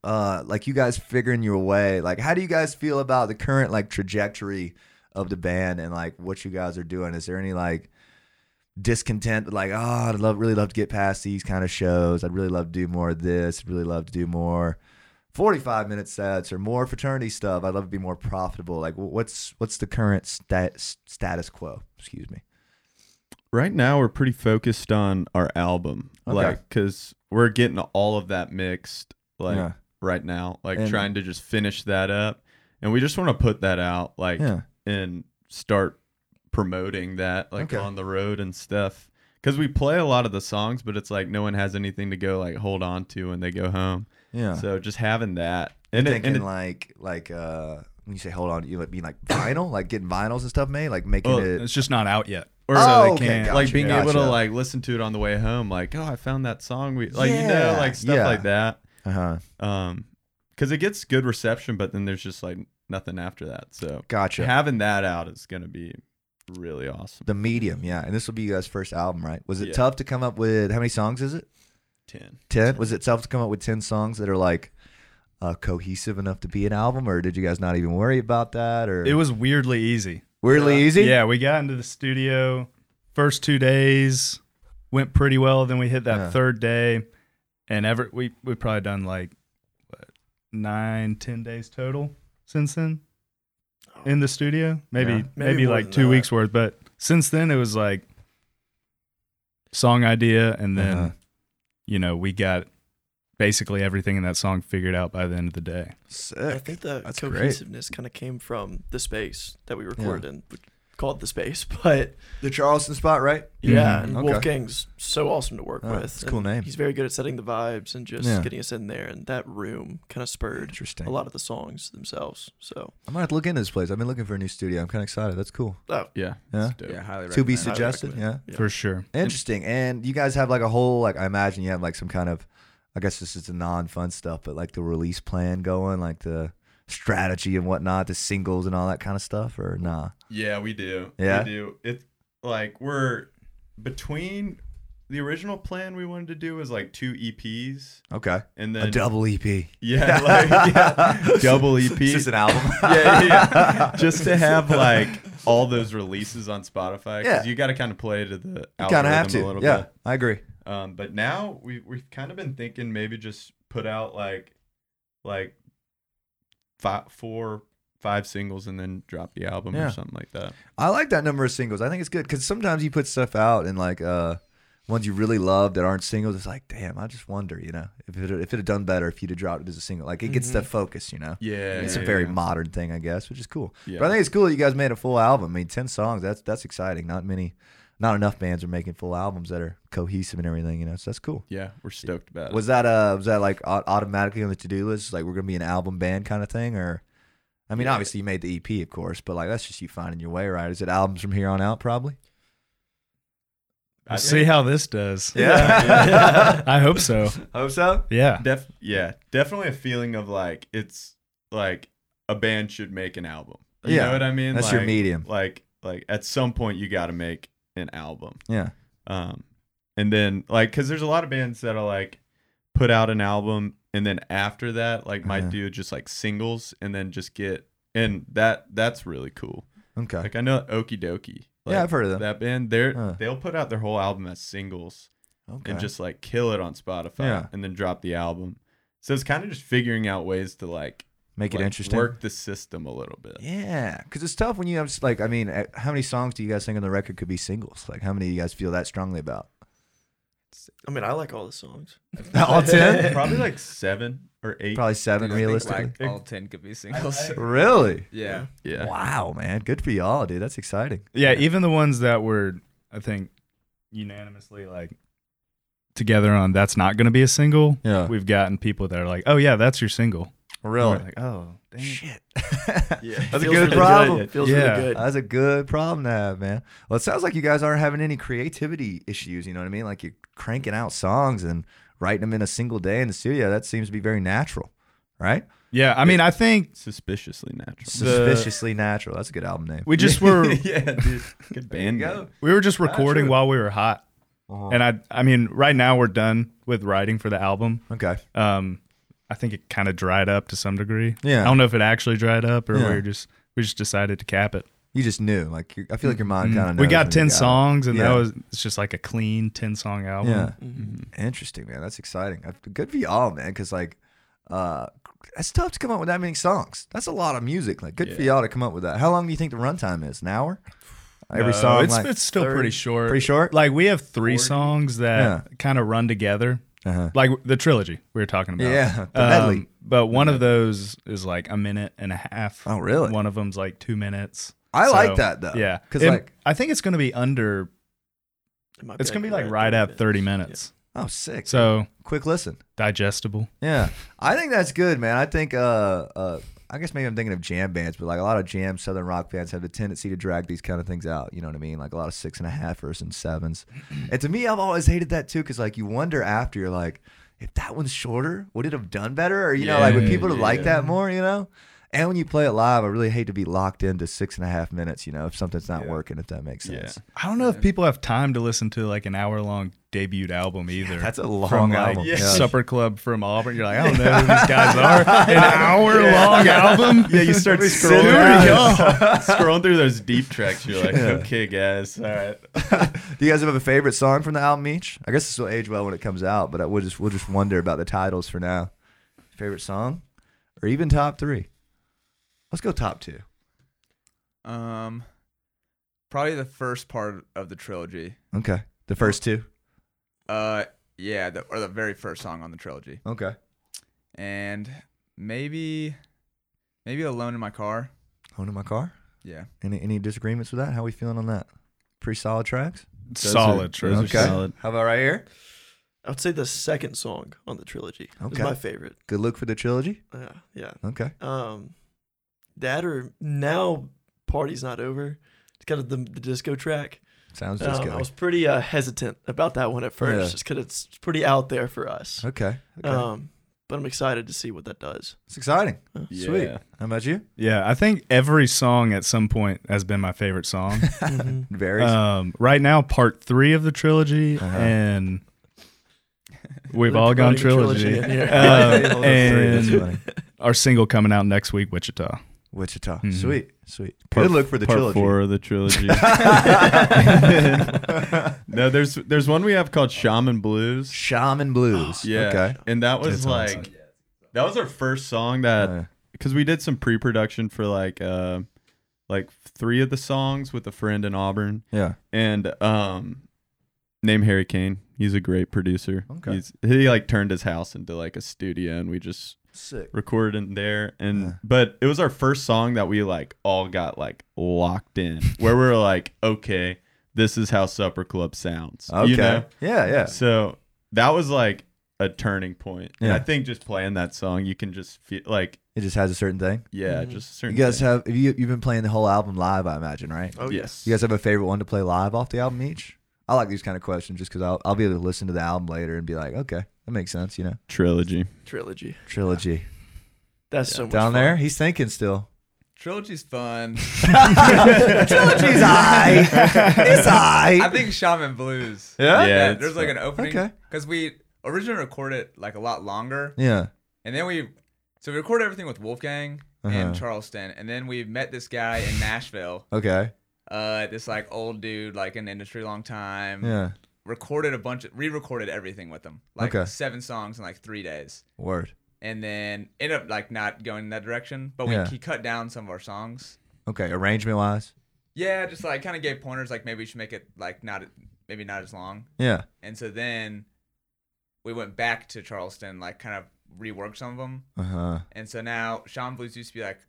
Speaker 1: uh, like you guys figuring your way. Like, how do you guys feel about the current like trajectory of the band and like what you guys are doing? Is there any like discontent? Like, oh, I'd love, really love to get past these kind of shows. I'd really love to do more of this. I'd really love to do more. 45 minute sets or more fraternity stuff. I'd love to be more profitable. Like wh- what's what's the current stat, status quo? Excuse me.
Speaker 3: right now we're pretty focused on our album
Speaker 1: Okay.
Speaker 3: like because we're getting all of that mixed like
Speaker 1: Yeah.
Speaker 3: right now like
Speaker 1: And-
Speaker 3: trying to just finish that up and we just want to put that out like
Speaker 1: Yeah.
Speaker 3: and start promoting that like
Speaker 1: Okay.
Speaker 3: on the road and stuff because we play a lot of the songs but it's like no one has anything to go like hold on to when they go home
Speaker 1: Yeah.
Speaker 3: so just having that and, it,
Speaker 1: thinking
Speaker 3: and it-
Speaker 1: like like uh when you say hold on, you like mean like vinyl, like getting vinyls and stuff made, like making
Speaker 3: Oh,
Speaker 1: it.
Speaker 2: It's just not out yet.
Speaker 3: or
Speaker 1: Oh,
Speaker 3: so they
Speaker 1: okay,
Speaker 3: can't
Speaker 1: gotcha,
Speaker 3: like being able to
Speaker 1: gotcha.
Speaker 3: like listen to it on the way home like oh i found that song we like you know
Speaker 1: Yeah,
Speaker 3: like stuff
Speaker 1: yeah.
Speaker 3: like that
Speaker 1: Uh huh.
Speaker 3: um because it gets good reception but then there's just like nothing after that so
Speaker 1: Gotcha.
Speaker 3: having that out is gonna be really awesome
Speaker 1: the medium, yeah, and this will be you guys' first album, right? Was it
Speaker 3: Yeah.
Speaker 1: tough to come up with how many songs is it?
Speaker 3: 10
Speaker 1: Ten. Was it tough to come up with ten songs that are like uh, cohesive enough to be an album, or did you guys not even worry about that? Or
Speaker 2: It was weirdly easy.
Speaker 1: weirdly
Speaker 3: uh,
Speaker 1: easy.
Speaker 2: Yeah, we got into the studio first two days went pretty well. Then we hit that
Speaker 1: Yeah.
Speaker 2: third day, and ever we we probably done like what, nine ten days total since then in the studio. Maybe
Speaker 1: Yeah.
Speaker 2: maybe,
Speaker 4: Maybe more
Speaker 2: like
Speaker 4: than
Speaker 2: two
Speaker 4: that.
Speaker 2: weeks worth, but since then it was like song idea, and then
Speaker 1: Uh-huh.
Speaker 2: you know we got basically everything in that song figured out by the end of the day.
Speaker 4: I
Speaker 1: Sick.
Speaker 4: think the
Speaker 1: That's great.
Speaker 4: cohesiveness kind of came from the space that we recorded in, which called the space. (laughs) But
Speaker 1: The Charleston spot, right?
Speaker 4: yeah,
Speaker 2: Mhm.
Speaker 4: and
Speaker 1: Mm-hmm. Okay.
Speaker 4: Wolfgang's so awesome to work
Speaker 1: Oh,
Speaker 4: with.
Speaker 1: it's a
Speaker 4: and
Speaker 1: cool name.
Speaker 4: He's very good at setting the vibes and just
Speaker 1: Yeah.
Speaker 4: getting us in there. And that room kind of spurred
Speaker 1: Interesting.
Speaker 4: a lot of the songs themselves. So
Speaker 1: I might have to look into this place. I've been looking for a new studio. I'm kind of excited. That's cool.
Speaker 4: oh,
Speaker 3: yeah
Speaker 1: Yeah.
Speaker 3: it's dope.
Speaker 5: Yeah, highly
Speaker 1: To be
Speaker 5: recommend.
Speaker 1: suggested. Yeah.
Speaker 4: Yeah.
Speaker 2: For sure.
Speaker 1: Interesting. And you guys have like a whole like I imagine you have like some kind of I guess this is the non fun stuff, but like the release plan going, like the strategy and whatnot, the singles and all that kind of stuff, or nah.
Speaker 3: yeah we do
Speaker 1: Yeah?
Speaker 3: we do it's like we're between the original plan we wanted to do was like two eps
Speaker 1: Okay.
Speaker 3: and then
Speaker 1: A double E EP.
Speaker 3: (laughs)
Speaker 1: (laughs)
Speaker 3: yeah, like, yeah double ep
Speaker 1: It's just an album.
Speaker 3: (laughs) yeah, yeah.
Speaker 1: (laughs)
Speaker 3: just to have like all those releases on Spotify. 'cause
Speaker 1: Yeah.
Speaker 3: you got to kind of play to the
Speaker 1: you kind of have
Speaker 3: algorithm a
Speaker 1: to.
Speaker 3: little
Speaker 1: Yeah,
Speaker 3: bit.
Speaker 1: I agree.
Speaker 3: Um, but now we we've kind of been thinking maybe just put out like like five, four, five singles and then drop the album
Speaker 1: Yeah.
Speaker 3: or something like that.
Speaker 1: I like that number of singles. I think it's good because sometimes you put stuff out and like uh, ones you really love that aren't singles. It's like, damn, I just wonder, you know, if it if it had done better if you'd have dropped it as a single. Like it gets the focus, you know.
Speaker 3: Yeah,
Speaker 1: it's a very modern thing, I guess, which is cool.
Speaker 3: Yeah.
Speaker 1: But I think it's cool that you guys made a full album. I mean, ten songs. That's that's exciting. Not many, not enough bands are making full albums that are cohesive and everything. You know, so that's cool.
Speaker 3: yeah. We're stoked about it.
Speaker 1: Was that uh was that like au- automatically on the to do list? Like we're gonna be an album band kind of thing, or I mean, obviously you made the EP, of course, but like that's just you finding your way, right? Is it albums from here on out, probably?
Speaker 3: I
Speaker 2: We'll see how this does.
Speaker 1: (laughs) Yeah.
Speaker 2: I hope so.
Speaker 1: Hope so.
Speaker 2: Yeah.
Speaker 3: Def yeah, definitely a feeling of like it's like a band should make an album. You
Speaker 1: Yeah,
Speaker 3: know what I mean?
Speaker 1: that's
Speaker 3: like,
Speaker 1: your medium.
Speaker 3: Like like at some point you got to make an album.
Speaker 1: Yeah.
Speaker 3: Um and then like cuz there's a lot of bands that are like put out an album and then after that like might
Speaker 1: Uh-huh.
Speaker 3: do just like singles and then just get and that that's really cool.
Speaker 1: Okay.
Speaker 3: Like I know Okie Dokie.
Speaker 1: Yeah, I've heard of them.
Speaker 3: That band, they're
Speaker 1: Huh.
Speaker 3: they'll put out their whole album as singles
Speaker 1: Okay.
Speaker 3: and just like kill it on Spotify
Speaker 1: Yeah.
Speaker 3: and then drop the album. So it's kind of just figuring out ways to like
Speaker 1: make it
Speaker 3: like,
Speaker 1: interesting.
Speaker 3: work the system a little bit.
Speaker 1: Yeah, because it's tough when you have s- like I mean, uh, how many songs do you guys think on the record could be singles? Like, how many do you guys feel that strongly about?
Speaker 4: I mean, I like all the songs.
Speaker 1: All ten?
Speaker 3: Probably like seven or eight.
Speaker 1: Probably seven,
Speaker 5: Dude, I think,
Speaker 1: realistically.
Speaker 5: Like, all ten could be singles.
Speaker 1: really?
Speaker 5: (laughs) yeah.
Speaker 3: Yeah.
Speaker 1: Wow, man, good for y'all, dude. That's exciting.
Speaker 2: Yeah, even the ones that were, I think, unanimously like together on that's not going to be a single.
Speaker 1: Yeah.
Speaker 2: We've gotten people that are like, oh yeah, that's your single. And
Speaker 1: Really?
Speaker 2: we're like, oh, dang it.
Speaker 1: Shit. (laughs)
Speaker 4: Yeah,
Speaker 1: That's a good problem.
Speaker 4: Feels
Speaker 2: Yeah.
Speaker 4: really good.
Speaker 1: That's a good problem to have, man. Well, it sounds like you guys aren't having any creativity issues. You know what I mean? Like you're cranking out songs and writing them in a single day in the studio. That seems to be very natural, right?
Speaker 2: Yeah, I mean, I think
Speaker 3: Suspiciously natural.
Speaker 1: Suspiciously natural. That's a good album name. (laughs)
Speaker 2: we just were
Speaker 3: yeah, dude. Good band.
Speaker 1: go.
Speaker 3: name.
Speaker 2: we were just recording
Speaker 1: true.
Speaker 2: while we were hot.
Speaker 1: Uh-huh.
Speaker 2: And I I mean, right now we're done with writing for the album.
Speaker 1: Okay.
Speaker 2: Um I think it kind of dried up to some degree.
Speaker 1: Yeah.
Speaker 2: I don't know if it actually dried up or
Speaker 1: Yeah.
Speaker 2: we were just we just decided to cap it.
Speaker 1: You just knew. Like you I feel like your mind kind of.
Speaker 2: Mm-hmm. we got 10 songs and
Speaker 1: Yeah.
Speaker 2: that was it's just like a clean 10 song album.
Speaker 1: Yeah. Interesting, man. That's exciting. Uh, Good for y'all, man. Because like, uh, it's tough to come up with that many songs. That's a lot of music. Like, good for
Speaker 3: Yeah.
Speaker 1: y'all to come up with that. How long do you think the runtime is? An
Speaker 2: (sighs)
Speaker 1: hour? Every
Speaker 2: No,
Speaker 1: song,
Speaker 2: Uh, It's,
Speaker 1: like,
Speaker 2: it's still pretty short.
Speaker 1: pretty short?
Speaker 2: Like we have three songs that kind of run together,
Speaker 1: uh-huh.
Speaker 2: like the trilogy we were talking about.
Speaker 1: Yeah, the
Speaker 2: Um,
Speaker 1: medley.
Speaker 2: but one of those is like a minute and a half.
Speaker 1: Oh, really?
Speaker 2: One of them's like two minutes.
Speaker 1: I
Speaker 2: So,
Speaker 1: like that though.
Speaker 2: Yeah,
Speaker 1: because
Speaker 2: It-
Speaker 1: like,
Speaker 2: I think it's gonna be under. It's gonna be like right at thirty minutes.
Speaker 1: oh, sick.
Speaker 2: So
Speaker 1: quick listen.
Speaker 2: digestible.
Speaker 1: Yeah, I think that's good, man. I think, uh, uh, I guess maybe I'm thinking of jam bands, but like a lot of jam southern rock bands have a tendency to drag these kind of things out. You know what I mean? Like a lot of six and a halfers and
Speaker 3: (clears throat)
Speaker 1: sevens. And to me, I've always hated that too, because like you wonder after you're like, if that one's shorter, would it have done better? Or you know, like would
Speaker 3: Yeah,
Speaker 1: people have liked
Speaker 3: yeah.
Speaker 1: that more? You know. And when you play it live, I really hate to be locked into six and a half minutes. You know, if something's not working, if that makes
Speaker 3: Yeah.
Speaker 1: sense.
Speaker 2: I don't know if people have time to listen to like an hour long debut album either.
Speaker 1: That's a long
Speaker 2: from like
Speaker 1: album.
Speaker 3: yeah.
Speaker 2: Supper Club from Auburn. You're like, I don't know who these guys (laughs) are. An hour long album. Yeah, you start
Speaker 1: scrolling down.
Speaker 3: (laughs) Scrolling through those deep tracks, you're like, okay, guys, all right.
Speaker 1: Do you guys have a favorite song from the album each? I guess this will age well when it comes out, but I- we'll just we'll just wonder about the titles for now. Favorite song, or even top three? Let's go top two.
Speaker 5: Um, probably the first part of the trilogy.
Speaker 1: Okay, the first two.
Speaker 5: Uh, yeah, the, or the very first song on the trilogy,
Speaker 1: Okay.
Speaker 5: and maybe, maybe alone in my car.
Speaker 1: Own in my car.
Speaker 5: Yeah,
Speaker 1: Any any disagreements with that? How we feeling on that? Pretty solid tracks.
Speaker 2: Solid
Speaker 3: Those are
Speaker 2: true.
Speaker 1: Okay.
Speaker 3: solid.
Speaker 1: How about right here?
Speaker 4: I would say the second song on the trilogy
Speaker 1: Okay.
Speaker 4: is my favorite.
Speaker 1: Good look for the trilogy.
Speaker 4: Yeah, yeah.
Speaker 1: Okay.
Speaker 4: Um, that or now party's not over. It's kind of the, the disco track.
Speaker 1: Sounds
Speaker 4: Um,
Speaker 1: just
Speaker 4: I was
Speaker 1: good.
Speaker 4: pretty uh, hesitant about that one at first,
Speaker 1: Yeah.
Speaker 4: just because it's it's pretty out there for us.
Speaker 1: Okay. okay.
Speaker 4: Um, but I'm excited to see what that does.
Speaker 1: it's exciting.
Speaker 3: Yeah.
Speaker 1: Sweet. How about you?
Speaker 2: Yeah, I think every song at some point has been my
Speaker 1: (laughs)
Speaker 2: favorite song.
Speaker 4: (laughs) Mhm.
Speaker 1: Varies.
Speaker 3: Uh,
Speaker 2: um, right now, part three of the trilogy,
Speaker 1: Uh-huh. (laughs)
Speaker 2: and we've
Speaker 4: We're
Speaker 2: all gone
Speaker 4: promoting
Speaker 2: trilogy.
Speaker 4: trilogy
Speaker 2: (laughs)
Speaker 4: in here.
Speaker 3: uh,
Speaker 2: Um,
Speaker 1: Hold on three, that's
Speaker 2: and
Speaker 1: funny.
Speaker 2: our single coming out next week, Wichita.
Speaker 1: Wichita.
Speaker 2: Mhm.
Speaker 1: Sweet. Sweet.
Speaker 3: Part-
Speaker 1: Good look for the
Speaker 3: part
Speaker 1: trilogy.
Speaker 3: four of
Speaker 1: (laughs)
Speaker 3: the trilogy. no, there's there's one we have called Shaman
Speaker 1: (laughs)
Speaker 3: Blues.
Speaker 1: Shaman Blues.
Speaker 3: Yeah.
Speaker 1: Okay.
Speaker 3: And that was
Speaker 2: That's
Speaker 3: like
Speaker 2: awesome.
Speaker 3: that was our first song that because we did some pre-production for like uh like three of the songs with a friend in Auburn
Speaker 1: yeah.
Speaker 3: and um name Harry Kane. He's a great producer.
Speaker 1: Okay.
Speaker 3: He's, he like turned his house into like a studio and we just
Speaker 1: Sick.
Speaker 3: recorded in there and
Speaker 1: Yeah.
Speaker 3: but it was our first song that we like all got like locked in where we were like okay this is how supper club sounds
Speaker 1: Okay.
Speaker 3: you know
Speaker 1: Yeah, yeah.
Speaker 3: so that was like a turning point. And
Speaker 1: Yeah.
Speaker 3: I think just playing that song, you can just feel like,
Speaker 1: It just has a certain thing.
Speaker 3: yeah,
Speaker 5: Mm-hmm.
Speaker 4: Mhm.
Speaker 3: just a
Speaker 1: You
Speaker 3: certain.
Speaker 1: guys
Speaker 3: thing.
Speaker 1: have have you you've been playing the whole album live, I imagine, right?
Speaker 4: (laughs) Oh
Speaker 3: yes,
Speaker 1: You guys have a favorite one to play live off the album each? I like these kind of questions just because I'll, I'll be able to listen to the album later and be like, okay, that makes sense, you know.
Speaker 3: trilogy.
Speaker 4: trilogy.
Speaker 1: Trilogy
Speaker 4: That's so much
Speaker 1: down
Speaker 4: fun.
Speaker 1: there. He's thinking still. (laughs)
Speaker 5: trilogy's fun.
Speaker 1: Trilogy's high. It's high.
Speaker 5: I think Shaman Blues.
Speaker 1: Yeah?
Speaker 3: Yeah, it's
Speaker 5: there's like an opening.
Speaker 1: Okay.
Speaker 5: Because we originally recorded it, like a lot longer,
Speaker 1: yeah.
Speaker 5: and then we so we recorded everything with Wolfgang
Speaker 1: Uh-huh.
Speaker 5: and Charleston, and then we met this guy in Nashville.
Speaker 1: Okay.
Speaker 5: Uh, this like old dude, like in the industry a long time.
Speaker 1: Yeah.
Speaker 5: recorded a bunch of re-recorded everything with them, like
Speaker 1: Okay.
Speaker 5: seven songs in like three days,
Speaker 1: Word.
Speaker 5: and then ended up like not going in that direction. But we
Speaker 1: Yeah.
Speaker 5: he cut down some of our songs.
Speaker 1: Okay. Arrangement wise.
Speaker 5: Yeah, just like kind of gave pointers, like maybe we should make it like not maybe not as long.
Speaker 1: Yeah.
Speaker 5: And so then we went back to Charleston, like kind of reworked some of them.
Speaker 1: Uh huh.
Speaker 5: And so now Sean Blues used to be like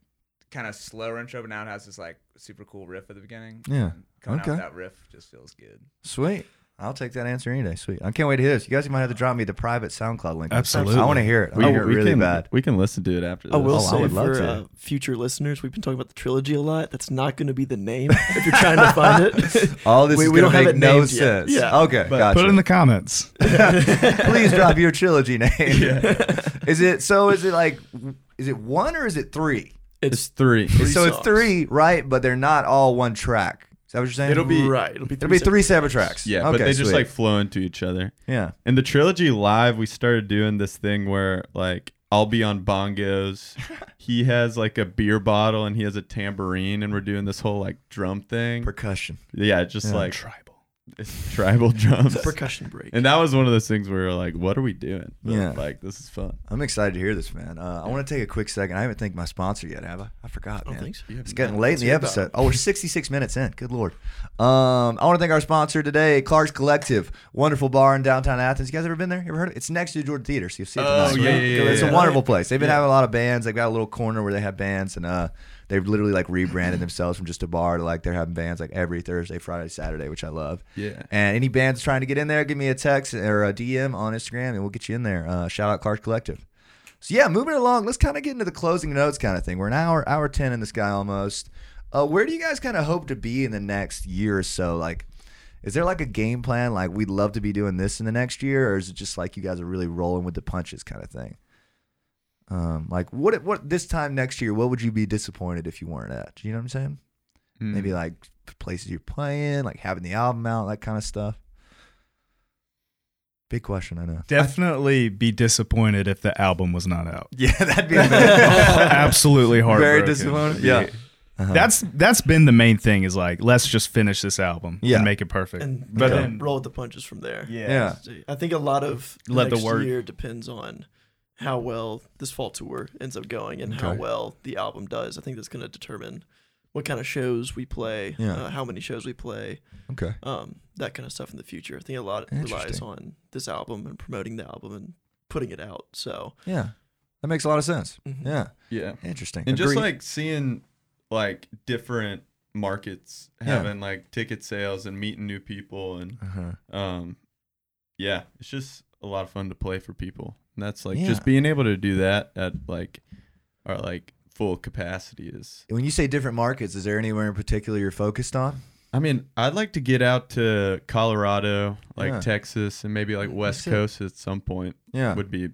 Speaker 5: kind of slower intro, but now it has this like super cool riff at the beginning.
Speaker 1: Yeah.
Speaker 5: And Coming out
Speaker 1: Okay.
Speaker 5: with that riff just feels good. (laughs)
Speaker 1: Sweet. I'll take that answer any day. Sweet. I can't wait to hear this. You guys might have to drop me the private SoundCloud link.
Speaker 2: Absolutely.
Speaker 1: I want to hear it. I want to hear it really
Speaker 3: can,
Speaker 1: bad.
Speaker 3: Oh, We can listen to it after.
Speaker 4: I
Speaker 3: This.
Speaker 4: will
Speaker 1: Oh, I
Speaker 4: say
Speaker 1: would love
Speaker 4: for
Speaker 1: to.
Speaker 4: uh, future listeners, we've been talking about the trilogy a lot. That's not going to be the name if you're trying to find
Speaker 1: (laughs)
Speaker 4: it. (laughs)
Speaker 1: All this
Speaker 4: We-
Speaker 1: is
Speaker 4: we
Speaker 1: going
Speaker 4: don't
Speaker 1: to
Speaker 4: have
Speaker 1: make
Speaker 4: it
Speaker 1: no
Speaker 4: named yet.
Speaker 1: sense.
Speaker 4: Yeah.
Speaker 1: Okay.
Speaker 3: But
Speaker 1: gotcha.
Speaker 2: Put it in the (laughs) comments.
Speaker 1: (laughs) Please drop your trilogy name. Is it so? Is it like? Is it one or is it three?
Speaker 3: It's
Speaker 4: it's
Speaker 3: three.
Speaker 4: Three
Speaker 1: so it's
Speaker 4: songs.
Speaker 1: three, right? But they're not all one track. Is that what you're saying?
Speaker 3: It'll be-
Speaker 4: right. It'll be
Speaker 1: It'll be three
Speaker 4: separate
Speaker 1: separate tracks.
Speaker 3: Yeah,
Speaker 1: Okay,
Speaker 3: but they just
Speaker 1: sweet.
Speaker 3: like flow into each other.
Speaker 1: yeah.
Speaker 3: In the trilogy live, we started doing this thing where like I'll be on (laughs) bongos, he has like a beer bottle and he has a tambourine, and we're doing this whole like drum thing.
Speaker 1: Percussion.
Speaker 3: yeah, just
Speaker 1: Yeah.
Speaker 3: like
Speaker 2: Tribal.
Speaker 1: (laughs)
Speaker 3: it's tribal drums.
Speaker 4: Percussion break.
Speaker 3: And that was one of those things where we were like, what are we doing? But,
Speaker 1: Yeah.
Speaker 3: Like, this is fun.
Speaker 1: I'm excited to hear this, man. Uh, I want to take a quick second. I haven't thanked my sponsor yet, have I? I forgot,
Speaker 4: I
Speaker 5: Oh,
Speaker 1: man.
Speaker 4: don't think so.
Speaker 1: It's getting late in the episode. Oh, we're 66 minutes in. Good lord. Um, I want to thank our sponsor today, Clark's Collective, wonderful bar in downtown Athens. You guys ever been there? Ever heard of it? It's next to the Jordan Theater, so you'll see it
Speaker 5: Oh,
Speaker 1: tonight.
Speaker 5: yeah, yeah, yeah,
Speaker 1: It's
Speaker 5: yeah.
Speaker 1: a wonderful place. They've been having a lot of bands. They've got a little corner where they have bands, and uh, they've literally like rebranded themselves from just a bar to like they're having bands like every Thursday, Friday, Saturday, which I love.
Speaker 3: Yeah.
Speaker 1: And any bands trying to get in there, give me a text or a DM on Instagram, and we'll get you in there. Uh, shout out Clark's Collective. So yeah, moving along, let's kind of get into the closing notes kind of thing. We're an hour, hour ten in this guy almost. Uh, where do you guys kind of hope to be in the next year or so? Like, is there like a game plan? Like, we'd love to be doing this in the next year, or is it just like you guys are really rolling with the punches kind of thing? Um, like what what this time next year, what would you be disappointed if you weren't at? Do you know what I'm saying?
Speaker 2: Hmm.
Speaker 1: Maybe like places you're playing, like having the album out, that kind of stuff. Big question, I know.
Speaker 2: Definitely be disappointed if the album was
Speaker 1: (laughs)
Speaker 2: not out.
Speaker 1: (laughs) Yeah, that'd be
Speaker 2: Absolutely heartbroken.
Speaker 1: very disappointed. Yeah. Uh-huh.
Speaker 2: That's that's been the main thing is like let's just finish this album
Speaker 1: Yeah.
Speaker 2: and make it perfect.
Speaker 4: And
Speaker 2: But
Speaker 4: yeah,
Speaker 2: then-
Speaker 4: roll with the punches from there.
Speaker 1: yeah.
Speaker 4: I think a lot of the
Speaker 2: Let the
Speaker 4: next
Speaker 2: work-
Speaker 4: year depends on how well this fall tour ends up going and how
Speaker 1: Okay.
Speaker 4: well the album does. I think that's going to determine what kind of shows we play,
Speaker 1: Yeah.
Speaker 4: uh, how many shows we play,
Speaker 1: Okay.
Speaker 4: um, that kind of stuff in the future. I think a lot relies
Speaker 1: Interesting.
Speaker 4: on this album and promoting the album and putting it out. So
Speaker 1: Yeah. That makes a lot of sense.
Speaker 4: Mhm.
Speaker 1: Yeah.
Speaker 3: Yeah.
Speaker 1: Interesting.
Speaker 3: And just
Speaker 1: Agree.
Speaker 3: like seeing like different markets
Speaker 1: Yeah.
Speaker 3: having like ticket sales and meeting new people and
Speaker 1: Uh-huh.
Speaker 3: um yeah, it's just a lot of fun to play for people. And that's like
Speaker 1: Yeah.
Speaker 3: just being able to do that at like our like full capacity is
Speaker 1: When you say different markets, is there anywhere in particular you're focused on?
Speaker 3: I mean, I'd like to get out to Colorado, like
Speaker 1: Yeah.
Speaker 3: Texas and maybe like West
Speaker 1: That's it.
Speaker 3: Coast at some point
Speaker 1: Yeah.
Speaker 3: would be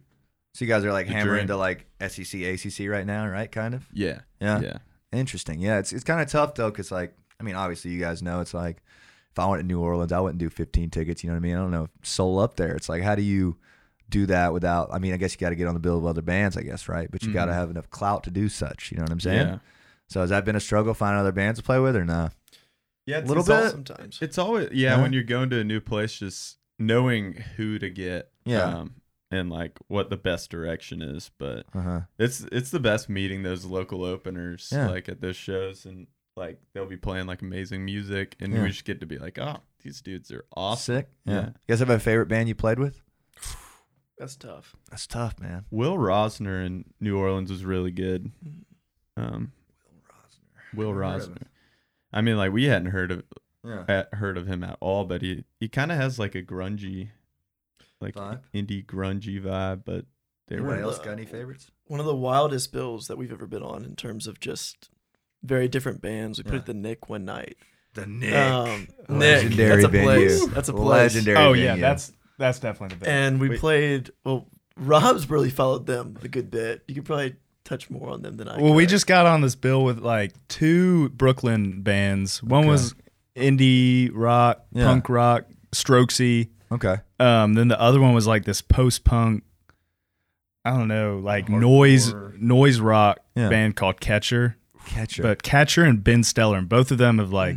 Speaker 1: So you guys are like
Speaker 3: The
Speaker 1: hammering
Speaker 3: dream.
Speaker 1: to like E SEC, ACC right now, right? Kind of.
Speaker 3: yeah.
Speaker 1: Yeah.
Speaker 3: Yeah.
Speaker 1: Interesting. Yeah. It's it's kind of tough though, cause like I mean, obviously you guys know it's like if I went to New Orleans, I wouldn't do 15 tickets. You know what I mean? I don't know. Soul up there. It's like how do you do that without? I mean, I guess you got to get on the bill of other bands, I guess, right? But you got to
Speaker 3: Mhm.
Speaker 1: have enough clout to do such. You know what I'm saying?
Speaker 3: Yeah.
Speaker 1: So has that been a struggle finding other bands to play with or nah?
Speaker 3: Yeah,
Speaker 1: it's- Little it's all- bit.
Speaker 4: sometimes.
Speaker 3: It's always yeah,
Speaker 1: Huh?
Speaker 3: when you're going to a new place, just knowing who to get.
Speaker 1: Yeah.
Speaker 3: Um, and like what the best direction is. But
Speaker 1: Uh huh.
Speaker 3: it's it's the best meeting those local openers
Speaker 1: Yeah.
Speaker 3: like at those shows and like they'll be playing like amazing music and
Speaker 1: Yeah.
Speaker 3: we just get to be like, Oh, these dudes are awesome.
Speaker 1: Sick. Yeah.
Speaker 3: Yeah.
Speaker 1: You guys have a favorite band you played with?
Speaker 4: That's tough.
Speaker 1: That's tough, man.
Speaker 3: Will Rosner in New Orleans was really good. Um Will
Speaker 1: Never heard of
Speaker 3: Rosner. I mean like we hadn't heard of
Speaker 1: Yeah.
Speaker 3: uh, heard of him at all, but he he kinda has like a grungy like
Speaker 1: Vibe?
Speaker 3: indie grungy vibe, but they
Speaker 1: Anyone
Speaker 3: were (laughs)
Speaker 1: else got any favorites?
Speaker 4: One of the wildest bills that we've ever been on in terms of just very different bands. We put
Speaker 1: Yeah.
Speaker 4: it at the Nick one night.
Speaker 1: The Nick.
Speaker 4: Um, Nick,
Speaker 1: Legendary
Speaker 4: that's a
Speaker 1: venue.
Speaker 4: place. That's a place.
Speaker 1: Legendary
Speaker 2: oh
Speaker 1: venue.
Speaker 2: yeah, that's that's definitely the best.
Speaker 4: And we
Speaker 3: Wait.
Speaker 4: played. Well, Rob's really followed them a good bit. You could probably touch more on them than I.
Speaker 2: well, we
Speaker 1: uh,
Speaker 4: could.
Speaker 2: just got on this bill with like two Brooklyn bands. One
Speaker 1: Okay.
Speaker 2: was indie rock,
Speaker 1: Yeah.
Speaker 2: punk rock, strokesy.
Speaker 1: Okay.
Speaker 2: Um, then the other one was like this post punk, I don't know, like noise noise rock
Speaker 1: Yeah.
Speaker 2: band called Catcher.
Speaker 1: Catcher. Mm-hmm.
Speaker 4: Mm-hmm.
Speaker 2: But Catcher and Ben Stellar, and both of them have like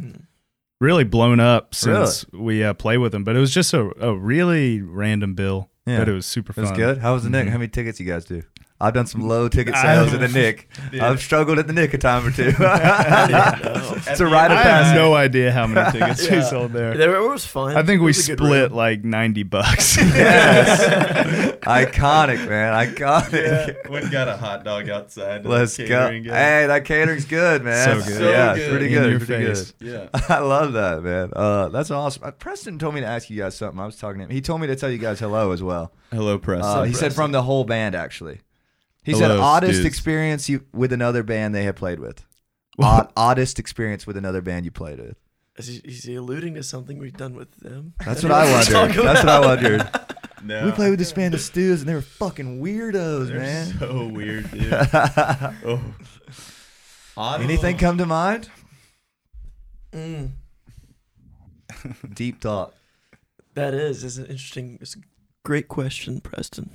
Speaker 2: really blown up since we uh, played with him. But it was just a, a really random bill,
Speaker 1: Yeah.
Speaker 2: but it was super
Speaker 1: It was
Speaker 2: fun.
Speaker 1: good. How was the Nick?
Speaker 2: Mhm.
Speaker 1: How many tickets you guys do? I've done some low ticket
Speaker 2: (laughs) I-
Speaker 1: sales in the Nick.
Speaker 2: Yeah.
Speaker 1: I've struggled at the Nick a time or
Speaker 2: (laughs)
Speaker 1: two. (laughs)
Speaker 4: no.
Speaker 1: it's a rite of
Speaker 2: I have
Speaker 1: passage.
Speaker 2: no idea how many
Speaker 1: (laughs)
Speaker 2: tickets we
Speaker 4: Yeah.
Speaker 2: sold there.
Speaker 4: There it was fun.
Speaker 2: I think
Speaker 4: It
Speaker 2: we
Speaker 4: was a good
Speaker 2: split
Speaker 4: room.
Speaker 2: like ninety bucks.
Speaker 1: Yes. (laughs) Iconic, man. Iconic.
Speaker 3: Went got a hot dog outside. to the
Speaker 1: Let's go.
Speaker 3: catering guy.
Speaker 1: Hey, that catering's good, man.
Speaker 2: So good.
Speaker 3: So
Speaker 1: yeah,
Speaker 3: good.
Speaker 1: pretty
Speaker 2: In
Speaker 1: good.
Speaker 2: your
Speaker 1: pretty
Speaker 2: face.
Speaker 1: good.
Speaker 3: Yeah.
Speaker 1: (laughs) I love that, man. Uh, that's awesome. Uh, Preston told me to ask you guys something. I was talking to him. He told me to tell you guys hello as well.
Speaker 3: Hello, press.
Speaker 1: Uh, he said from the whole band, actually. He said
Speaker 3: Hello,
Speaker 1: oddest
Speaker 3: dudes.
Speaker 1: experience you with another band they had played with. Odd, oddest experience with another band you played with.
Speaker 4: Is he, is he alluding to something we've done with them?
Speaker 1: That's what I
Speaker 4: Let's
Speaker 1: wondered.
Speaker 4: talk
Speaker 1: That's what I
Speaker 4: about-
Speaker 1: wondered.
Speaker 3: no.
Speaker 1: We played with this band of stews, and they were fucking weirdos,
Speaker 3: They're
Speaker 1: man.
Speaker 3: so weird,
Speaker 1: (laughs)
Speaker 3: dude. oh. Odd-
Speaker 1: Anything come to mind?
Speaker 4: Mm,
Speaker 1: Deep thought.
Speaker 4: that is is an interesting. It's a great question, Preston.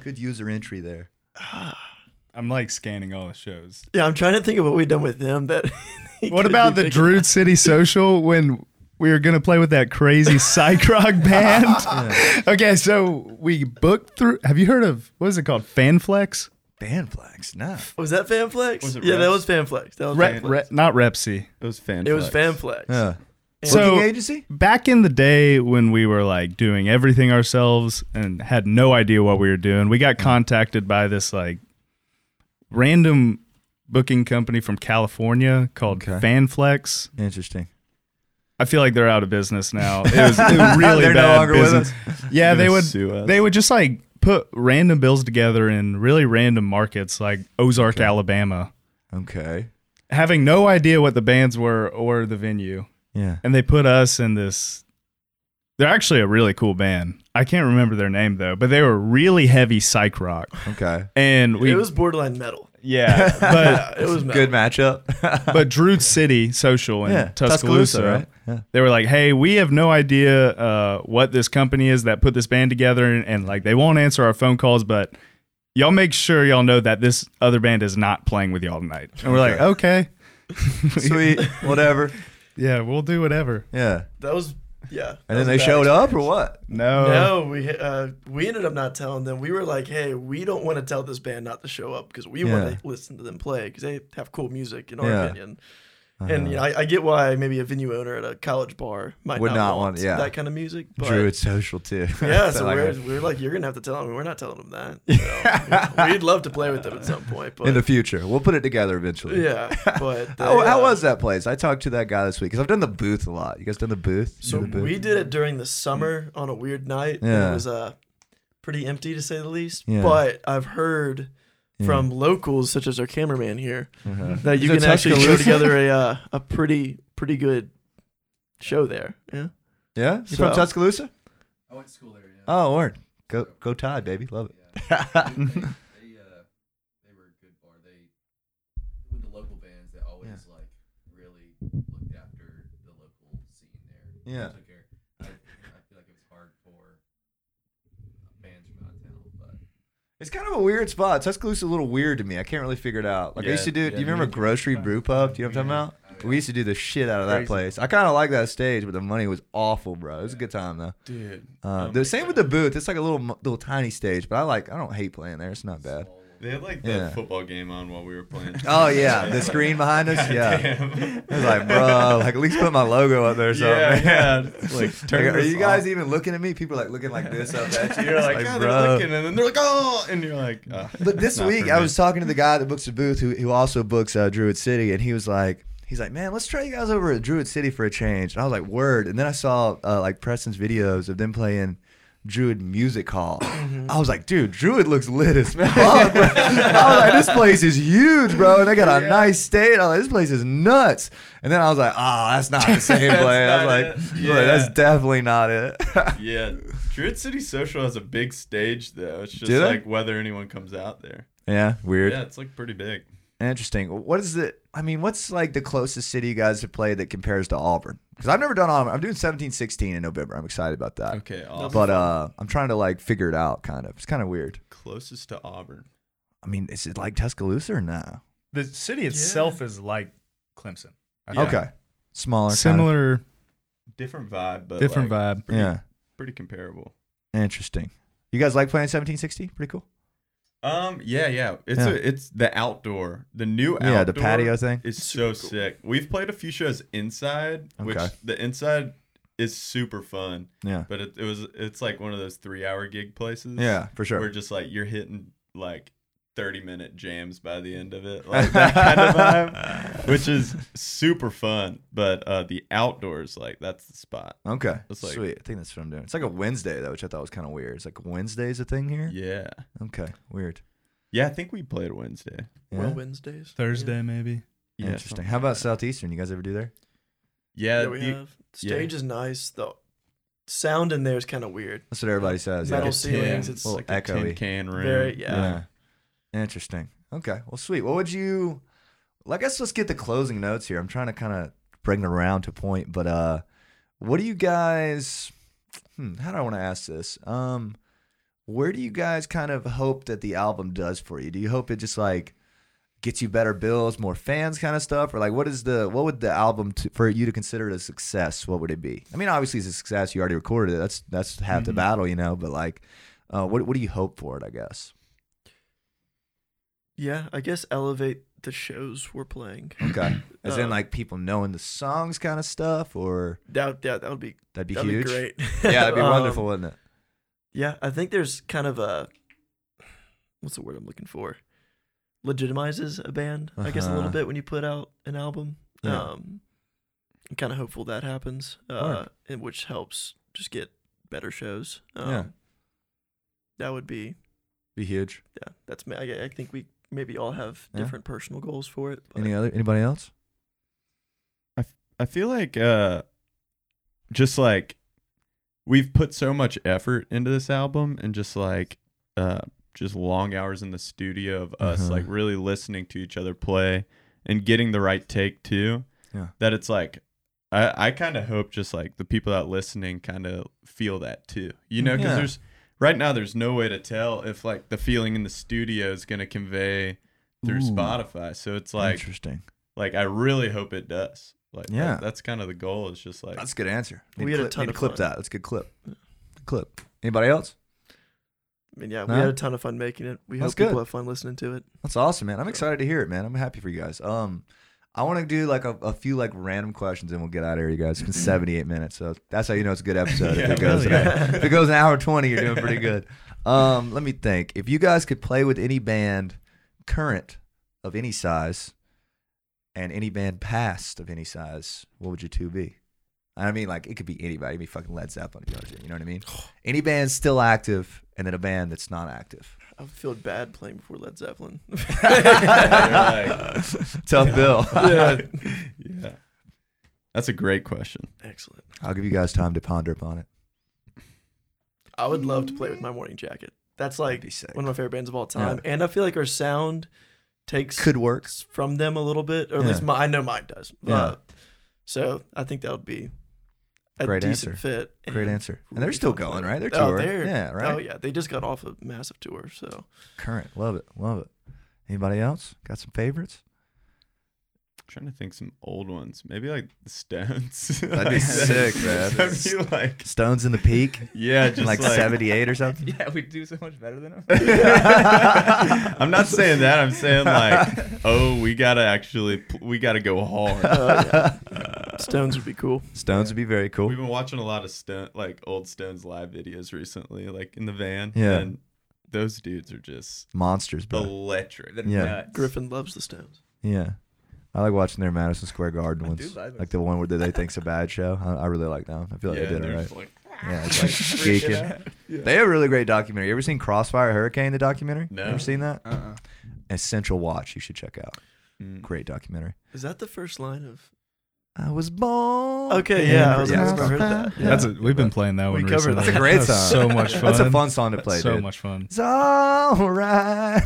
Speaker 1: Good user entry there.
Speaker 2: (laughs) I'm like scanning all the shows.
Speaker 4: Yeah, I'm trying to think of what we've done with them. That (laughs) he
Speaker 2: What
Speaker 4: could
Speaker 2: about
Speaker 4: be
Speaker 2: the
Speaker 4: thinking.
Speaker 2: Druid City Social when we were gonna play with that crazy (laughs) psych rock band? Okay, so we booked through. Have you heard of what is it called? Fanflex?
Speaker 1: Band flags, nah.
Speaker 4: Was that Fanflex?
Speaker 3: Was it
Speaker 4: yeah, that
Speaker 3: Reps?
Speaker 4: was Fanflex. That was
Speaker 2: Re-
Speaker 4: Fanflex.
Speaker 2: re- not Repsy.
Speaker 3: It was fan.
Speaker 4: It was
Speaker 3: flex.
Speaker 4: Fanflex.
Speaker 1: Yeah.
Speaker 4: And-
Speaker 2: So-
Speaker 1: Booking agency?
Speaker 2: back in the day when we were like doing everything ourselves and had no idea what we were doing, we got contacted by this like random booking company from California called
Speaker 1: Okay.
Speaker 2: Fanflex.
Speaker 1: Interesting.
Speaker 2: I feel like they're out of business now. It was, it was really
Speaker 1: They're no
Speaker 2: bad
Speaker 1: longer with
Speaker 2: business.
Speaker 3: They're
Speaker 2: Yeah, they
Speaker 3: gonna
Speaker 2: would
Speaker 3: sue us.
Speaker 2: they would just like put random bills together in really random markets like Ozark, Alabama,
Speaker 1: Okay.
Speaker 2: having no idea what the bands were or the venue
Speaker 1: Yeah.
Speaker 2: and they put us in this they're actually a really cool band i can't remember their name though but they were really heavy psych rock
Speaker 1: Okay.
Speaker 2: and we
Speaker 4: it was borderline
Speaker 1: (laughs)
Speaker 4: metal.
Speaker 2: yeah
Speaker 4: (laughs)
Speaker 2: but
Speaker 4: Yeah, it was metal.
Speaker 1: Good matchup. (laughs)
Speaker 2: but druid city social in tuscaloosa,
Speaker 1: right?
Speaker 2: they were like hey we have no idea uh, what this company is that put this band together and, and like they won't answer our phone calls but y'all make sure y'all know that this other band is not playing with y'all tonight and we're like okay
Speaker 1: Yeah.
Speaker 4: (laughs)
Speaker 1: Sweet. Whatever.
Speaker 2: yeah we'll do whatever
Speaker 1: Yeah.
Speaker 4: That was yeah.
Speaker 1: And then they showed up or what?
Speaker 2: no
Speaker 4: No, we uh, we ended up not telling them. We were like, "Hey, we don't want to tell this band not to show up because we
Speaker 1: Yeah.
Speaker 4: want to listen to them play because they have cool music in our
Speaker 1: Yeah. Uh-huh.
Speaker 4: opinion."
Speaker 1: Uh,
Speaker 4: And you know, I, I get why maybe a venue owner at a college bar might
Speaker 1: Would
Speaker 4: not,
Speaker 1: not
Speaker 4: want
Speaker 1: want- yeah.
Speaker 4: that kind of music. But
Speaker 1: Druid social too. (laughs)
Speaker 4: yeah,
Speaker 1: Felt
Speaker 4: so
Speaker 1: like
Speaker 4: we're,
Speaker 1: I-
Speaker 4: we're like, you're gonna have to tell them. We're not telling them
Speaker 1: (laughs)
Speaker 4: that. So, we'd love to play with them at some point, but
Speaker 1: in the future. We'll put it together eventually.
Speaker 4: yeah, but they,
Speaker 1: (laughs) How, how
Speaker 4: uh,
Speaker 1: was that place? I talked to that guy this week because I've done the booth a lot. You guys done the booth? You
Speaker 4: So
Speaker 1: did the booth?
Speaker 4: we did it during the summer on a weird night.
Speaker 1: Yeah.
Speaker 4: It was uh, pretty empty to say the least.
Speaker 1: Yeah.
Speaker 4: But I've heard from locals, such as our cameraman here, that you
Speaker 1: Uh-huh. Is it
Speaker 4: can actually
Speaker 1: (laughs)
Speaker 4: throw
Speaker 1: Tuscaloosa?
Speaker 4: together a uh, a pretty pretty good show there. Yeah.
Speaker 1: yeah. You from
Speaker 4: So-
Speaker 1: Tuscaloosa? (laughs) I went to school there. Yeah. Oh, word. Go go Tide, baby. Love it.
Speaker 6: they uh they were a good bar. They with the local bands they always like really looked after the local scene there. They
Speaker 1: Yeah.
Speaker 6: Took care. I, I feel like it was hard for bands from out of town, but
Speaker 1: It's kind of a weird spot. Tuscaloosa's a little weird to me. I can't really figure it out. Like I
Speaker 3: Yeah,
Speaker 1: used to do.
Speaker 3: yeah,
Speaker 1: do you remember Grocery Brew Pub? Do you know what I'm talking about? We used to do the shit out of that
Speaker 3: Oh, Crazy.
Speaker 1: place. I kind of like that stage, but the money was awful, bro. It was a good time though.
Speaker 3: Dude.
Speaker 1: Uh,
Speaker 3: Oh
Speaker 1: the
Speaker 3: my
Speaker 1: same with the booth. It's like a little, mo- little tiny stage, but I like. I don't hate playing there. It's not bad.
Speaker 3: They had like
Speaker 1: Yeah.
Speaker 3: that football game on while we were playing.
Speaker 1: Oh yeah,
Speaker 3: (laughs)
Speaker 1: the screen behind us. (laughs) Yeah,
Speaker 3: Damn. (laughs)
Speaker 1: it was like, bro, like at least put my logo up there. So (laughs)
Speaker 3: yeah, yeah. Like, (laughs) turn
Speaker 1: Like, are
Speaker 3: this
Speaker 1: you guys
Speaker 3: off.
Speaker 1: even looking at me? People like looking like this up at you.
Speaker 3: You're
Speaker 1: It's
Speaker 3: like,
Speaker 1: (laughs)
Speaker 3: yeah, they're
Speaker 1: bro.
Speaker 3: looking, and then they're like, oh, and you're like. ah,
Speaker 1: But this
Speaker 3: not for
Speaker 1: week, I
Speaker 3: me.
Speaker 1: was talking to the guy that books the booth, who, who also books uh, Druid City, and he was like, he's like, man, let's try you guys over at Druid City for a change. And I was like, word. And then I saw uh, like Preston's videos of them playing. Druid Music
Speaker 3: (clears throat)
Speaker 1: Hall.
Speaker 3: Mm-hmm.
Speaker 1: I was like, dude, Druid looks lit
Speaker 3: (laughs)
Speaker 1: as fuck. bro. I was like, this place is huge, bro. And they got a nice state. I was like, this place is nuts. And then I was like, oh, that's not the same
Speaker 3: (laughs) That's
Speaker 1: place. I was
Speaker 3: not
Speaker 1: like,
Speaker 3: it.
Speaker 1: "Look, that's
Speaker 3: Yeah.
Speaker 1: definitely not it. (laughs)
Speaker 3: Yeah, Druid City Social has a big stage though. It's just
Speaker 1: Do they?
Speaker 3: like whether anyone comes out there.
Speaker 1: yeah, weird.
Speaker 3: Yeah, it's like pretty big.
Speaker 1: Interesting. What is the? I mean, what's like the closest city you guys have played that compares to Auburn? Because I've never done Auburn. I'm doing 17, 16 in November. I'm excited about that.
Speaker 3: Okay, awesome.
Speaker 1: But uh, I'm trying to like figure it out. Kind of. It's kind of weird.
Speaker 3: closest to Auburn.
Speaker 1: I mean, is it like Tuscaloosa or no?
Speaker 2: the city itself is like clemson I think.
Speaker 1: Okay. smaller, kind of-
Speaker 2: Similar,
Speaker 3: Different vibe, but
Speaker 2: different
Speaker 3: like,
Speaker 2: vibe.
Speaker 3: Pretty,
Speaker 1: yeah,
Speaker 3: pretty comparable.
Speaker 1: interesting. You guys like playing 1760? Pretty cool.
Speaker 3: Um, yeah, yeah. It's
Speaker 1: Yeah.
Speaker 3: A, it's the outdoor, the new outdoor.
Speaker 1: Yeah, the patio thing.
Speaker 3: is
Speaker 4: Super
Speaker 3: so
Speaker 4: cool.
Speaker 3: sick. We've played a few shows inside, which
Speaker 1: Okay.
Speaker 3: the inside is super fun.
Speaker 1: Yeah,
Speaker 3: But it, it was it's like one of those three hour gig places.
Speaker 1: yeah, for
Speaker 3: Where
Speaker 1: sure.
Speaker 3: just like you're hitting like thirty minute jams by the end
Speaker 1: (laughs)
Speaker 3: of it. Like that kind of vibe. Which is super fun. But uh the outdoors, like that's the spot.
Speaker 1: Okay,
Speaker 3: It's like-
Speaker 1: sweet. I think that's what I'm doing. It's like a Wednesday though, which I thought was kind of weird. It's like Wednesday's a thing here.
Speaker 3: Yeah.
Speaker 1: Okay, weird.
Speaker 3: Yeah, I think we played Wednesday.
Speaker 1: Yeah?
Speaker 4: Well, Wednesdays.
Speaker 2: Thursday, maybe.
Speaker 3: Yeah,
Speaker 1: Interesting.
Speaker 3: something
Speaker 1: How about
Speaker 3: like that.
Speaker 1: Southeastern? You guys ever do there?
Speaker 3: Yeah,
Speaker 4: Yeah, we
Speaker 3: the-
Speaker 4: have.
Speaker 3: yeah.
Speaker 4: Stage is nice. The sound in there is kind of weird.
Speaker 1: That's what everybody says.
Speaker 4: Metal
Speaker 1: yeah.
Speaker 3: tin-
Speaker 4: ceilings. It's
Speaker 1: Well,
Speaker 4: like
Speaker 3: the tin
Speaker 1: echoey.
Speaker 3: can room.
Speaker 4: very yeah.
Speaker 1: Yeah. Interesting. Okay. Well, sweet. What would you? Well, I guess let's get the closing notes here. I'm trying to kind of bring it around to a point, but uh, what do you guys? Hmm, how do I want to ask this? Um, where do you guys kind of hope that the album does for you? Do you hope it just like gets you better bills, more fans, kind of stuff, or like what is the what would the album to, for you to consider it a success? What would it be? I mean, obviously it's a success. You already recorded it. That's that's half the battle, you know. But like, uh, what what do you hope for it? I guess.
Speaker 4: Yeah, I guess elevate the shows we're playing.
Speaker 1: Okay.
Speaker 4: (clears throat)
Speaker 1: As in
Speaker 4: Uh,
Speaker 1: like people knowing the songs kind of stuff or
Speaker 4: That would- yeah, that would be
Speaker 1: that'd be
Speaker 4: that'd
Speaker 1: huge.
Speaker 4: be great.
Speaker 1: (laughs) Yeah, that'd be
Speaker 4: (laughs) Um,
Speaker 1: wonderful, wouldn't it?
Speaker 4: Yeah, I think there's kind of a what's the word I'm looking for? Legitimizes a band, I guess, a
Speaker 1: Uh-huh.
Speaker 4: little bit when you put out an album.
Speaker 1: Yeah.
Speaker 4: Um, I'm kind of hopeful that happens, uh,
Speaker 1: Alright.
Speaker 4: and which helps just get better shows. Um,
Speaker 1: Yeah.
Speaker 4: that would be
Speaker 1: Be huge.
Speaker 4: yeah. That's ma- I, I think we maybe all have
Speaker 1: Yeah.
Speaker 4: different personal goals for it. But
Speaker 1: Any other anybody else?
Speaker 3: I feel like uh just like we've put so much effort into this album and just like uh just long hours in the studio of us
Speaker 1: Uh-huh.
Speaker 3: like really listening to each other play and getting the right take too.
Speaker 1: Yeah.
Speaker 3: That it's like I I kind of hope just like the people out listening kind of feel that too. You know cuz
Speaker 1: Yeah.
Speaker 3: there's right now there's no way to tell if like the feeling in the studio is going to convey through
Speaker 1: Ooh.
Speaker 3: Spotify. So it's like
Speaker 1: Interesting.
Speaker 3: like I really hope it does. Like that-
Speaker 1: Yeah.
Speaker 3: that's kind of the goal. Is just like
Speaker 1: That's a good answer.
Speaker 4: We
Speaker 1: Need
Speaker 4: had
Speaker 1: to
Speaker 4: a
Speaker 1: clip,
Speaker 4: ton
Speaker 1: need to
Speaker 4: of
Speaker 1: clip
Speaker 4: fun.
Speaker 1: that. That's a good clip. Good clip. Anybody else?
Speaker 4: I mean, yeah,
Speaker 1: No?
Speaker 4: we had a ton of fun making it. We
Speaker 1: That's
Speaker 4: hope people
Speaker 1: good.
Speaker 4: have fun listening to it.
Speaker 1: That's awesome, man. I'm excited to hear it, man. I'm happy for you guys. Um I want to do like a, a few like random questions and we'll get out of here, you guys. It's been 78 minutes, so that's how you know it's a good episode. if
Speaker 3: Yeah,
Speaker 1: it goes
Speaker 2: really.
Speaker 1: an hour- if it goes an hour 20, you're doing pretty good. Um, let me think. If you guys could play with any band current of any size and any band past of any size, what would your two be? I mean, like it could be anybody. It'd be fucking Led Zeppelin. if you wanted to, You know what I mean? Any band still active, and then a band that's not active.
Speaker 4: I would feel bad playing before Led Zeppelin. (laughs)
Speaker 1: Tough bill.
Speaker 3: (laughs) yeah, that's a great question.
Speaker 4: Excellent.
Speaker 1: (laughs) I'll give you guys time to ponder upon it.
Speaker 4: I would love to play with my morning jacket. That's like
Speaker 1: be sick.
Speaker 4: one of my favorite bands of all time, and I feel like our sound takes
Speaker 1: Could work.
Speaker 4: from them a little bit, or at
Speaker 1: Yeah.
Speaker 4: least my, I know mine does.
Speaker 1: Yeah.
Speaker 4: Uh, so I think that would be a
Speaker 1: Great
Speaker 4: decent
Speaker 1: answer.
Speaker 4: fit.
Speaker 1: Great
Speaker 4: and
Speaker 1: answer. And
Speaker 4: really
Speaker 1: they're still
Speaker 4: fun to
Speaker 1: going,
Speaker 4: play
Speaker 1: right? They're
Speaker 4: with.
Speaker 1: touring.
Speaker 4: Oh, they're,
Speaker 1: yeah, right.
Speaker 4: Oh yeah, they just got off a massive tour, so
Speaker 1: Current. Love it. Love it. Anybody else got some favorites?
Speaker 3: trying to think some old ones. Maybe like the Stones. (laughs)
Speaker 1: That'd (laughs) be sick, man.
Speaker 3: That'd be like
Speaker 1: Stones in the Peak,
Speaker 3: yeah, just
Speaker 1: like
Speaker 3: like,
Speaker 1: '78 or
Speaker 5: (laughs)
Speaker 1: something.
Speaker 5: Yeah, we do so much better (laughs) than them.
Speaker 3: (laughs)
Speaker 1: (laughs)
Speaker 3: I'm not saying that. I'm saying like, oh, we gotta actually, pl- we gotta
Speaker 1: (laughs)
Speaker 3: go hard.
Speaker 4: uh, Stones would be cool.
Speaker 1: Stones would be very cool.
Speaker 3: We've been watching a lot of Stone, like old Stones live videos recently, like in the van.
Speaker 1: Yeah.
Speaker 3: and those dudes are just
Speaker 1: Monsters, bro.
Speaker 3: Oh. electric.
Speaker 5: They're
Speaker 1: Yeah.
Speaker 5: nuts.
Speaker 4: Griffin loves the Stones.
Speaker 1: Yeah, I like watching their Madison Square Garden
Speaker 5: I do
Speaker 1: ones,
Speaker 5: like those.
Speaker 1: like the one where they think's a bad show. I, I really like that one. I feel like they
Speaker 3: and
Speaker 1: did it
Speaker 3: they're (laughs)
Speaker 1: right.
Speaker 3: just like,
Speaker 1: Yeah, it's like
Speaker 5: Freaking
Speaker 1: geeking.
Speaker 5: out.
Speaker 1: They have a really great documentary. You ever seen Crossfire Hurricane? The documentary.
Speaker 3: No.
Speaker 1: Ever seen that?
Speaker 5: Uh-uh.
Speaker 1: Essential Watch. You should check out.
Speaker 3: mm.
Speaker 1: Great documentary.
Speaker 4: Is that the first line of?
Speaker 1: I was born.
Speaker 4: Okay, yeah, I was
Speaker 1: Yeah.
Speaker 4: I never heard that. Yeah.
Speaker 2: That's a, we've been playing that one
Speaker 4: We
Speaker 2: recently.
Speaker 4: covered that.
Speaker 1: That's a great
Speaker 2: That was
Speaker 1: song.
Speaker 2: So much
Speaker 1: (laughs)
Speaker 2: fun.
Speaker 1: That's a fun song to play.
Speaker 2: (laughs) so
Speaker 1: dude.
Speaker 2: much fun.
Speaker 1: It's all right.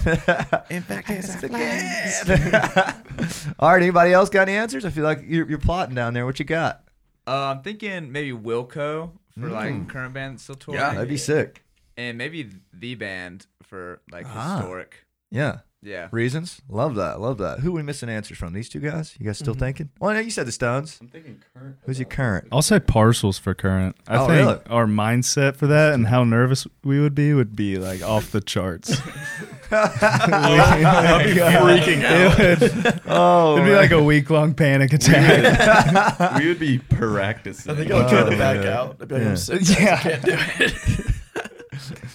Speaker 1: In fact, it's again. (laughs) all right. Anybody else got any answers? I feel like you're, you're plotting down there. What you got?
Speaker 5: Uh, I'm thinking maybe Wilco for
Speaker 1: Mm.
Speaker 5: like current band that's still touring.
Speaker 3: Yeah,
Speaker 1: That'd be sick.
Speaker 5: and maybe the band for like
Speaker 1: Ah.
Speaker 5: historic.
Speaker 1: Yeah.
Speaker 5: Yeah.
Speaker 1: Reasons? Love that. Love that. Who are we missing answers from? These two guys? You guys still
Speaker 4: Mhm.
Speaker 1: thinking? Well, no, you said the Stones.
Speaker 3: I'm thinking current.
Speaker 1: Who's your current?
Speaker 2: I'll say parcels for current. I
Speaker 1: Oh,
Speaker 2: think
Speaker 1: really?
Speaker 2: our mindset for that and how nervous we would be would be like off
Speaker 1: (laughs)
Speaker 2: the charts. (laughs)
Speaker 1: I'll be freaking
Speaker 2: It would
Speaker 1: Oh,
Speaker 2: it'd be like a week long panic (laughs) attack.
Speaker 3: we would be practicing.
Speaker 4: I think I'll try
Speaker 1: Oh,
Speaker 4: to back
Speaker 1: yeah.
Speaker 4: out. I'd be like,
Speaker 1: Yeah.
Speaker 4: I'm sick.
Speaker 2: Yeah.
Speaker 4: I can't do it.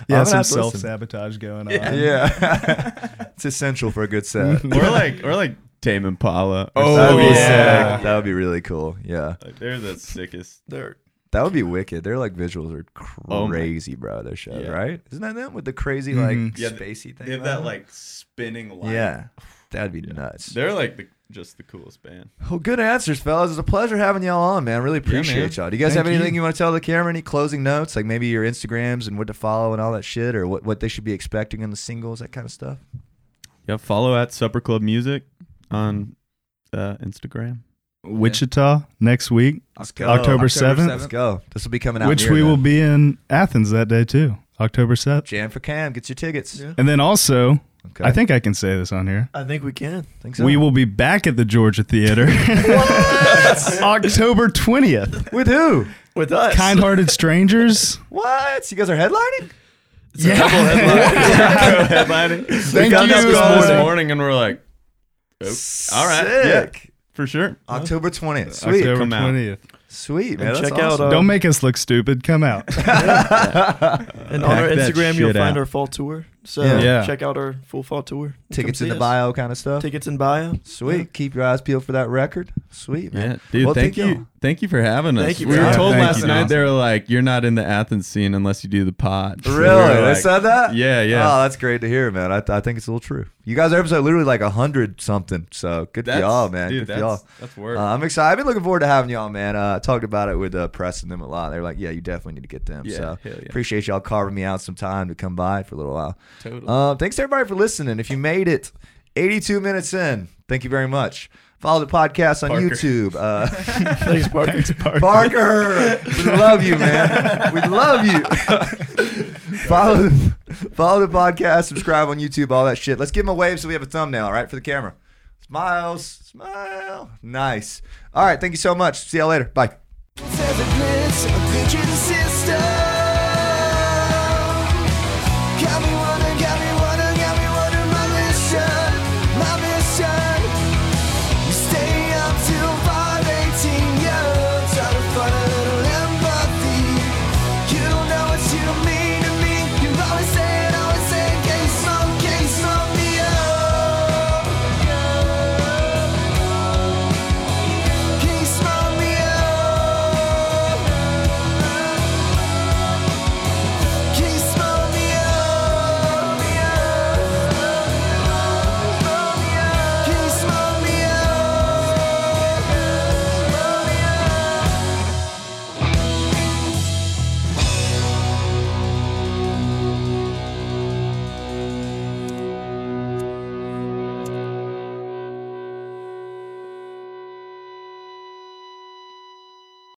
Speaker 2: yeah,
Speaker 1: I'm gonna
Speaker 2: some
Speaker 1: have to
Speaker 2: self
Speaker 1: listen.
Speaker 2: sabotage going
Speaker 4: Yeah.
Speaker 2: on.
Speaker 1: Yeah. (laughs) it's essential for a good set.
Speaker 3: we're like we're like Tame Impala. or
Speaker 5: Oh,
Speaker 1: That would
Speaker 3: something.
Speaker 1: be
Speaker 2: yeah.
Speaker 1: sick. That would be really cool. Yeah.
Speaker 3: Like, they're the sickest.
Speaker 4: They're
Speaker 1: That would be wicked. Their like visuals are
Speaker 3: Oh my-
Speaker 1: crazy, bro. Their show,
Speaker 3: Yeah.
Speaker 1: right? Isn't that them with the crazy
Speaker 2: Mhm.
Speaker 1: like
Speaker 3: Yeah,
Speaker 1: spacey thing?
Speaker 3: They have
Speaker 1: on
Speaker 3: that
Speaker 1: them?
Speaker 3: like spinning light.
Speaker 1: Yeah. That'd be nuts.
Speaker 3: They're like the, just the coolest band.
Speaker 1: Well, good answers, fellas. It's a pleasure having y'all on, man. Really appreciate y'all. Do you guys
Speaker 2: Thank
Speaker 1: have anything
Speaker 2: you.
Speaker 1: you. want to tell the camera? Any closing notes? Like maybe your Instagrams and what to follow and all that shit, or what, what they should be expecting in the singles, that kind of stuff?
Speaker 3: Yeah, follow at Supper Club Music on uh,
Speaker 2: (laughs)
Speaker 3: Instagram.
Speaker 2: Wichita next week,
Speaker 1: Let's go.
Speaker 2: October
Speaker 5: October
Speaker 2: 7th,
Speaker 1: Let's go. This will be coming out.
Speaker 2: which
Speaker 1: near
Speaker 2: we
Speaker 1: then.
Speaker 2: will be in Athens that day too. October 7th.
Speaker 1: Jam for Cam. Get your tickets.
Speaker 4: Yeah.
Speaker 2: And then also,
Speaker 1: Okay.
Speaker 2: I think I can say this on here.
Speaker 4: I think we can.
Speaker 1: think so. (laughs)
Speaker 2: We will be back at the Georgia Theater
Speaker 4: (laughs)
Speaker 2: (laughs)
Speaker 1: (laughs)
Speaker 2: October 20th.
Speaker 1: with who?
Speaker 4: With us.
Speaker 2: Kind hearted strangers.
Speaker 1: What? You guys are headlining?
Speaker 3: Headlining.
Speaker 2: Thank
Speaker 3: we got
Speaker 2: you,
Speaker 3: this call
Speaker 2: uh,
Speaker 3: this morning and we're like, oh, all right, yeah,
Speaker 1: Sick.
Speaker 3: for sure.
Speaker 1: October twentieth. Sweet.
Speaker 2: October
Speaker 3: come out.
Speaker 2: 20th.
Speaker 1: Sweet, man.
Speaker 4: And
Speaker 1: That's
Speaker 4: check out,
Speaker 1: awesome.
Speaker 4: uh,
Speaker 2: Don't make us look stupid.
Speaker 3: (laughs)
Speaker 2: Come out.
Speaker 4: And on our
Speaker 3: Pack that
Speaker 4: Instagram, you'll
Speaker 3: shit
Speaker 4: find
Speaker 3: out.
Speaker 4: our fall tour. So
Speaker 1: Yeah.
Speaker 2: Yeah.
Speaker 4: check out our full fall tour. Come
Speaker 1: tickets in
Speaker 4: see
Speaker 1: the
Speaker 4: us.
Speaker 1: bio kind of stuff.
Speaker 4: Tickets in bio.
Speaker 1: Sweet. Keep your eyes peeled for that record. Sweet, man.
Speaker 3: Yeah, dude.
Speaker 1: Well,
Speaker 3: thank,
Speaker 1: thank
Speaker 3: you,
Speaker 1: y'all.
Speaker 3: thank you for having us.
Speaker 4: Thank you
Speaker 3: we
Speaker 4: for
Speaker 3: were
Speaker 4: having
Speaker 3: told
Speaker 2: us.
Speaker 3: last
Speaker 2: Thank you,
Speaker 3: night
Speaker 2: Dawson.
Speaker 3: they were like, "You're not in the Athens scene unless you do the pod." So (laughs) we were
Speaker 1: Really? they
Speaker 3: like-
Speaker 1: said that?
Speaker 3: Yeah, yeah.
Speaker 1: Oh, that's great to hear, man. I, I think it's a little true. You guys are episode literally like hundred something. So good for
Speaker 3: That's-
Speaker 1: y'all, man.
Speaker 3: Dude,
Speaker 1: good for
Speaker 3: that's,
Speaker 1: y'all.
Speaker 3: That's work.
Speaker 1: Uh, I'm excited. I've been looking forward to having y'all, man. Uh, I talked about it with uh, Press and them a lot. They're like, yeah, you definitely need to get them.
Speaker 3: Yeah,
Speaker 1: so
Speaker 3: hell yeah.
Speaker 1: appreciate y'all carving me out some time to come by for a little while.
Speaker 5: Totally.
Speaker 1: Uh, thanks to everybody for listening. If you made it 82 minutes in, thank you very much. Follow the podcast on
Speaker 3: Parker.
Speaker 1: YouTube. Uh,
Speaker 3: (laughs)
Speaker 2: (laughs)
Speaker 4: Thanks, Parker.
Speaker 1: Parker, we love you, man. We love
Speaker 4: (laughs)
Speaker 1: you. follow, follow the podcast, subscribe on YouTube, all that shit. Let's give him a wave so we have a thumbnail, all right, for the camera. Smiles, smile. Nice. All right, thank you so much. See y'all later. Bye.
Speaker 7: Says a glitz, a picture of the sister.